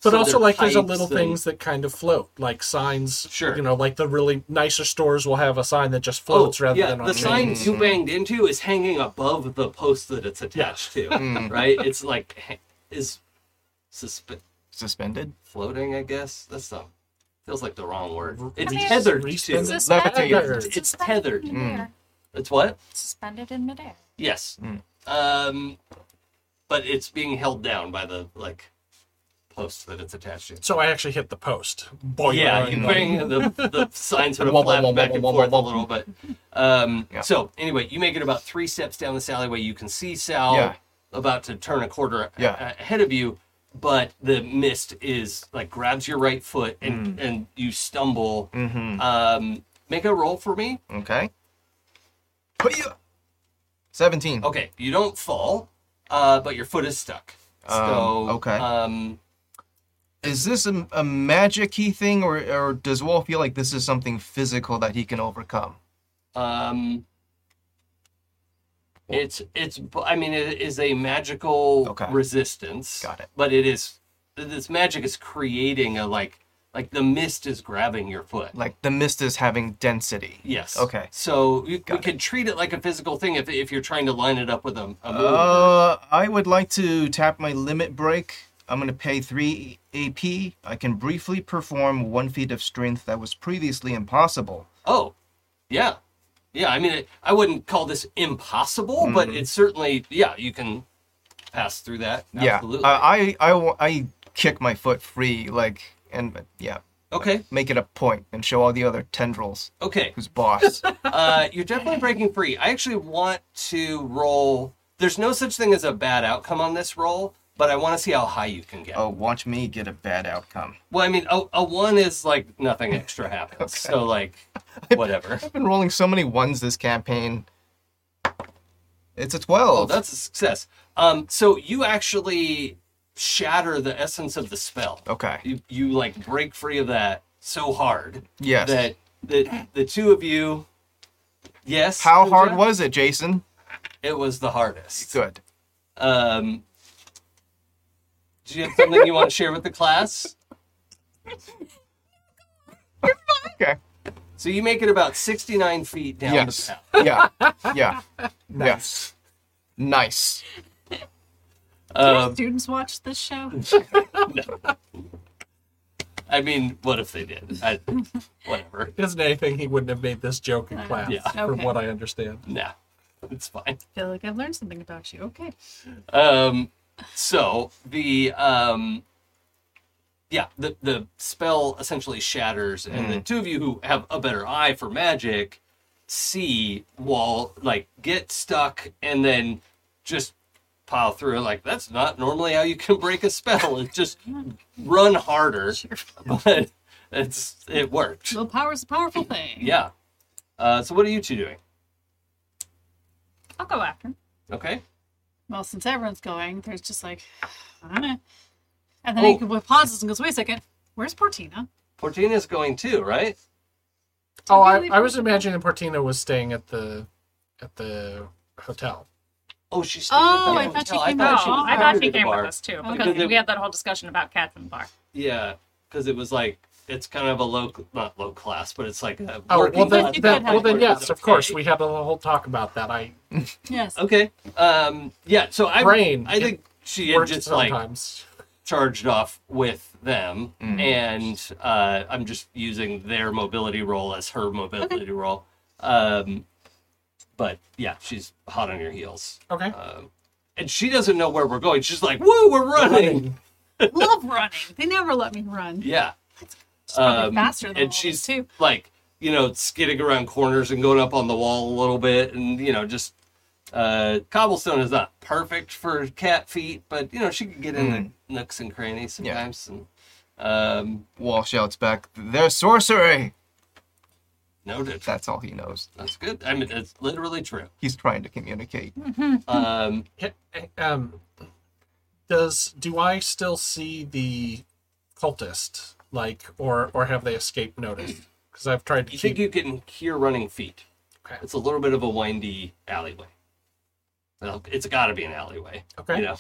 But
so
also,
there are
like, there's a
pipes
little
and-
things that kind of float, like signs.
Sure.
You know, like the really nicer stores will have a sign that just floats rather
Oh, yeah,
than on
the sign
chains.
you banged into is hanging above the post that it's attached to,
Mm.
right? It's like ha- is suspe-
Suspended.
floating, I guess. That's not feels like the wrong word. It's
mean,
tethered
re-
to.
It's
Suspended.
levitated.
It's
suspended
tethered.
in midair.
It's what?
Suspended in midair.
Yes.
Hmm.
Um, but it's being held down by the like post that it's attached to.
So I actually hit the post.
Oh,
Boy,
yeah, you bring the, the sign sort of
Wobble,
flap
wobble,
back and
wobble,
forth a
wobble.
little bit. Um,
Yeah.
So anyway, you make it about three steps down this alleyway. You can see Sal
Yeah.
about to turn a corner a-
Yeah.
a- ahead of you, but the mist is like grabs your right foot and
Hmm.
and you stumble. Um, make a roll for me.
Mm-hmm. Okay. Hiya! Seventeen.
Okay, you don't fall, uh, but your foot is stuck. So
Um, okay.
Um,
Is this a, a magic key thing, or or does Wall feel like this is something physical that he can overcome?
Um, it's it's. b- I mean, it is a magical
Okay.
resistance.
Got it.
But it is this magic is creating a like like the mist is grabbing your foot.
Like the mist is having density.
Yes.
Okay.
So you, we
Got it.
could treat it like a physical thing if if you're trying to line it up with a, a move.
Uh, I would like to tap my limit break. I'm gonna pay three AP. I can briefly perform one feat of strength that was previously impossible.
oh, yeah, yeah. I mean, it, I wouldn't call this impossible, but
Mm.
it's certainly yeah. You can pass through that. Absolutely.
Yeah, Uh, I, I, I, wa- I kick my foot free, like, and yeah,
okay.
make it a point and show all the other tendrils
Okay.
who's boss.
Uh, you're definitely breaking free. I actually want to roll. There's no such thing as a bad outcome on this roll, but I want to see how high you can get.
oh, watch me get a bad outcome.
Well, I mean, a, a one is like nothing extra happens. So, like, whatever.
I've been rolling so many ones this campaign. It's a twelve.
Oh, that's a success. Um, so you actually shatter the essence of the spell.
okay.
You, you like break free of that so hard
Yes.
that the the two of you. Yes.
How
Pooja?
hard was it, Jason?
it? Was the hardest.
Good.
Um, do you have something you want to share with the class?
Okay.
So you make it about 69 feet down
Yes.
the path.
Yeah. Yeah. Yes. Nice.
Um,
Students watch this show.
I mean, what if they did? I, whatever.
Isn't anything he wouldn't have made this joke in class,
Yeah.
from
Okay.
what I understand.
Nah, it's fine.
feel like I've learned something about you. Okay.
Um, so the um, yeah, the the spell essentially shatters, and the two of you who have a better eye for magic see wall like get stuck and then just pile through. Like that's not normally how you can break a spell. It's just run harder, but it's it worked.
Willpower is a powerful thing.
Yeah. Uh, so what are you two doing?
I'll go after him.
Okay.
Well, since everyone's going, there's just like, I don't know. And then he pauses and goes, wait a second, where's Portina?
Portina's going too, right?
Oh, I,
really
I was imagining Portina was staying at the at the hotel.
Oh, she's.
Oh, I thought she came
Oh,
out.
I
was
thought
under
she came with us too because
Because it-
we had that whole discussion about cats in the bar.
Yeah, because it was like it's kind of a low, not low class, but it's like a
Oh well
working
then,
class
you
then
could have
well then
it.
yes, of course. We had a whole talk about that. I
Yes.
Okay. Um. Yeah. So I
Brain.
I think she had
worked
just like
sometimes.
charged off with them,
Mm.
and uh, I'm just using their mobility role as her mobility role. Um. But yeah, she's hot on your heels,
okay.
and she doesn't know where we're going. She's like, "Woo, we're running!"
Love running. They never let me run.
Yeah. Um,
It's probably faster than all
and
of us,
she's
too.
like you know skidding around corners and going up on the wall a little bit and you know just uh cobblestone is not perfect for cat feet but you know she can get in the nooks and crannies
Yeah.
sometimes and um
Wall shouts back, "They're sorcery!"
noted
That's all he knows.
that's good i mean it's literally true
He's trying to communicate.
um
Yeah, um, does do I still see the cultist like, or or have they escaped notice? Because I've tried to
you
keep.
think you can hear running feet
Okay.
it's a little bit of a windy alleyway well it's got to be an alleyway
okay.
you know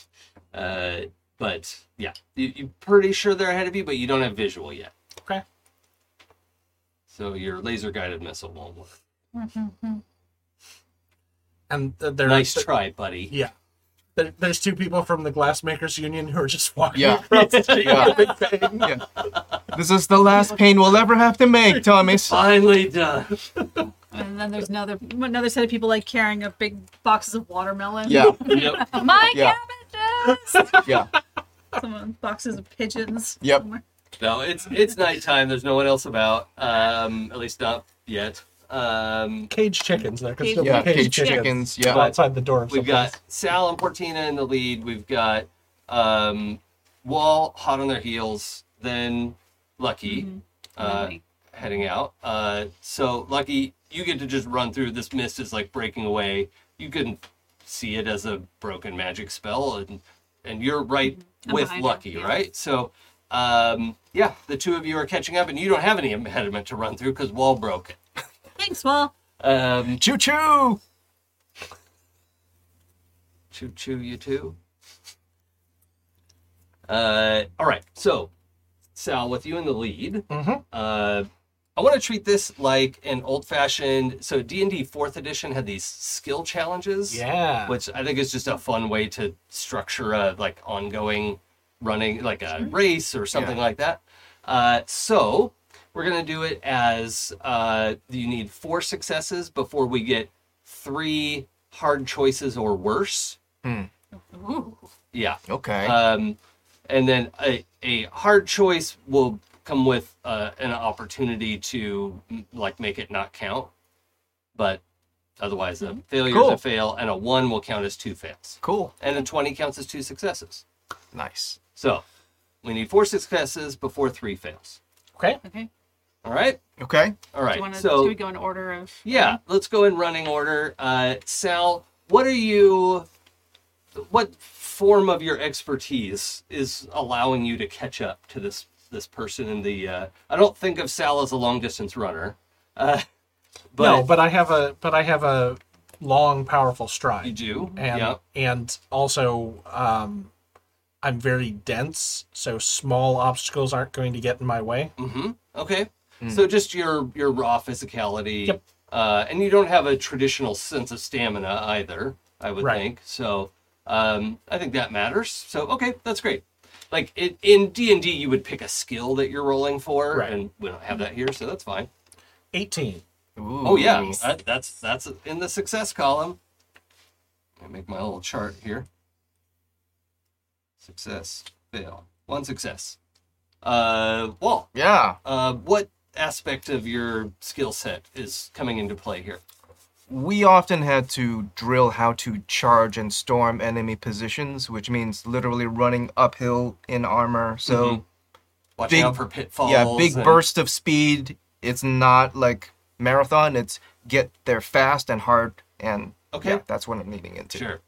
uh but yeah you, you're pretty sure they're ahead of you but you don't have visual yet
Okay.
So your laser guided missile won't work.
And th- there,
nice
th-
try, buddy.
yeah. There, there's two people from the glassmakers union who are just walking
Yeah.
across the street.
Yeah.
with a big thing.
This is the last pain we'll ever have to make, Thomas.
Finally done.
And then there's another another set of people like carrying up big boxes of watermelon.
Yeah,
Yep.
Oh, My
Yeah.
cabbages!
yeah.
Some boxes of pigeons.
Yep.
somewhere.
No, it's it's nighttime. There's no one else about. Um, at least not yet. Um,
Cage chickens. There can
Cage-
still
Yeah,
be
cage chickens. Yeah.
outside the door. of
we've
someplace.
got Sal and Portina in the lead. We've got um, Wall hot on their heels. Then Lucky
Mm-hmm.
uh,
Lucky.
heading out. Uh, so Lucky, you get to just run through. This mist is like breaking away. You can see it as a broken magic spell, and and you're right
Mm-hmm. I'm
with
behind her,
Lucky,
yeah.
right? So. Um, yeah, the two of you are catching up, and you don't have any impediment to run through because wall broke it.
Thanks, well.
Um,
Choo choo.
Choo choo, you too. Uh, all right, so Sal, with you in the lead,
Mhm.
uh, I want to treat this like an old-fashioned. So D and D Fourth Edition had these skill challenges,
Yeah.
which I think is just a fun way to structure a like ongoing running, like a race or something like that. Uh, so we're gonna do it as uh, you need four successes before we get three hard choices or worse.
Ooh.
Yeah.
Okay.
Um, and then a, a hard choice will come with uh, an opportunity to m- like make it not count, but otherwise
Mm-hmm.
a failure is
Cool.
a fail, and a one will count as two fails,
cool.
and a twenty counts as two successes.
Nice.
So we need four successes before three fails.
Okay.
Okay.
All right.
Okay.
All
Do
right.
you want to
so
go in order of
yeah, let's go in running order. Uh, Sal, what are you? What form of your expertise is allowing you to catch up to this this person in the? Uh, I don't think of Sal as a long distance runner, uh, but,
no, but I have a but I have a long, powerful stride.
you do.
and
yeah,
and also um, I'm very dense, so small obstacles aren't going to get in my way.
hmm Okay. So just your your raw physicality,
Mm. Yep.
uh, and you don't have a traditional sense of stamina either. I would
Right.
think so. Um, I think that matters. So okay, that's great. Like it, in D and D, you would pick a skill that you're rolling for,
Right.
and we don't have that here, so that's fine.
Eighteen.
Ooh.
Oh yeah, that, that's that's in the success column. I make my little chart here. Success, fail, one success. Uh, wall.
Yeah.
Uh, what aspect of your skill set is coming into play here?
We often had to drill how to charge and storm enemy positions, which means literally running uphill in armor.
Mm-hmm.
So,
Watching
Big-
out for pitfalls.
yeah, big
and-
burst of speed. It's not like marathon, it's get there fast and hard. And
Okay.
yeah, that's what I'm leaning into.
Sure.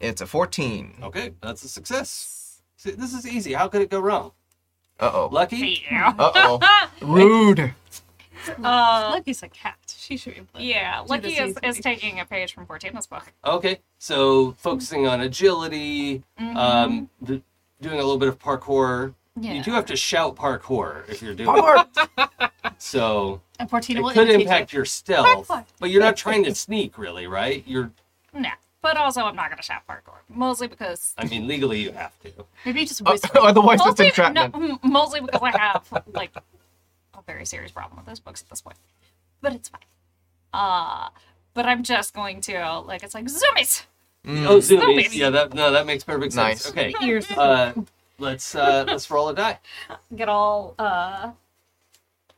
It's a 14.
Okay, that's a success. See, this is easy. How could it go wrong?
Uh oh.
Lucky.
Uh oh. Rude.
Um,
Uh,
Lucky's a cat. She should be able to-
yeah, Lucky
this
is,
easily.
is taking a page from Fortina's book.
Okay,
Mm-hmm.
so focusing on agility, um, th- doing a little bit of parkour
Yeah.
You do have to shout parkour if you're doing
Parkour!
it. So
And Portina
it
will
could
imitate
impact
you.
your stealth,
Parkour.
but you're not trying to sneak, really, right? You're,
No. But also, I'm not going to shout parkour. Mostly because.
I mean, legally you have to.
Maybe just whisper.
Oh.
Otherwise, it's
Mostly, no,
entrapment.
mm, mostly because I have, like, a very serious problem with those books at this point. But it's fine. Uh, but I'm just going to, like, it's like, zoomies!
Oh, zoomies.
Zoomies.
Yeah, that no, that makes perfect sense.
Nice.
Okay,
Ears.
uh, let's uh, let's roll a die.
Get all, uh,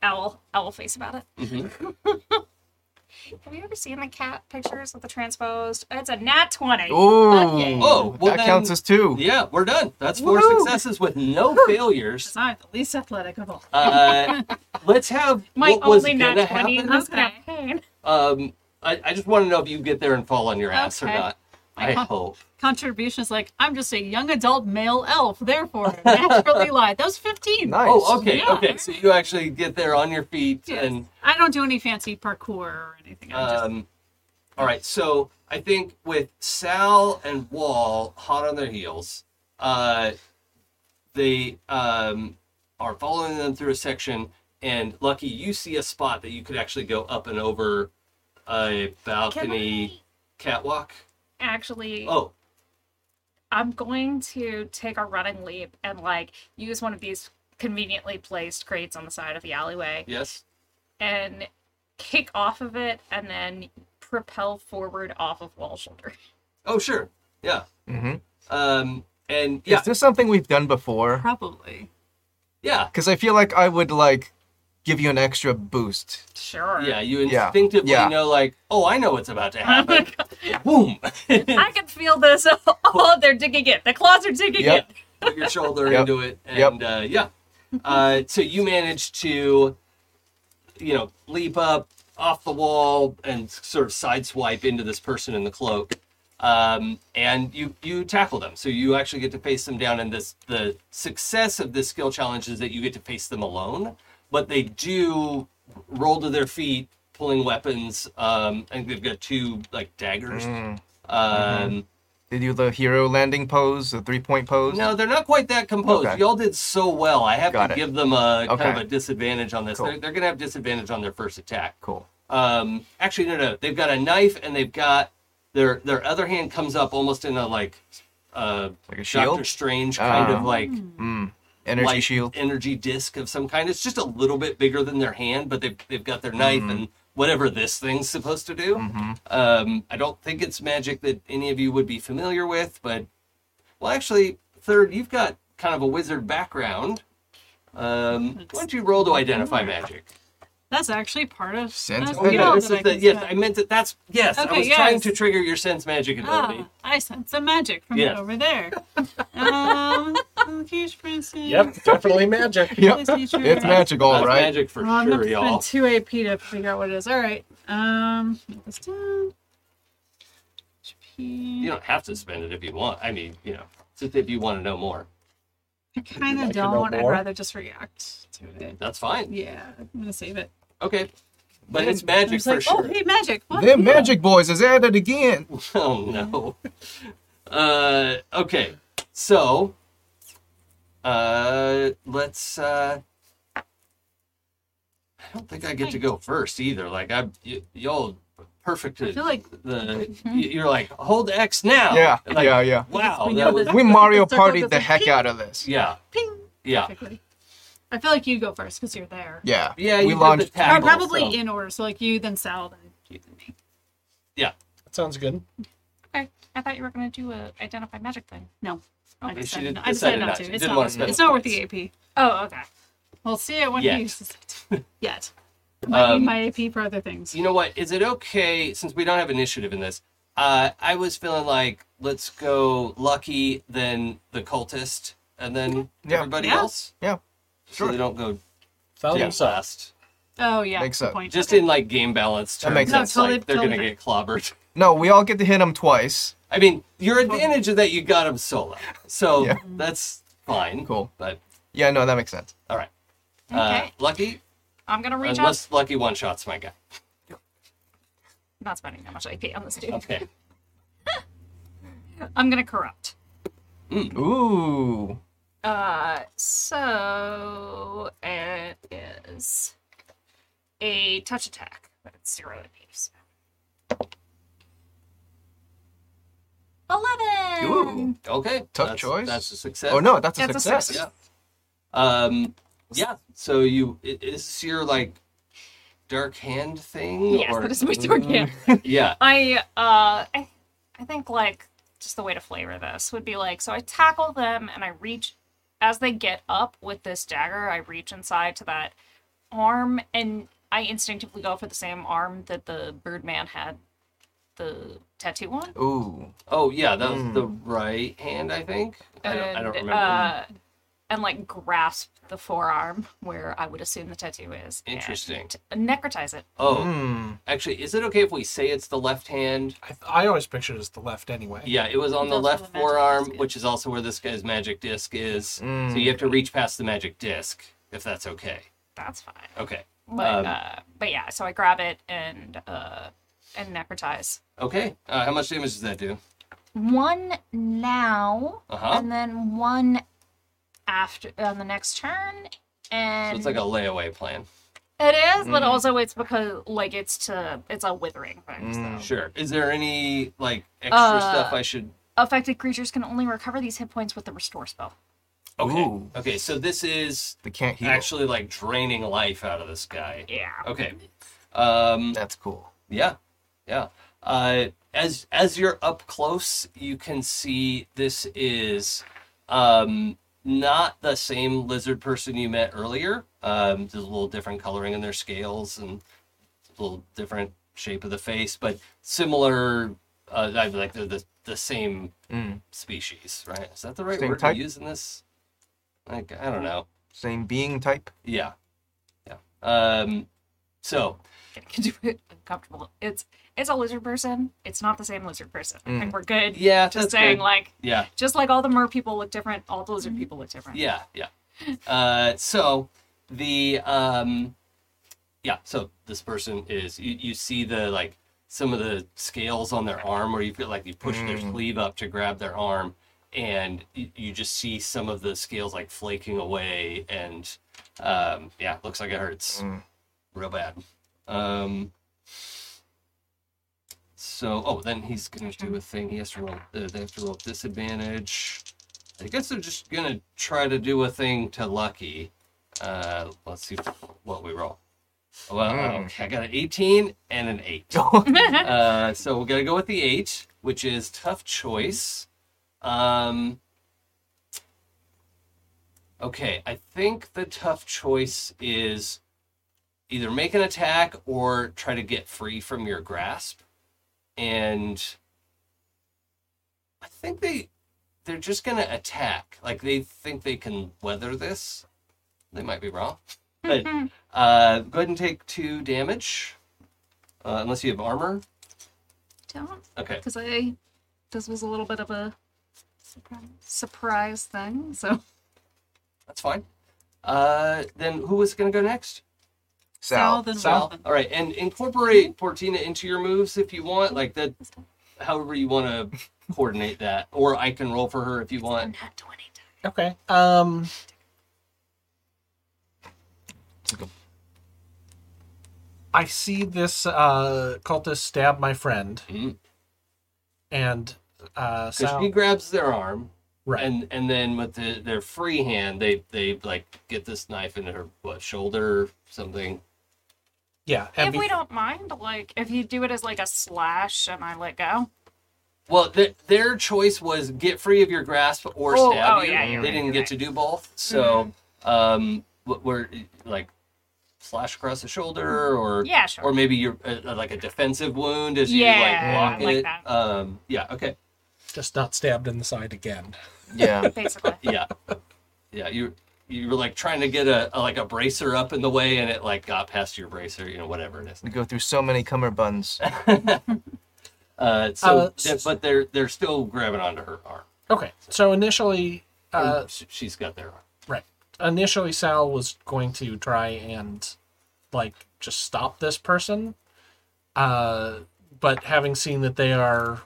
owl, owl face about it.
Mm-hmm.
have you ever seen the cat pictures with the transposed? It's a nat 20.
Ooh.
Oh, well
that counts
then-
as two.
Yeah, we're done. That's 4
Woohoo.
successes with no failures.
It's not the least athletic of all.
Uh, let's have
My
what was
only nat
gonna
20 in
happen.
this
Okay.
campaign.
Um, I, I just want to know if you get there and fall on your ass
Okay.
or not. I hope.
Contribution is like, I'm just a young adult male elf, therefore, naturally lie. That was 15.
Nice.
Oh, okay,
Yeah.
okay. So you actually get there on your feet
Yes.
and
I don't do any fancy parkour or anything. I'm just,
Um, all right, so I think with Sal and Wall hot on their heels, uh, they um, are following them through a section, and Lucky, you see a spot that you could actually go up and over a
Can
balcony catwalk.
I actually.
Oh,
I'm going to take a running leap and like use one of these conveniently placed crates on the side of the alleyway
yes.
and kick off of it and then propel forward off of wall shoulder.
Oh, sure. Yeah.
hmm
Um, and yeah,
Is this something we've done before?
probably.
yeah,
Because I feel like I would like give you an extra boost.
Sure.
yeah. You
Yeah,
instinctively
yeah.
know, like, oh, I know what's about to happen. Boom.
I can feel this. Oh, they're digging it. The claws are digging
Yep.
it.
put your shoulder
Yep.
into it,
Yep.
and uh, yeah. Uh, so you manage to, you know, leap up off the wall and sort of sideswipe into this person in the cloak, um, and you you tackle them. So you actually get to face them down. And this the success of this skill challenge is that you get to face them alone, but they do roll to their feet, pulling weapons. Um, I think they've got two like daggers.
Mm-hmm.
Um,
Did you do the hero landing pose, the three point pose?
no, they're not quite that composed.
Okay.
Y'all did so well. I have
Got
to
it.
give them a kind
Okay.
of a disadvantage on this.
Cool.
They're, they're going to have disadvantage on their first attack.
Cool.
Um, actually, no, no. They've got a knife and they've got their their other hand comes up almost in a like uh,
Like a
Doctor
shield?
Strange kind of
Ah.
like
Mm. Energy
light
shield.
energy disc of some kind. It's just a little bit bigger than their hand, but they've they've got their knife
Mm-hmm.
and whatever this thing's supposed to do. Um, I don't think it's magic that any of you would be familiar with, but well, actually, third, you've got kind of a wizard background. Um, why don't you roll to identify magic?
That's actually part of
Sense
a
Oh, yeah,
skill
this
that
is
I
the,
can
yes,
spend.
I meant that. That's yes. I
Okay,
was trying
yes.
to trigger your sense magic ability.
Ah, I sense some magic from
Yes.
over there. um, okay, Princeton.
Yep, definitely magic.
Yep. It's magic, all
That's
right.
magic for
Well, I'm
sure,
gonna
y'all.
spend two AP to figure out what it is. All right. Um, write this down. HP.
You don't have to spend it if you want. I mean, you know, just if you want to know more,
I kind
like
of
to know
don't. I'd
more?
rather just react to it.
that's fine.
Yeah, I'm gonna save it.
Okay. But it's
I'm
magic
just
for
like,
sure.
oh, hey, magic. What?
Them magic boys is at it again.
Oh no. Uh okay. So uh let's uh I don't think I get to go first either. Like I y- y'all perfect
I feel like Mhm.
the y- you're like hold X now.
Yeah,
Like,
yeah, yeah.
Wow.
We know
That was,
this.
We Mario
Circle
partied
that's
the
a
heck
ping.
out of this.
yeah.
ping.
Yeah.
Perfectly. I feel like you go first because you're there.
Yeah.
Yeah,
we
you did the
launched.
Or
tackle,
probably
so-
in order. So like you, then Sal, then you, then me.
Yeah.
That sounds good.
Okay. I thought you were going to do a identify magic thing.
No. oh, I
she
decided,
did-
not- I decided
decided
not
not
to.
to.
It's
Didn't
not,
wanna spend
it's
the
not worth
points.
the AP.
Oh, okay.
We'll see it when
Yet.
he uses it. Yet. I might
Um,
need my AP for other things.
You know what? Is it okay since we don't have initiative in this? Uh, I was feeling like let's go lucky, then the cultist, and then
Yeah.
everybody
Yeah.
else.
Yeah.
So they don't go
Found
too
yourself.
fast.
oh yeah,
makes
good
sense.
Point.
Just
Okay.
in like game balance terms,
That makes
it's
sense. No, totally-
like they're gonna
totally.
get clobbered.
No, we all get to hit him twice.
I mean, your advantage is that you got him solo, so
Yeah.
that's fine.
Cool.
But
Yeah, no, that makes sense.
all right, uh,
Okay.
lucky.
I'm going to reach
Unless lucky one shots my guy.
out. Not spending that much IP on this dude.
Okay.
I'm going to corrupt.
Ooh.
Uh, so it is a touch attack, but it's zero AP. So. Eleven.
Ooh.
Okay.
Tough
that's-
choice.
Mm, That's a success.
Oh no, that's a
That's a
success.
success.
Yeah. Um. Yeah. So you i- is this your like dark hand thing?
Yes,
or-
that is my door game.
Yeah.
I uh I I think like just the way to flavor this would be like so I tackle them and I reach as they get up with this dagger, I reach inside to that arm and I instinctively go for the same arm that the birdman had the tattoo on.
Ooh.
Oh yeah, that was the right hand, I think. I don't, I don't remember.
Uh, and like grasp the forearm where I would assume the tattoo is. and
Interesting.
necrotize it.
oh,
Hmm.
actually, is it okay if we say it's the left hand?
I, I always pictured it as the left anyway.
Yeah, it was on the
That's where
left
the magic
forearm,
disc is.
which is also where this guy's magic disc is. So you have to reach past the magic disc, if that's okay.
That's fine.
Okay.
But
Um,
uh, but yeah, so I grab it and uh and necrotize.
Okay. Uh, how much damage does that do?
One now
Uh-huh.
and then one after on the next turn.
So
And
it's like a Mm-hmm. layaway plan.
it is, but also it's because like it's to it's a withering thing. So.
Sure. Is there any like extra
Uh,
stuff I should?
Affected creatures can only recover these hit points with the restore spell.
Okay.
Ooh.
Okay. So this is
They can't heal.
actually like draining life out of this guy.
Yeah.
Okay. Um.
That's cool.
Yeah, yeah. Uh, as as you're up close, you can see this is um, not the same lizard person you met earlier. Um, there's a little different coloring in their scales and a little different shape of the face, but similar. Uh, I- like they're the the same
Mm.
species, right? Is that the right
Same
word
type?
to use in this? Like I don't know.
Same being type.
Yeah, yeah. Um, so
can do it uncomfortable. It's it's a lizard person. It's not the same lizard person. I think we're good.
Mm. Yeah,
just
that's
saying
good.
like
yeah.
just like all the mer people look different, all the lizard people look different.
Yeah, yeah. Uh, so the um, yeah. So this person is you, you see the like some of the scales on their arm where you feel like you push their sleeve up to grab their arm, and you, you just see some of the scales like flaking away, and um, yeah, it looks like it hurts
Mm.
real bad. Um, so oh, then he's gonna do a thing. He has to roll. Uh, they have to roll disadvantage. I guess they're just gonna try to do a thing to Lucky. Uh, let's see what we roll. Well, okay, I got an 18 and an 8. uh, so we're gonna go with the 8, which is tough choice. Um, okay, I think the tough choice is either make an attack or try to get free from your grasp. And I think they they're just gonna attack. Like they think they can weather this. They might be wrong. But uh, go ahead and take two damage, uh, unless you have armor.
Don't
Okay.
because I this was a little bit of a surprise, surprise thing. So
That's fine. Uh, then who is gonna go next?
Sal.
then
Sal.
Robin.
All right, and incorporate Portina into your moves if you want. Like that, however you want to coordinate that, or I can roll for her if you want.
not twenty times.
Okay. Um. I see this uh, cultist stab my friend,
Mhm.
and uh,
Because
Sal.
she grabs their arm,
right.
and and then with the, their free hand, they they like get this knife into her what, shoulder or something.
yeah. And
if
be-
we don't mind, like if you do it as like a slash and I let go.
Well, th- their choice was get free of your grasp or
Oh,
stab
oh,
you.
yeah,
they
you're right,
didn't
you're
get
right. Mm-hmm.
to do both, so um, wh- we're like slash across the shoulder or
Yeah, sure.
or maybe you're uh, like a defensive wound as you
Yeah,
like block
like
it.
that.
Um, yeah, okay,
just not stabbed in the side again.
Yeah.
Basically.
yeah, yeah. You you were like trying to get a, a like a bracer up in the way, and it like got past your bracer, you know, whatever it is.
we go through so many cummerbunds.
Uh, so,
Uh,
th- but they're they're still grabbing onto her arm. Oh,
Okay. So initially, uh,
Sh- She's got their arm.
Right. Initially, Sal was going to try and, like, just stop this person. Uh, but having seen that they are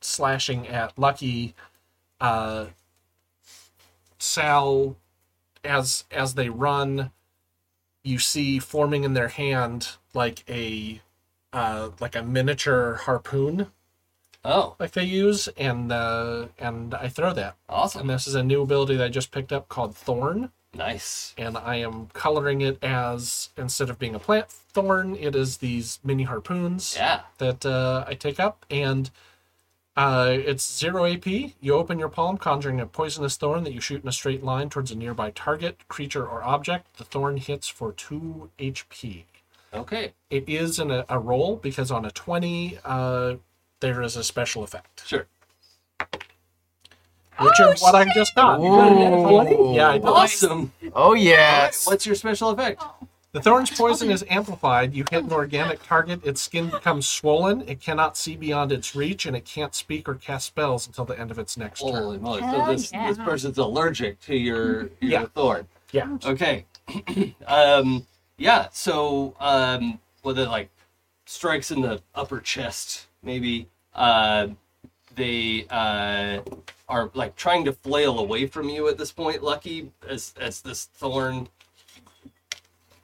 slashing at Lucky, uh, Sal, as as they run, you see forming in their hand like a uh, like a miniature harpoon
Oh,
like they use, and uh, and I throw that. And
awesome.
this is a new ability that I just picked up called Thorn,
Nice.
and I am coloring it as instead of being a plant thorn, it is these mini harpoons
Yeah.
that uh, I take up, and uh, it's zero AP. You open your palm, conjuring a poisonous thorn that you shoot in a straight line towards a nearby target, creature, or object. The thorn hits for two HP.
Okay.
It is in a, a roll because on a twenty, uh, there is a special effect,
Sure.
which is what I just got. You got a nat 20? Yeah, I did.
Awesome.
Oh
All right,
yes.
What's your special effect?
Oh,
The thorn's poison is amplified. You hit an organic target, its skin becomes swollen, it cannot see beyond its reach, and it can't speak or cast spells until the end of its next turn.
Holy moly! So
Hell
this
yeah.
this person's allergic to your your
Yeah.
thorn.
Yeah.
Okay. um. Yeah. So um. Whether like strikes in the upper chest, maybe. Uh. They uh are like trying to flail away from you at this point. Lucky as as this thorn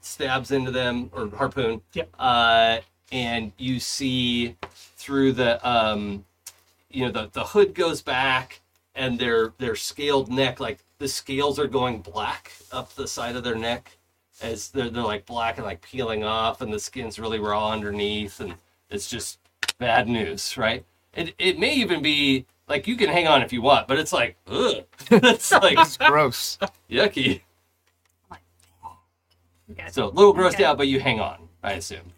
stabs into them or harpoon.
Yep.
Uh. And you see through the um you know the, the hood goes back and their their scaled neck like the scales are going black up the side of their neck as they're, they're like black and like peeling off and the skin's really raw underneath and it's just bad news right it, it may even be like you can hang on if you want but it's like ugh it's like
Gross.
yucky
Okay.
so a little grossed
Okay.
out but you hang on i assume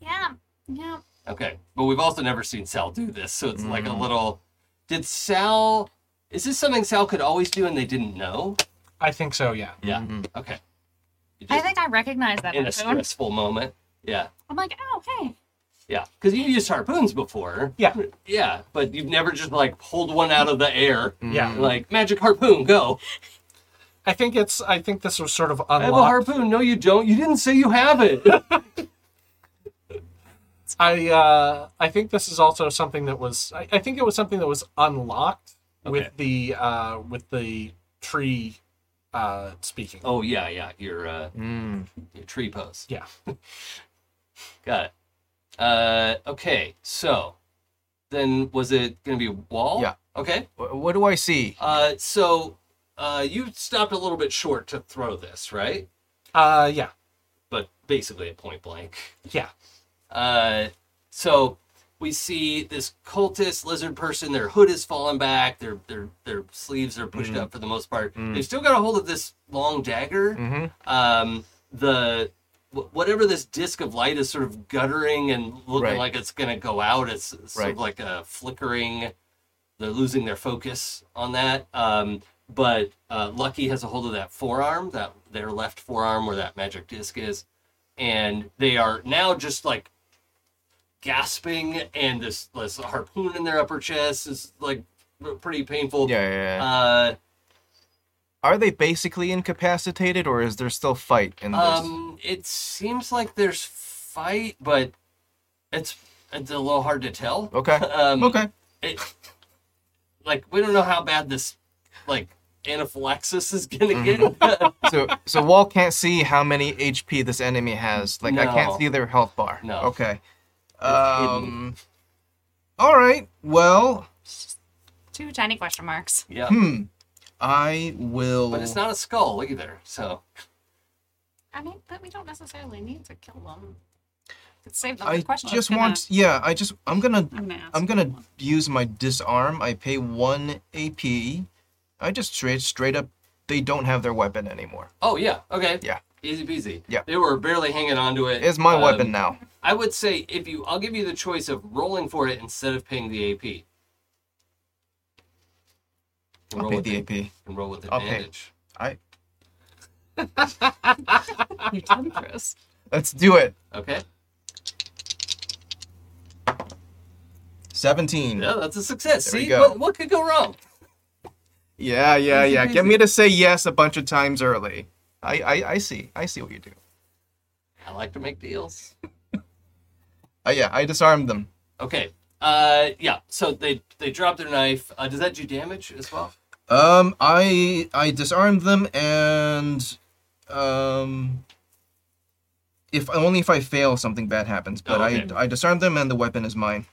Yeah. Yeah.
Okay, but we've also never seen Sal do this, so it's like a
Mm.
little. Did Sal? Is this something Sal could always do and they didn't know?
I think so, yeah.
Yeah.
Mm-hmm.
Okay. You
I
just-
think I recognize that
in a
harpoon.
stressful moment. Yeah,
I'm like, oh, hey.
yeah, because you used harpoons before.
Yeah.
Yeah, but you've never just like pulled one out of the air,
Yeah.
like magic harpoon, go.
I think it's I think this was sort of
I have a
unlocked.
harpoon. No, you don't. You didn't say you have it.
I uh I think this is also something that was I, I think it was something that was unlocked
Okay.
with the uh with the tree uh speaking.
oh yeah, yeah. Your uh,
Mm.
your tree pose.
Yeah.
Got it. Uh, okay, so then was it gonna be a wall?
Yeah.
Okay.
Wh- What do I see?
Uh, so uh, you stopped a little bit short to throw this, right?
Uh yeah.
But basically at point blank.
Yeah.
Uh, so we see this cultist lizard person. Their hood is fallen back. Their their their sleeves are pushed up for the most part. They've still got a hold of this long dagger.
Mm-hmm.
Um, the wh- whatever this disc of light is sort of guttering and looking
Right.
like it's going to go out. It's sort
Right.
of like a flickering. They're losing their focus on that. Um, but uh, Lucky has a hold of that forearm, that their left forearm where that magic disc is, and they are now just like gasping and this this harpoon in their upper chest is like pretty painful.
Yeah, yeah, yeah.
Uh,
Are they basically incapacitated, or is there still fight in this?
um, it seems like there's fight, but it's it's a little hard to tell.
okay.
Um,
okay.
It, like we don't know how bad this like anaphylaxis is gonna
Mm-hmm.
get.
So, so Wall can't see how many HP this enemy has. Like, I
No.
can't see their health bar.
No.
Okay. Um. All right. Well,
Two tiny question marks.
yeah,
hmm. I will.
but it's not a skull either. So
I mean, but we don't necessarily need to kill them. Let's save the
I
whole question.
just
gonna-
want. Yeah. I just. I'm gonna.
I'm gonna ask.
I'm gonna use my disarm. I pay one AP. I just straight straight up. They don't have their weapon anymore.
oh yeah, okay,
Yeah.
easy peasy.
Yeah.
they were barely hanging on to it.
It's my
Um,
weapon now.
I would say if you, I'll give you the choice of rolling for it instead of paying the AP. And
I'll
roll
pay
with
the
it-
AP.
And roll with
I'll pay.
advantage.
I.
You temptress.
Let's do it.
Okay.
Seventeen.
Yeah, that's a success.
There we
See,
go.
what, what could go wrong?
Yeah, yeah,
Easy
yeah. Get
peasy.
me to say yes a bunch of times early. I, I, I see. I see what you do.
I like to make deals.
Uh, yeah, I disarmed them.
Okay. Uh, yeah. So they they drop their knife. Uh, does that do damage as well?
Um, I I disarmed them and, um, if only if I fail something bad happens. But
Oh, okay.
I I disarmed them and the weapon is mine.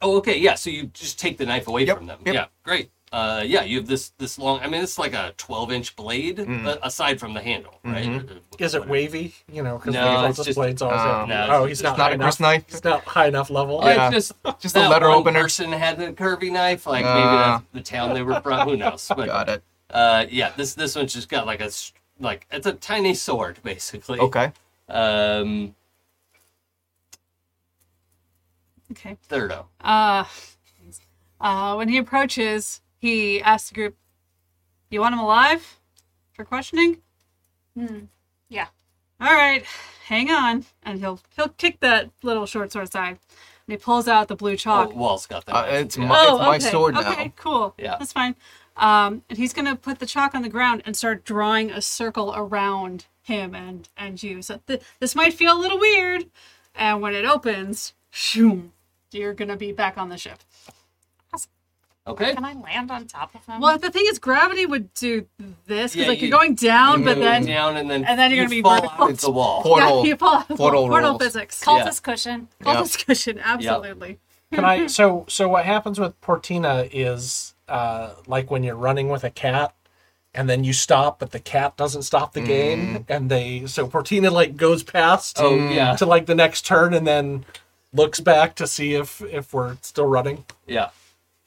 Oh, okay, yeah. So you just take the knife away
Yep,
from them.
yep.
Yeah, great. Uh, yeah, you have this this long. I mean, it's like a twelve inch blade
Mm.
uh, aside from the handle, right?
Mm-hmm.
Is it
Whatever.
wavy? You know, because
No, it's
the
just- Ah,
blades always.
Oh.
No,
oh,
it's
he's
just
not,
not
high
a
enough.
Chris knife.
He's not high enough level.
Well,
Yeah.
it's just
Just a
that
letter
one
opener.
Person had a curvy knife, like maybe
Ah.
that's the town they were from. Who knows? But
Got it.
uh, yeah, this this one's just got like a s- like it's a tiny sword basically.
Okay.
Um,
Okay.
Thirdo.
Uh, uh, when he approaches, he asks the group, "You want him alive for questioning?"
Hmm. Yeah.
All right, hang on, and he'll he'll kick that little short sword aside, and he pulls out the blue
Oh,
chalk.
Wall's got that.
Uh, it's
yeah.
my- my sword now.
Oh, Okay, cool.
Yeah.
that's fine. Um, and he's gonna put the chalk on the ground and start drawing a circle around him and and you. So th- this might feel a little weird, and when it opens, shoom, you're gonna be back on the ship.
Okay.
Can I land on top of him?
Well, the thing is, gravity would do this because
Yeah,
like
you-
you're going down, but then yeah,
down and then
and then you're
you fall
gonna be vertical.
out of the wall.
Portal.
you fall.
portal rolls.
physics. Call
Call
yeah.
this cushion.
call
Yeah.
discussion. Absolutely.
Can I? So, so what happens with Portina is uh, like when you're running with a cat, and then you stop, but the cat doesn't stop the game, and they so Portina like goes past
Mm. Oh, yeah.
to like the next turn, and then looks back to see if if we're still running.
Yeah.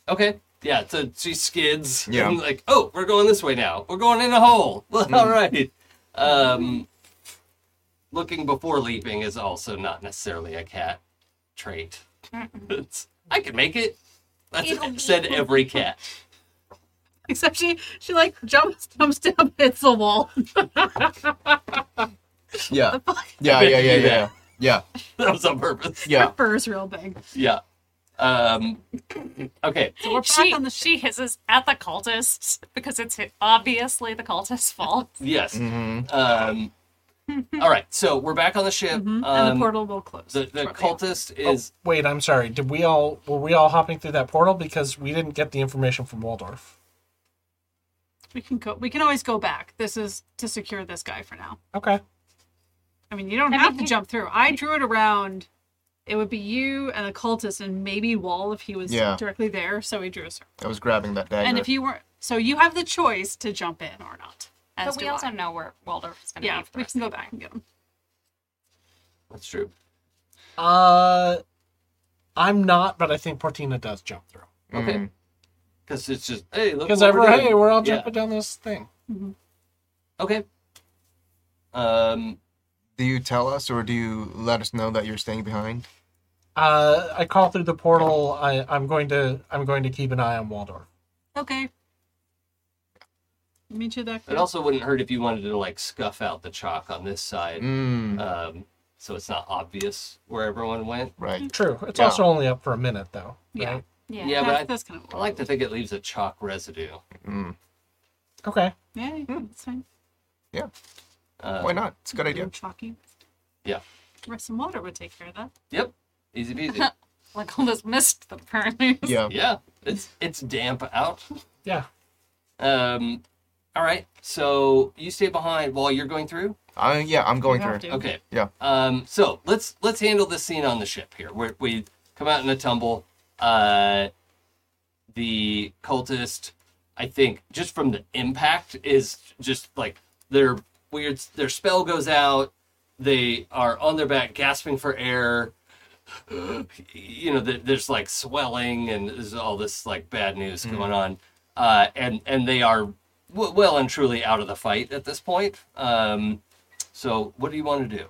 Okay. Yeah. So she skids.
Yeah. Mm.
And like, oh, we're going this way now. We're going in a hole. Well, all right. Um, looking before leaping is also not necessarily a cat trait. It's, I can make it. That's
It'll
said
be-
every cat.
Except she she like jumps jumps down hits the wall.
Yeah. Yeah. Yeah. Yeah. Yeah. Yeah.
That was on purpose.
Yeah.
Fur is real big.
Yeah. Um, okay.
So we're back
she,
on the ship.
she hisses at the cultists because it's hi- obviously the cultist's fault.
Yes.
Mm-hmm.
Um, all right. So we're back on the ship.
Mm-hmm. and
Um,
the portal will close.
the, the
shortly.
cultist
Oh,
is
wait, I'm sorry. Did we all were we all hopping through that portal because we didn't get the information from Waldorf?
We can go. We can always go back. This is to secure this guy for now.
Okay.
I mean, you don't
I
have
mean,
to
he-
jump through. I drew it around. It would be you and the cultist, and maybe Wall if he was
Yeah.
directly there. So he drew a circle.
I was grabbing that dagger.
And if you weren't, so you have the choice to jump in or not. As
But we
do
also
I.
know where Waldorf is going to
yeah,
be. For
we
us.
can go back and get him.
that's true.
Uh, I'm not, but I think Portina does jump through
Okay. Because it's just hey, look.
Mm-hmm. because
what we're
everyone,
doing.
hey, we're all
Yeah.
jumping down this thing.
Okay. Um.
do you tell us or do you let us know that you're staying behind?
Uh, I call through the portal. I, I'm going to I'm going to keep an eye on Waldorf.
Okay. Meet you back
It
there.
also wouldn't hurt if you wanted to like scuff out the chalk on this side,
Mm.
um, so it's not obvious where everyone went.
Right.
True. It's
Yeah.
also only up for a minute though.
Yeah.
right?
Yeah.
Yeah, but I,
that's, that's kind of
I like to think it leaves a chalk residue.
Mm.
Okay.
Yeah,
Hmm.
that's fine. Mm-hmm. Uh,
Um,
Why not? It's a good idea.
Little Chalky.
Yeah.
Rest some water would take care of that.
Yep. Easy peasy.
Like all this mist that apparently. is-
Yeah.
yeah. It's it's damp out.
Yeah.
Um. All right. So you stay behind while you're going through.
I yeah, I'm going
You
through.
have to.
Okay.
Yeah.
Um, so let's let's handle this scene on the ship here. Where we come out in a tumble. Uh, the cultist, I think, just from the impact, is just like their weird. Their spell goes out. They are on their back, gasping for air. You know, there- there's like swelling and there's all this like bad news going on, uh, and and they are w- well and truly out of the fight at this point. Um, so, what do you want to do?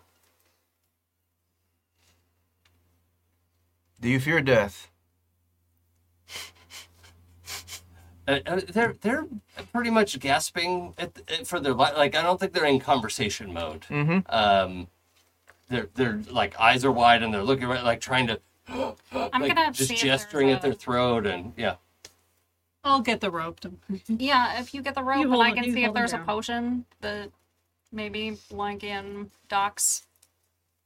Do you fear death?
Uh, uh, they're they're pretty much gasping at, at, for their life. Like I don't think they're in conversation mode.
Mhm.
Um, they're they're like eyes are wide and they're looking right, like trying to.
I'm
like,
gonna see
just
if
gesturing
there's
at their
a-
throat and yeah.
I'll get the rope. to-
Yeah, if you get the rope, and
hold
I
it-
can
you
see if
hold him
there's a
down.
potion that maybe Lankian Doc's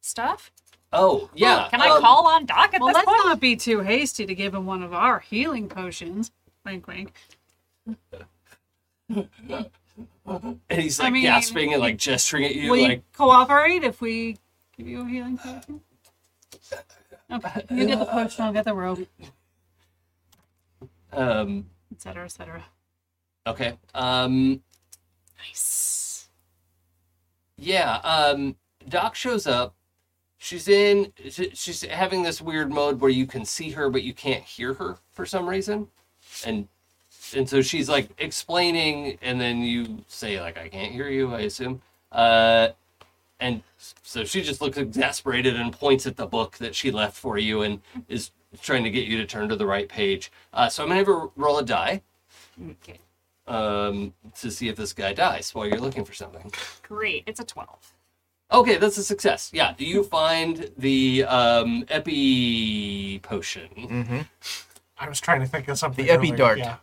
stuff.
Oh yeah.
Can I
um,
call on Doc at
Well,
this
let's
point?
not be too hasty to give him one of our healing potions. Wink, wink.
And he's
I
like
mean-
gasping and like gesturing at you,
Will
like
you cooperate if we give you a healing potion? Okay, you get the potion, I'll get the rope,
um
et cetera, et cetera.
okay. Um
Nice.
yeah, um Doc shows up. She's in she- she's having this weird mode where you can see her but you can't hear her for some reason. And and so she's like explaining and then you say like I can't hear you, I assume. Uh and so she just looks exasperated and points at the book that she left for you and is trying to get you to turn to the right page. Uh, so I'm gonna have her roll a die
Okay.
um, to see if this guy dies while you're looking for something.
Great. It's a 12.
Okay, that's a success. Yeah, do you find the um, epi potion?
Mm-hmm.
I was trying to think of something.
The epi
earlier.
dart.
Yeah.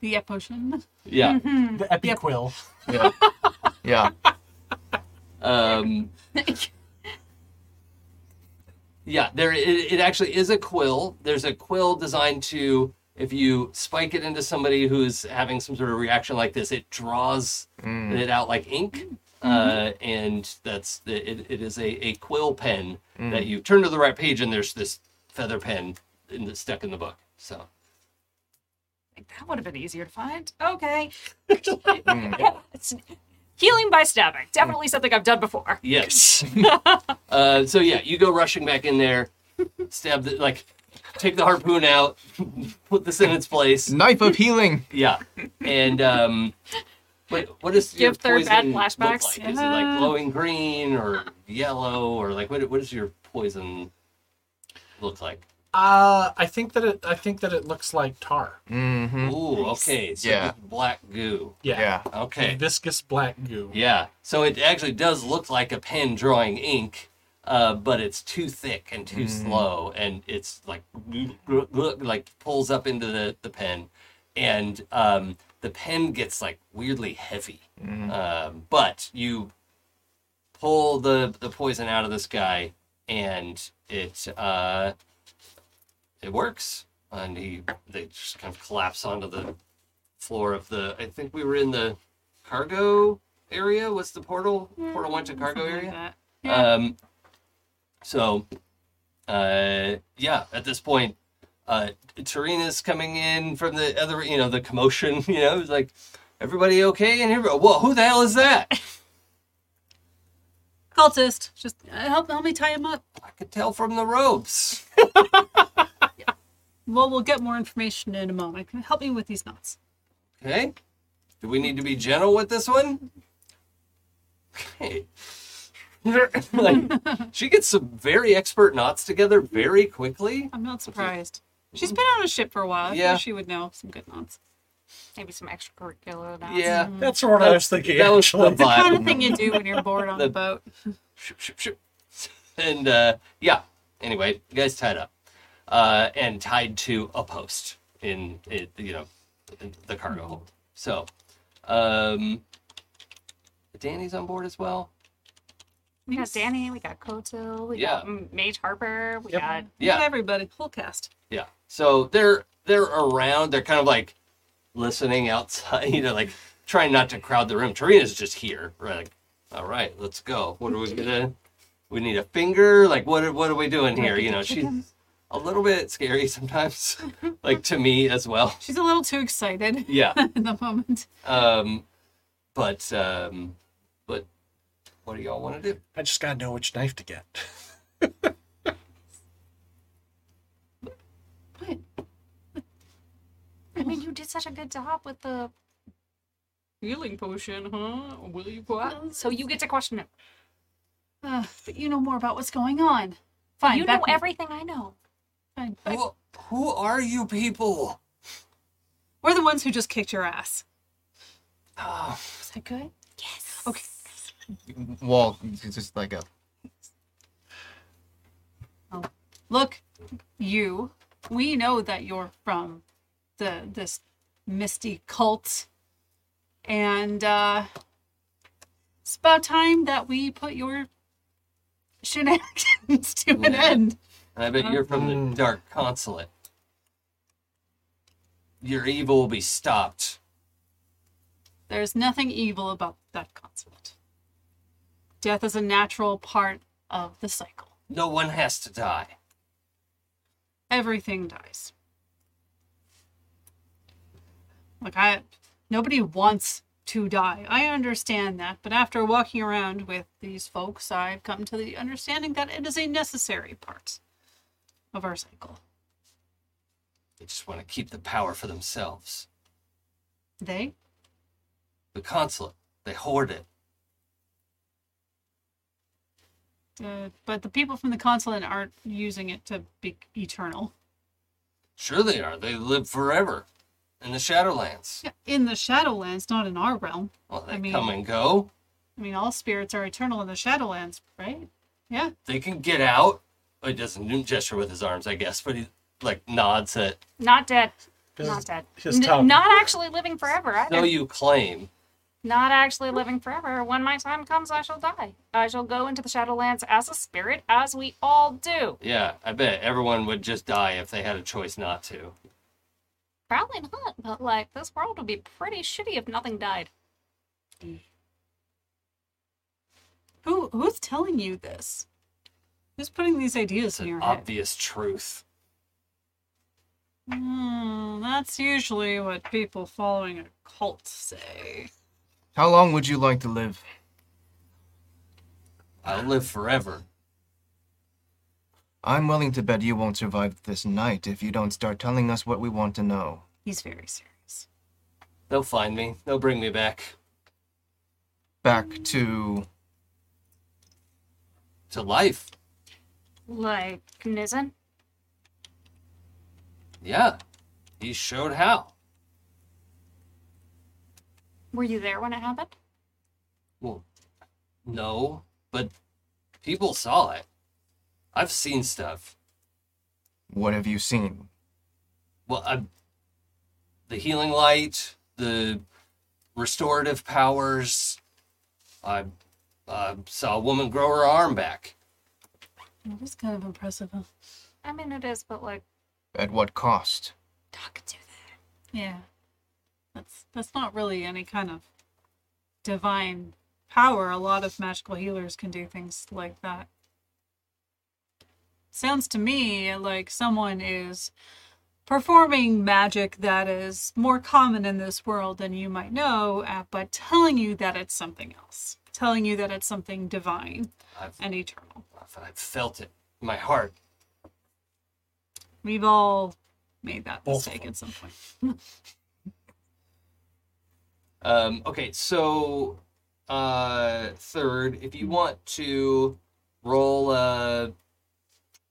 The
uh,
ep potion.
Yeah.
The epi quill.
Yeah. yeah.
Um, yeah, there. It, it actually is a quill. There's a quill designed to, if you spike it into somebody who's having some sort of reaction like this, it draws it out like ink. Uh, and that's it. It is a, a quill pen that you turn to the right page, and there's this feather pen in the, stuck in the book. So
Like, that would have been easier to find. Okay. It's- healing by stabbing. Definitely something I've done before.
yes. uh, so yeah, you go rushing back in there, stab the like, take the harpoon out, put this in its place.
Knife of healing.
Yeah, and um, what what does your
Give third bad
poison
flashbacks.
look like? Is it like glowing green or yellow or like what? What does your poison look like?
Uh, I think that it. I think that it looks like tar.
Mm-hmm.
Ooh, okay, so
Yeah.
just black goo.
Yeah.
Okay,
Viscous black goo.
yeah. So it actually does look like a pen drawing ink, uh, but it's too thick and too slow, and it's like like pulls up into the the pen, and um, the pen gets like weirdly heavy. Um, but you pull the the poison out of this guy, and it uh, it works. And he they just kind of collapse onto the floor of the. I think we were in the cargo area. What's the portal? Portal one to cargo
Something like
area.
that.
Um, so, uh, yeah, at this point, uh, Tarina's coming in from the other, you know, the commotion, you know, it's like, everybody okay in here? Whoa, who the hell is that?
Cultist, just uh, help help me tie him up.
I could tell from the robes.
Well, we'll get more information in a moment. Can you help me with these knots?
Okay. Do we need to be gentle with this one? Okay. like, she gets some very expert knots together very quickly.
I'm not surprised. She's been on a ship for a while. I feel
Yeah.
like she would know some good knots.
Maybe some extracurricular now.
Yeah.
That's what I was thinking.
That was
actually.
the vibe.
Kind of thing you do when you're bored on
The-
the boat.
Shoop, shoop, shoop. And uh, yeah, anyway, the guy's tied up uh, and tied to a post in it, you know in the cargo hold. So um, Danny's on board as well.
We got Danny, we got Koto, we
Yeah.
got got Mage Harper, we
Yep.
got
Not
Yeah,
everybody, whole cast.
yeah. So they're they're around. They're kind of like listening outside. You know, like trying not to crowd the room. Tarina's just here. Right. Like, all right, let's go. What are we gonna? We need a finger. Like, what? are- What are we doing here? You know, she's a little bit scary sometimes, like to me as well.
She's a little too excited
Yeah.
in the moment.
Um, but um, but what do y'all want to do?
I just gotta know which knife to get.
I mean you did such a good job with the
Healing potion, huh? Will you go
so you get to question it.
Uh, but you know more about what's going on. Fine.
you know
back me.
everything I know.
Fine, back-
Who, who are you people?
We're the ones who just kicked your ass.
Ah,
Is that good? Yes. Okay.
Wall. It's just like a.
Look, you. We know that you're from the this misty cult, and uh, it's about time that we put your shenanigans to an
Yeah.
end.
And I bet you're from the Dark Consulate. Your evil will be stopped.
There's nothing evil about that concept. Death is a natural part of the cycle.
No one has to die.
Everything dies. Like I nobody wants to die. I understand that, but after walking around with these folks, I've come to the understanding that it is a necessary part of our cycle.
They just want to keep the power for themselves.
They
The consulate, they hoard it.
Uh, but the people from the consulate aren't using it to be eternal.
Sure, they are. They live forever in the Shadowlands.
Yeah, in the Shadowlands, not in our realm.
Well, they
I mean-
come and go.
I mean, all spirits are eternal in the Shadowlands, right? Yeah.
They can get out. He doesn't gesture with his arms, I guess, but he like nods at.
Not dead.
His-
Not dead.
his
N-
tongue.
not actually living forever either.
No, you claim.
Not actually living forever. When my time comes, I shall die. I shall go into the Shadowlands as a spirit, as we all do.
Yeah, I bet everyone would just die if they had a choice not to.
Probably not, but like this world would be pretty shitty if nothing died.
Who who's telling you this? Who's putting these ideas
It's
in
an
your head?
obvious truth.
Hmm, that's usually what people following a cult say.
How long would you like to live?
I'll live forever.
I'm willing to bet you won't survive this night if you don't start telling us what we want to know.
He's very serious.
They'll find me. They'll bring me back
Back to
to life.
Like Nizen?
Yeah, he showed how.
Were you there when it happened?
Well, no, but people saw it. I've seen stuff.
what have you seen?
Well, I, the healing light, the restorative powers. I, I saw a woman grow her arm back.
That is kind of impressive. Huh?
I mean it is, but like
At what cost?
talk to that.
Yeah. That's that's not really any kind of divine power. A lot of magical healers can do things like that. Sounds to me like someone is performing magic that is more common in this world than you might know, uh, but telling you that it's something else, telling you that it's something divine
I've,
and eternal.
I've, I've felt it in my heart.
We've all made that
Both of
mistake
them.
at some point.
Um, okay, so uh, third, if you want to roll, uh,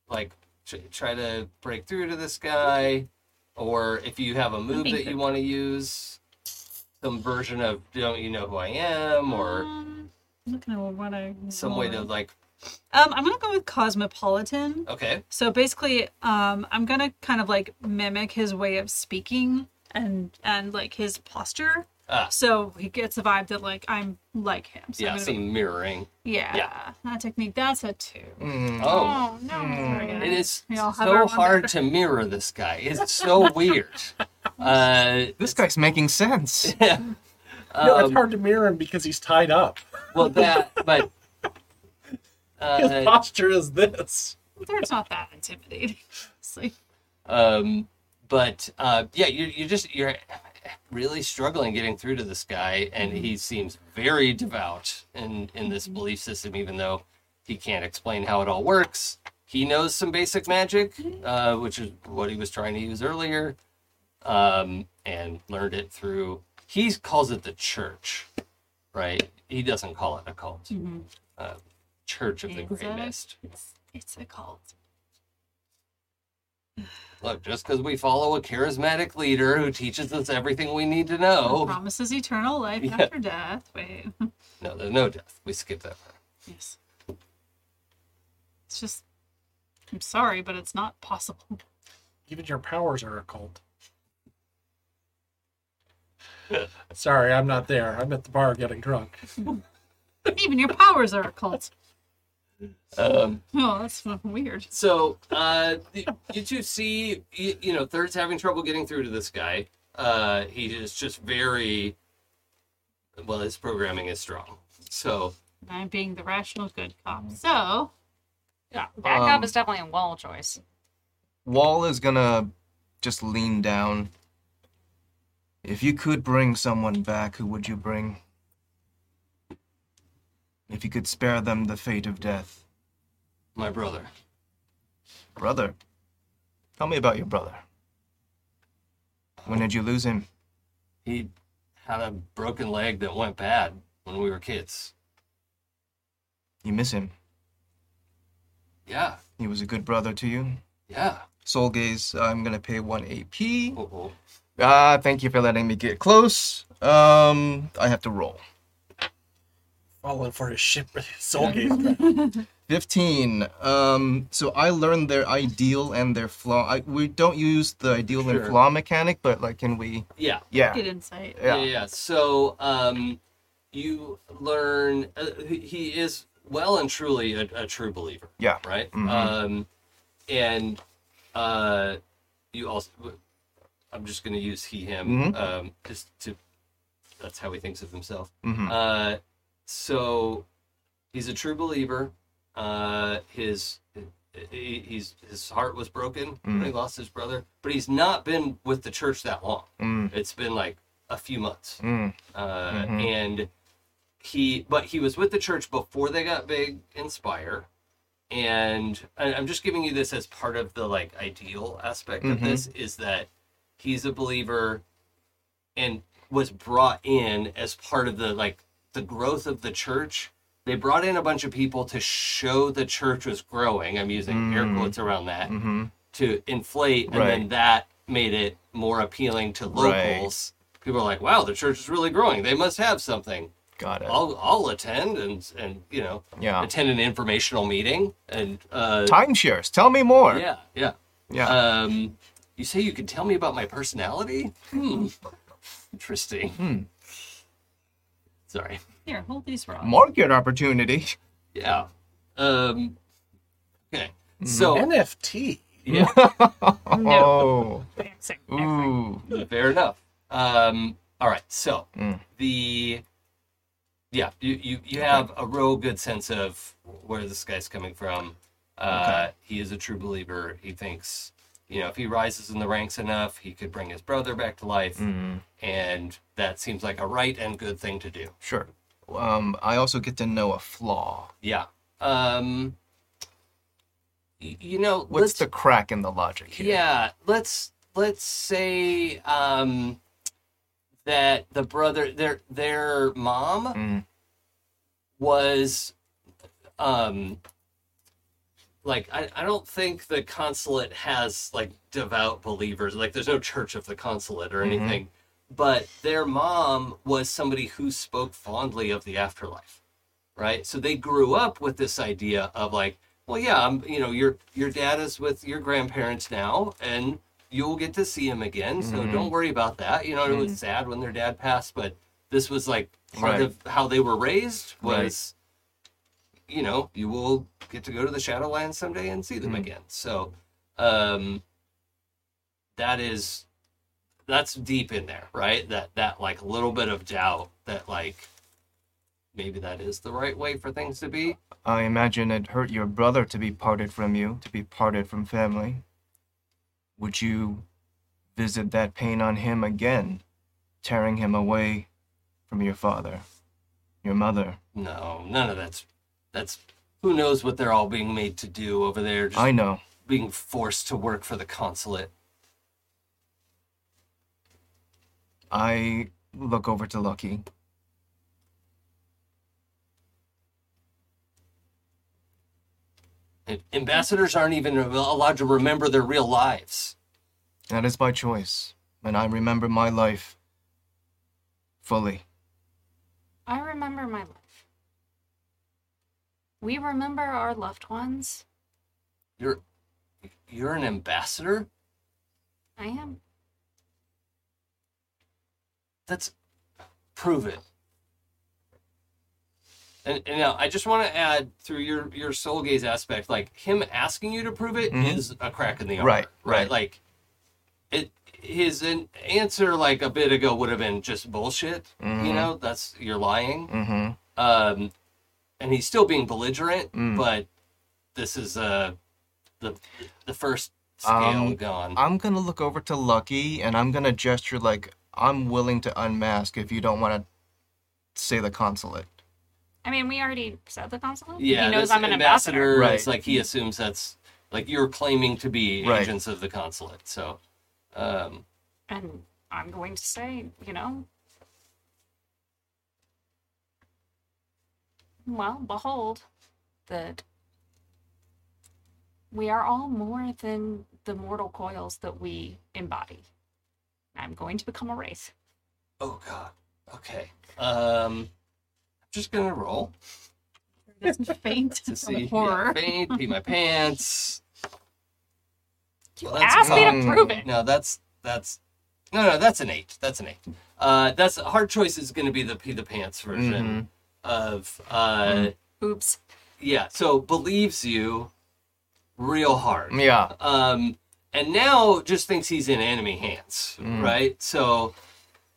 like tr- try to break through to this guy, or if you have a move that you want to use, some version of "Don't you know who I am?" or
Um, looking at what I
some way to
rolled.
like,
Um, I'm gonna go with cosmopolitan.
okay,
So basically, um, I'm gonna kind of like mimic his way of speaking and and like his posture.
Ah.
So he gets the vibe that like I'm like him. So I'm
yeah,
gonna
some mirroring.
be- yeah,
yeah.
That technique. That's a two.
Mm,
Oh,
no!
it is
We all have our
so
own
hard to mirror this guy. It's so weird. Uh,
this guy's making sense.
no,
um,
it's hard to mirror him because he's tied up.
well, that, but.
His
Uh,
posture is this.
They're not that intimidating. honestly.
um but uh yeah you're, you're just you're really struggling getting through to this guy and he seems very devout in in this belief system even though he can't explain how it all works he knows some basic magic uh which is what he was trying to use earlier um and learned it through he calls it the church right he doesn't call it a cult uh, church of the
Is
great
it?
mist
It's, it's a cult.
Look, just because we follow a charismatic leader who teaches us everything we need to
Oh.
know,
Promises eternal life
Yeah.
after death. Wait.
no, there's no death. We skip that. part.
yes. It's just. I'm sorry, but it's not possible.
Even your powers are occult. Sorry, I'm not there. I'm at the bar getting drunk.
Even your powers are a cult.
Um,
Oh, that's weird.
so uh, y- you two see, y- you know, third's having trouble getting through to this guy. Uh, he is just very well, his programming is strong. So
I'm being the rational good cop. So
Yeah, back up
Um,
is definitely a wall choice.
Wall is gonna just lean down. If you could bring someone back, who would you bring? If you could spare them the fate of death.
my brother,
Brother. Tell me about your brother. When did you lose him?
he had a broken leg that went bad when we were kids.
You miss him.
Yeah,
He was a good brother to you.
yeah.
Soul Gaze, I'm gonna pay one AP.
Uh-oh.
Ah, thank you for letting me get close. Um, I have to roll.
Falling for his ship, soul gaze.
15 um so i learned their ideal and their flaw I, we don't use the ideal and
Sure.
flaw mechanic but like can we
Yeah,
yeah
good insight.
yeah,
yeah
yeah. So um, you learn uh, he- he is well and truly a, a true believer.
yeah
right?
Mhm.
Um, and uh, you also, I'm just going to use he, him,
Mhm.
um, just to, that's how he thinks of himself.
hmm
Uh, so he's a true believer. Uh, his, he- he's, his heart was broken when he lost his brother, but he's not been with the church that long.
mm,
It's been like a few months.
mm,
Uh,
Mhm.
and he but he was with the church before they got big in spire and I- i'm just giving you this as part of the like ideal aspect of
Mhm.
this is that he's a believer and was brought in as part of the like the growth of the church they brought in a bunch of people to show the church was growing i'm using air
Mm.
quotes around that
hmm
to inflate and then
Right.
that made it more appealing to
Right.
locals people are like wow the church is really growing they must have something
got it
i'll i'll attend and and you know
yeah
attend an informational meeting and uh
timeshares tell me more
yeah yeah
yeah
um you say you could tell me about my personality hmm interesting
Hmm.
sorry
Here, hold these rocks.
market opportunity
yeah um okay
Hmm.
so
NFT.
yeah
oh
Dancing.
ooh
Fair enough. Um, all right. So
Mm.
the yeah, you you, you have a real good sense of where this guy's coming from. Uh, He is a true believer. He thinks you know if he rises in the ranks enough, he could bring his brother back to life,
Mm,
and that seems like a right and good thing to do.
sure um i also get to know a flaw
Yeah. Um, y- you know
what's
let's-
the crack in the logic here
Yeah, let's let's say um that the brother their their mom
Mm.
was um like I, I don't think the consulate has like devout believers like there's no church of the consulate or anything but their mom was somebody who spoke fondly of the afterlife right so they grew up with this idea of like well yeah i'm you know your your dad is with your grandparents now and you'll get to see him again so don't worry about that you know it was sad when their dad passed but this was like part
Right.
of how they were raised was you know you will get to go to the shadowlands someday and see them again so um that is that's deep in there right that that like little bit of doubt that like maybe that is the right way for things to be
I imagine it hurt your brother to be parted from you, to be parted from family. Would you visit that pain on him again, tearing him away from your father, your mother?
no none of that's that's who knows what they're all being made to do over there just
I know.
being forced to work for the consulate
I look over to Lucky.
And ambassadors aren't even allowed to remember their real lives
That is my choice, and I remember my life fully.
I remember my life. We remember our loved ones.
you're you're an ambassador
I am.
That's prove it. And, and now I just want to add through your your soul gaze aspect, like him asking you to prove it is
Mhm.
a crack in the armor,
Right, right.
Like it, his an- answer like a bit ago would have been just bullshit. You know, that's you're lying.
Mm-hmm.
Um, and he's still being belligerent, but this is uh the the first scale
Um,
gone.
I'm gonna look over to Lucky and I'm gonna gesture like I'm willing to unmask if you don't want to say the consulate.
I mean, we already said the consulate.
yeah,
he knows
this
I'm an ambassador.
ambassador.
Right.
It's like he assumes that's like you're claiming to be
Right.
agents of the consulate. So, um,
and I'm going to say, you know, well, behold, that we are all more than the mortal coils that we embody. I'm going to become a wraith.
oh god, okay. Um, just gonna roll
Doesn't faint
to
from
see.
horror.
Yeah, faint, pee my pants.
You
Well, that's um,
asked me
fine.
to prove it.
No, that's that's no, no, that's an eight. That's an eight. Uh, that's hard choice is going to be the pee the pants version
Mm-hmm.
of uh,
Oops.
yeah. So believes you real hard.
Yeah.
Um, and now just thinks he's in enemy hands,
Mm.
right? So,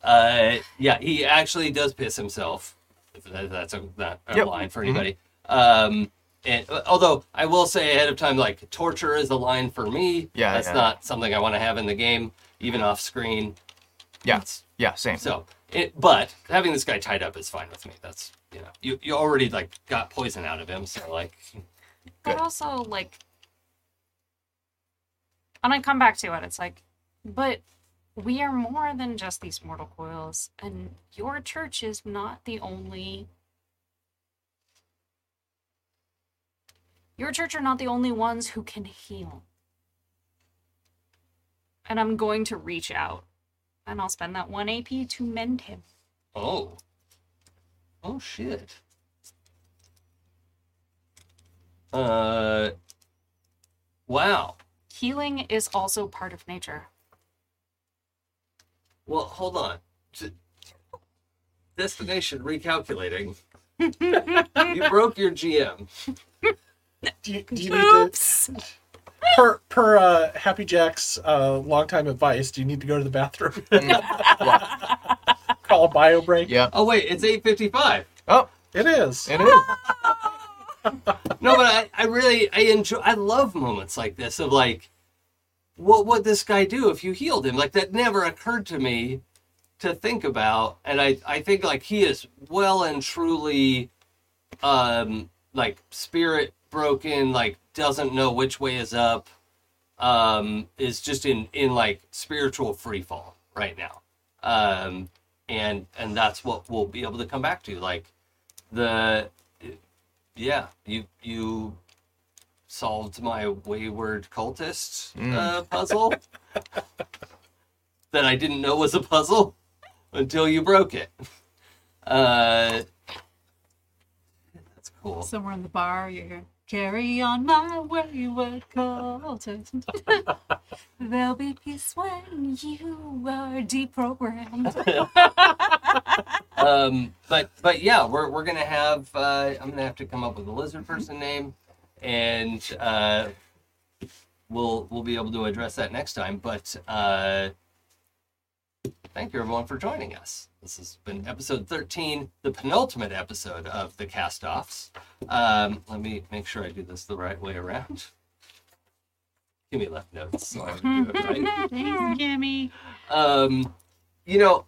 uh, yeah, he actually does piss himself. If that- that's a, not a
Yep. Mm-hmm.
line for anybody. Um, and although I will say ahead of time, like torture is a line for me.
Yeah,
that's
yeah.
not something I want to have in the game, even off screen.
Yeah.
It's-
Yeah. Same.
so, it, but having this guy tied up is fine with me. That's you know, you you already like got poison out of him, so like,
But
Good.
also, like, and I come back to it. It's like, but we are more than just these mortal coils, and your church is not the only. Your church are not the only ones who can heal. And I'm going to reach out, and I'll spend that one AP to mend him.
oh, oh shit. Uh, wow.
Healing is also part of nature.
Well, hold on. T- Destination recalculating. you broke your GM.
Do you, do you need to, per per uh, Happy Jack's uh, longtime advice? Do you need to go to the bathroom? Call a bio break.
Yeah.
Oh wait, it's eight fifty-five.
Oh,
It is.
it is.
no, but I, I really I enjoy I love moments like this of like what would this guy do if you healed him? Like that never occurred to me to think about. And I, I think like he is well and truly um like spirit broken, like doesn't know which way is up, um, is just in in like spiritual free fall right now. Um and and that's what we'll be able to come back to. Like the yeah, you you solved my wayward cultist uh, puzzle that I didn't know was a puzzle until you broke it. Uh, that's cool.
Somewhere in the bar, you hear, carry on my wayward cultist. There'll be peace when you are deprogrammed.
um, but but yeah, we're we're gonna have. Uh, I'm gonna have to come up with a lizard person name, and uh, we'll we'll be able to address that next time. But uh, thank you everyone for joining us. This has been episode 13, the penultimate episode of the cast offs. Um, let me make sure I do this the right way around. Give me left notes. so I can do it right
Thanks, Kimmy.
um, you know,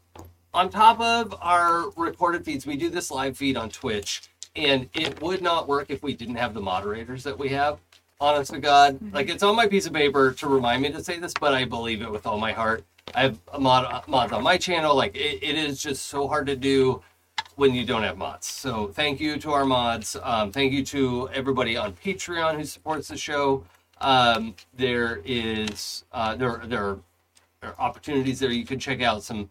on top of our recorded feeds, we do this live feed on Twitch, and it would not work if we didn't have the moderators that we have. Honest to God, like it's on my piece of paper to remind me to say this, but I believe it with all my heart. I have a mod mods on my channel. Like it, it is just so hard to do when you don't have mods. So thank you to our mods. Um, thank you to everybody on Patreon who supports the show. Um, there is uh, there there are or opportunities there. You can check out some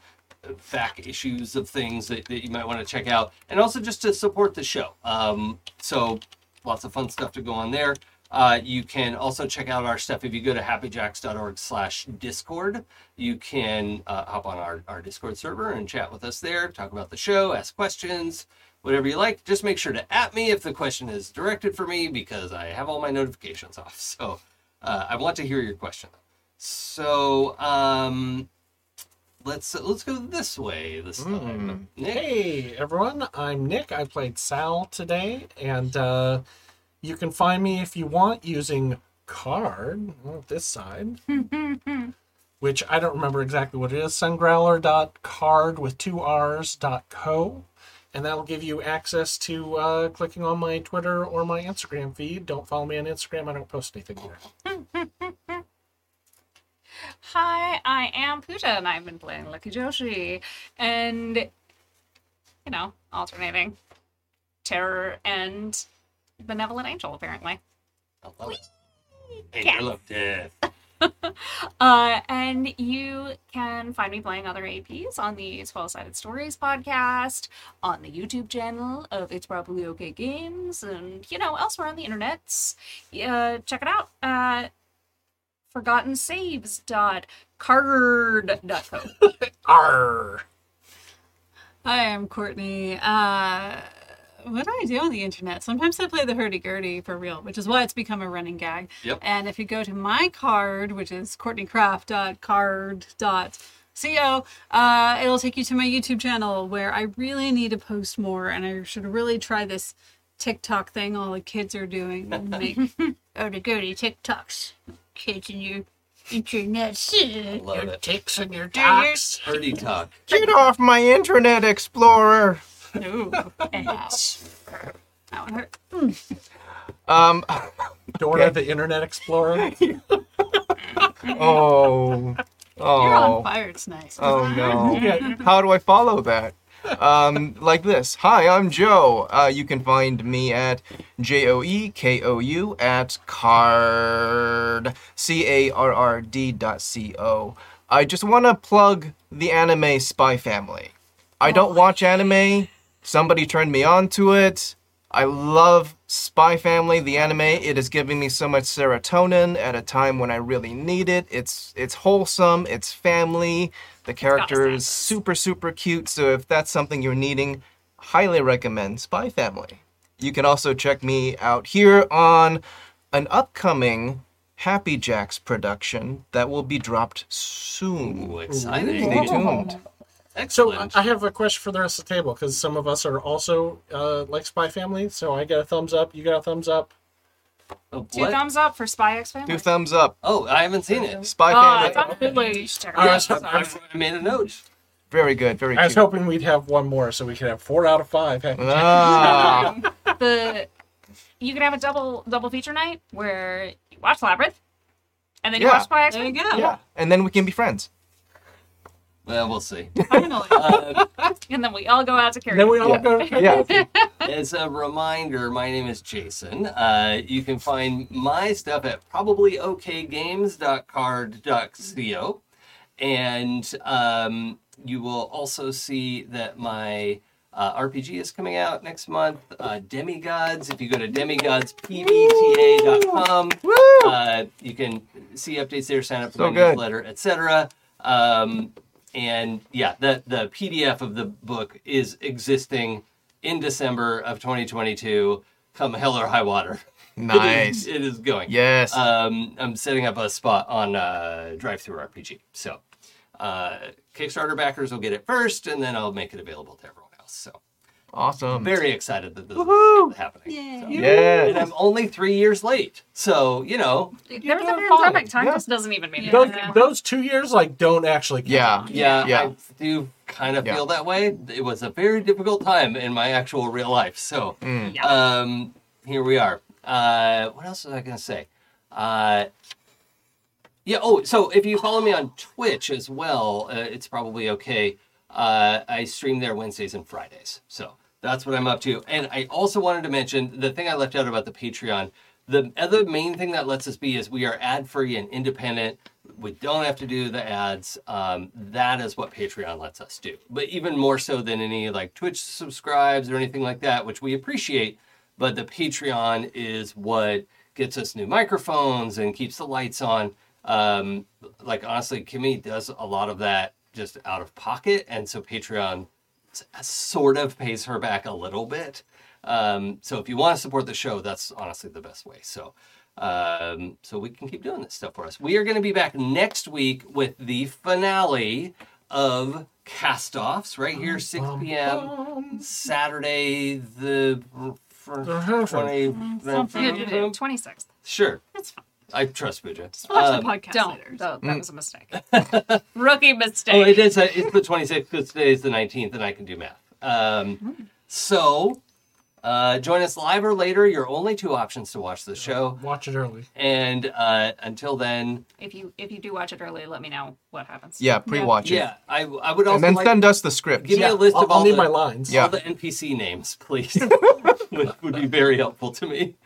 uh, back issues of things that, that you might want to check out, and also just to support the show. Um, so lots of fun stuff to go on there. Uh, you can also check out our stuff if you go to happyjacks.org slash discord you can uh, hop on our, our discord server and chat with us there talk about the show ask questions whatever you like just make sure to at me if the question is directed for me because i have all my notifications off so uh, i want to hear your question so, um, let's uh, let's go this way this time. Nick,
Hey everyone, I'm Nick. I played Sal today, and uh, you can find me if you want using card oh, this side, which I don't remember exactly what it is. Sungrowler.card with two R's dot co, and that'll give you access to uh, clicking on my Twitter or my Instagram feed. Don't follow me on Instagram. I don't post anything there.
Hi, I am Pooja, and I've been playing Lucky Joshi, and you know, alternating terror and benevolent angel, apparently.
I love it. Hey, I love death.
Uh, and you can find me playing other APs on the 12 Sided Stories podcast, on the YouTube channel of It's Probably Okay Games, and, you know, elsewhere on the internets. Uh, check it out at forgottensaves.card.co.
Arr.
Hi, I'm Courtney. Uh, what do I do on the internet? Sometimes I play the hurdy-gurdy for real, which is why it's become a running gag.
Yep.
And if you go to my card, which is courtneycraft.card.co, uh, it'll take you to my YouTube channel where I really need to post more and I should really try this TikTok thing all the kids are doing. and Make hurdy-gurdy TikToks. Kids in your internet.
I love it.
Ticks in your docs.
Purdy talk.
Get off my Internet Explorer.
Ooh. Ouch. That one hurt.
Um.
Dora the Internet Explorer.
Oh. Oh.
You're on fire tonight.
Oh no. How do I follow that? Um, like this. Hi, I'm Joe. Uh, you can find me at J O E K O U at card C A R R D dot C O. I just want to plug the anime Spy Family. I don't watch anime. Somebody turned me on to it. I love Spy Family, the anime. It is giving me so much serotonin at a time when I really need it. It's it's wholesome, it's family. The character is super super cute. So if that's something you're needing, highly recommend Spy Family. You can also check me out here on an upcoming Happy Jacks production that will be dropped soon.
Ooh, exciting.
Stay tuned.
So uh,
Excellent.
I have a question for the rest of the table because some of us are also uh, like Spy Family. So I got a thumbs up. You got a thumbs up.
Oh,
Two
what?
thumbs up for Spy X Family.
Two thumbs up.
Oh, I haven't seen it.
Oh,
Spy
Ah,
Family.
it's on Hulu. You should check it out.
All right, so I,
I, I made a note.
Very good. Very
I was
cute.
hoping we'd have one more so we could have four out of five. Heck,
Ah.
the you can have a double double feature night where you watch Labyrinth and then you
Yeah.
watch Spy X
There you
Family.
go.
Yeah, and then we can be friends.
Well, we'll see.
Finally.
and then we all go out to karaoke.
Then we all
Yeah.
go.
Yeah.
As a reminder, my name is Jason. Uh, you can find my stuff at probablyokgames.card.co. And um, you will also see that my uh, RPG is coming out next month, uh, Demigods. If you go to demigodspbta.com, uh, you can see updates there, sign up for
So
my
good.
newsletter, etc. Um, and yeah, the the PDF of the book is existing in December of 2022. Come hell or high water,
Nice.
it is going.
Yes.
Um, I'm setting up a spot on uh, Drive Through RPG. So uh, Kickstarter backers will get it first, and then I'll make it available to everyone else. So
awesome.
very excited that this is happening. So- And
yeah.
I'm only three years late. So, you know,
There was a
doing
pandemic. Time
Yeah.
just doesn't even mean
Those,
anything.
those two years like don't actually. count.
Yeah.
yeah,
Yeah.
I do kind of
Yeah.
feel that way. It was a very difficult time in my actual real life. So,
Mm.
Yeah.
um, here we are. Uh, what else was I going to say? Uh, yeah. Oh, so if you follow me on Twitch as well, uh, it's probably okay. Uh, I stream there Wednesdays and Fridays. So that's what I'm up to. And I also wanted to mention the thing I left out about the Patreon. The other main thing that lets us be is we are ad free and independent. We don't have to do the ads. Um, that is what Patreon lets us do. But even more so than any like Twitch subscribes or anything like that, which we appreciate. But the Patreon is what gets us new microphones and keeps the lights on. Um, like honestly, Kimmy does a lot of that just out of pocket, and so Patreon s- sort of pays her back a little bit. Um, so if you want to support the show, that's honestly the best way. So, um, so we can keep doing this stuff for us. We are going to be back next week with the finale of cast offs right here, 6 p.m. Saturday, the
Something.
20.
26th.
Sure.
That's fine.
I trust Buja.
Watch
Um,
the podcast later.
Don't. Though, that was a mistake. Rookie mistake.
Oh, it is. uh, It's the 26th because today is the 19th, and I can do math. Um, so, uh, join us live or later. Your only two options to watch the show.
Watch it early.
And uh, until then,
If you if you do watch it early, let me know what happens.
Yeah, pre-watch it.
yeah, I, I would also
And then
like
send us the script.
give me a list
I'll,
of all
I'll need
the,
my lines.
Yeah.
all the NPC names, please. would, would be very helpful to me.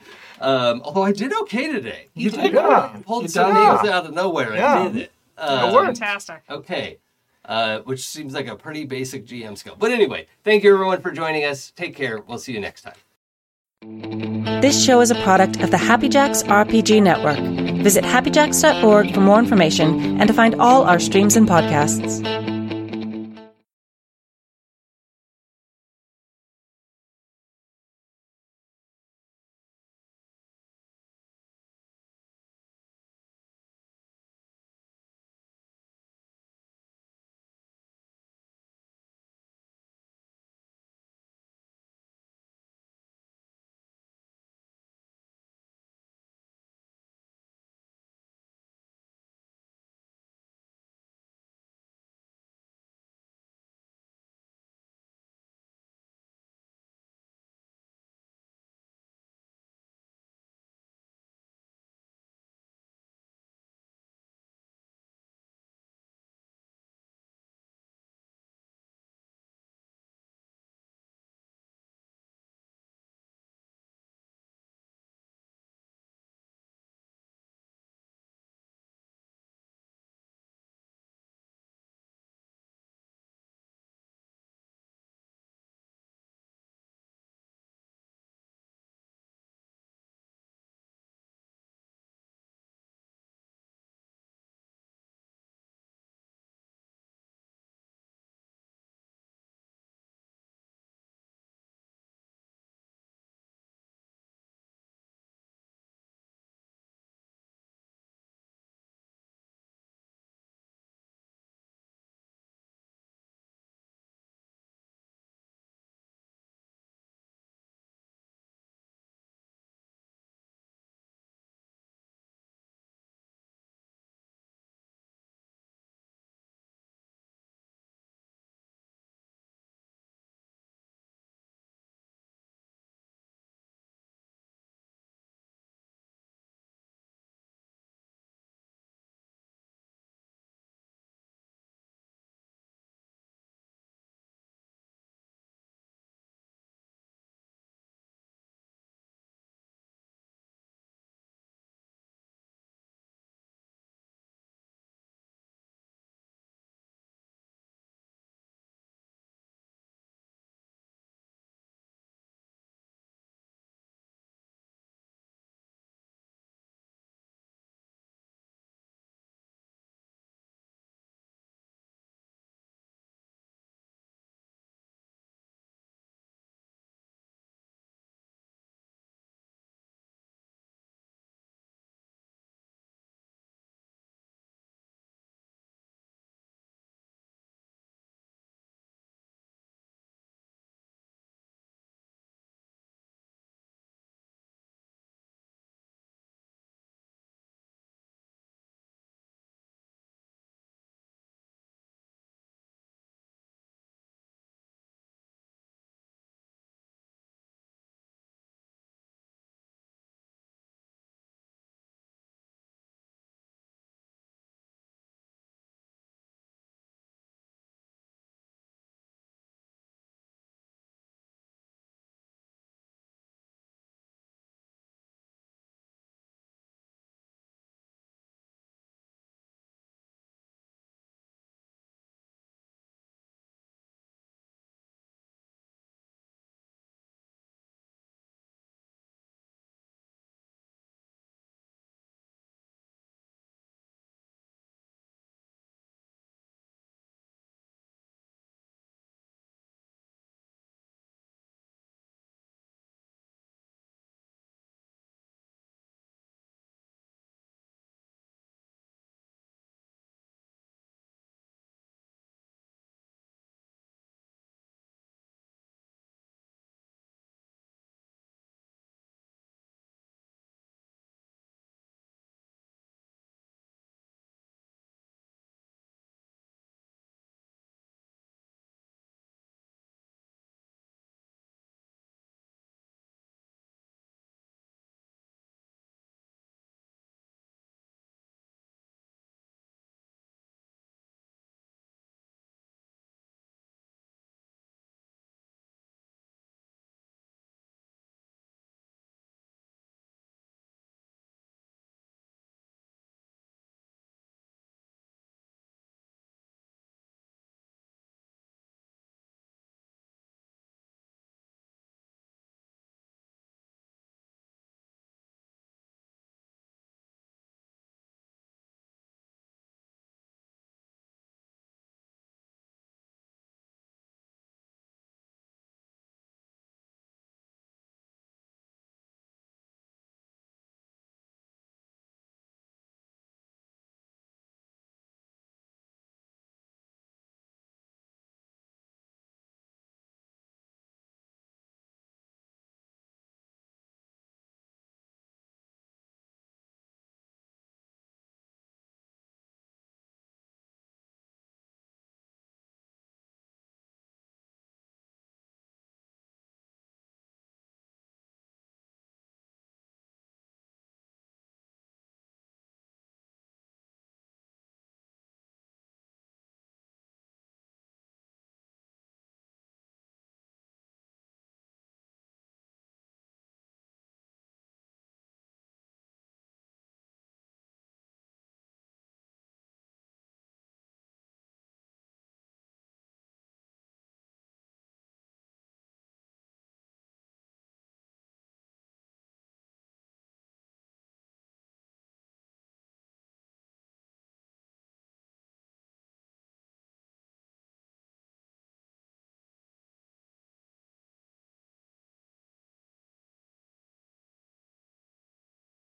Um, although I did okay today. You did.
Yeah.
pulled
You
some
done
names
it.
out of nowhere. I
Yeah.
did it. Um,
It worked.
Fantastic.
Okay. Uh, which seems like a pretty basic GM skill. But anyway, thank you everyone for joining us. Take care. We'll see you next time.
This show is a product of the Happy Jacks RPG Network. Visit happyjacks.org for more information and to find all our streams and podcasts.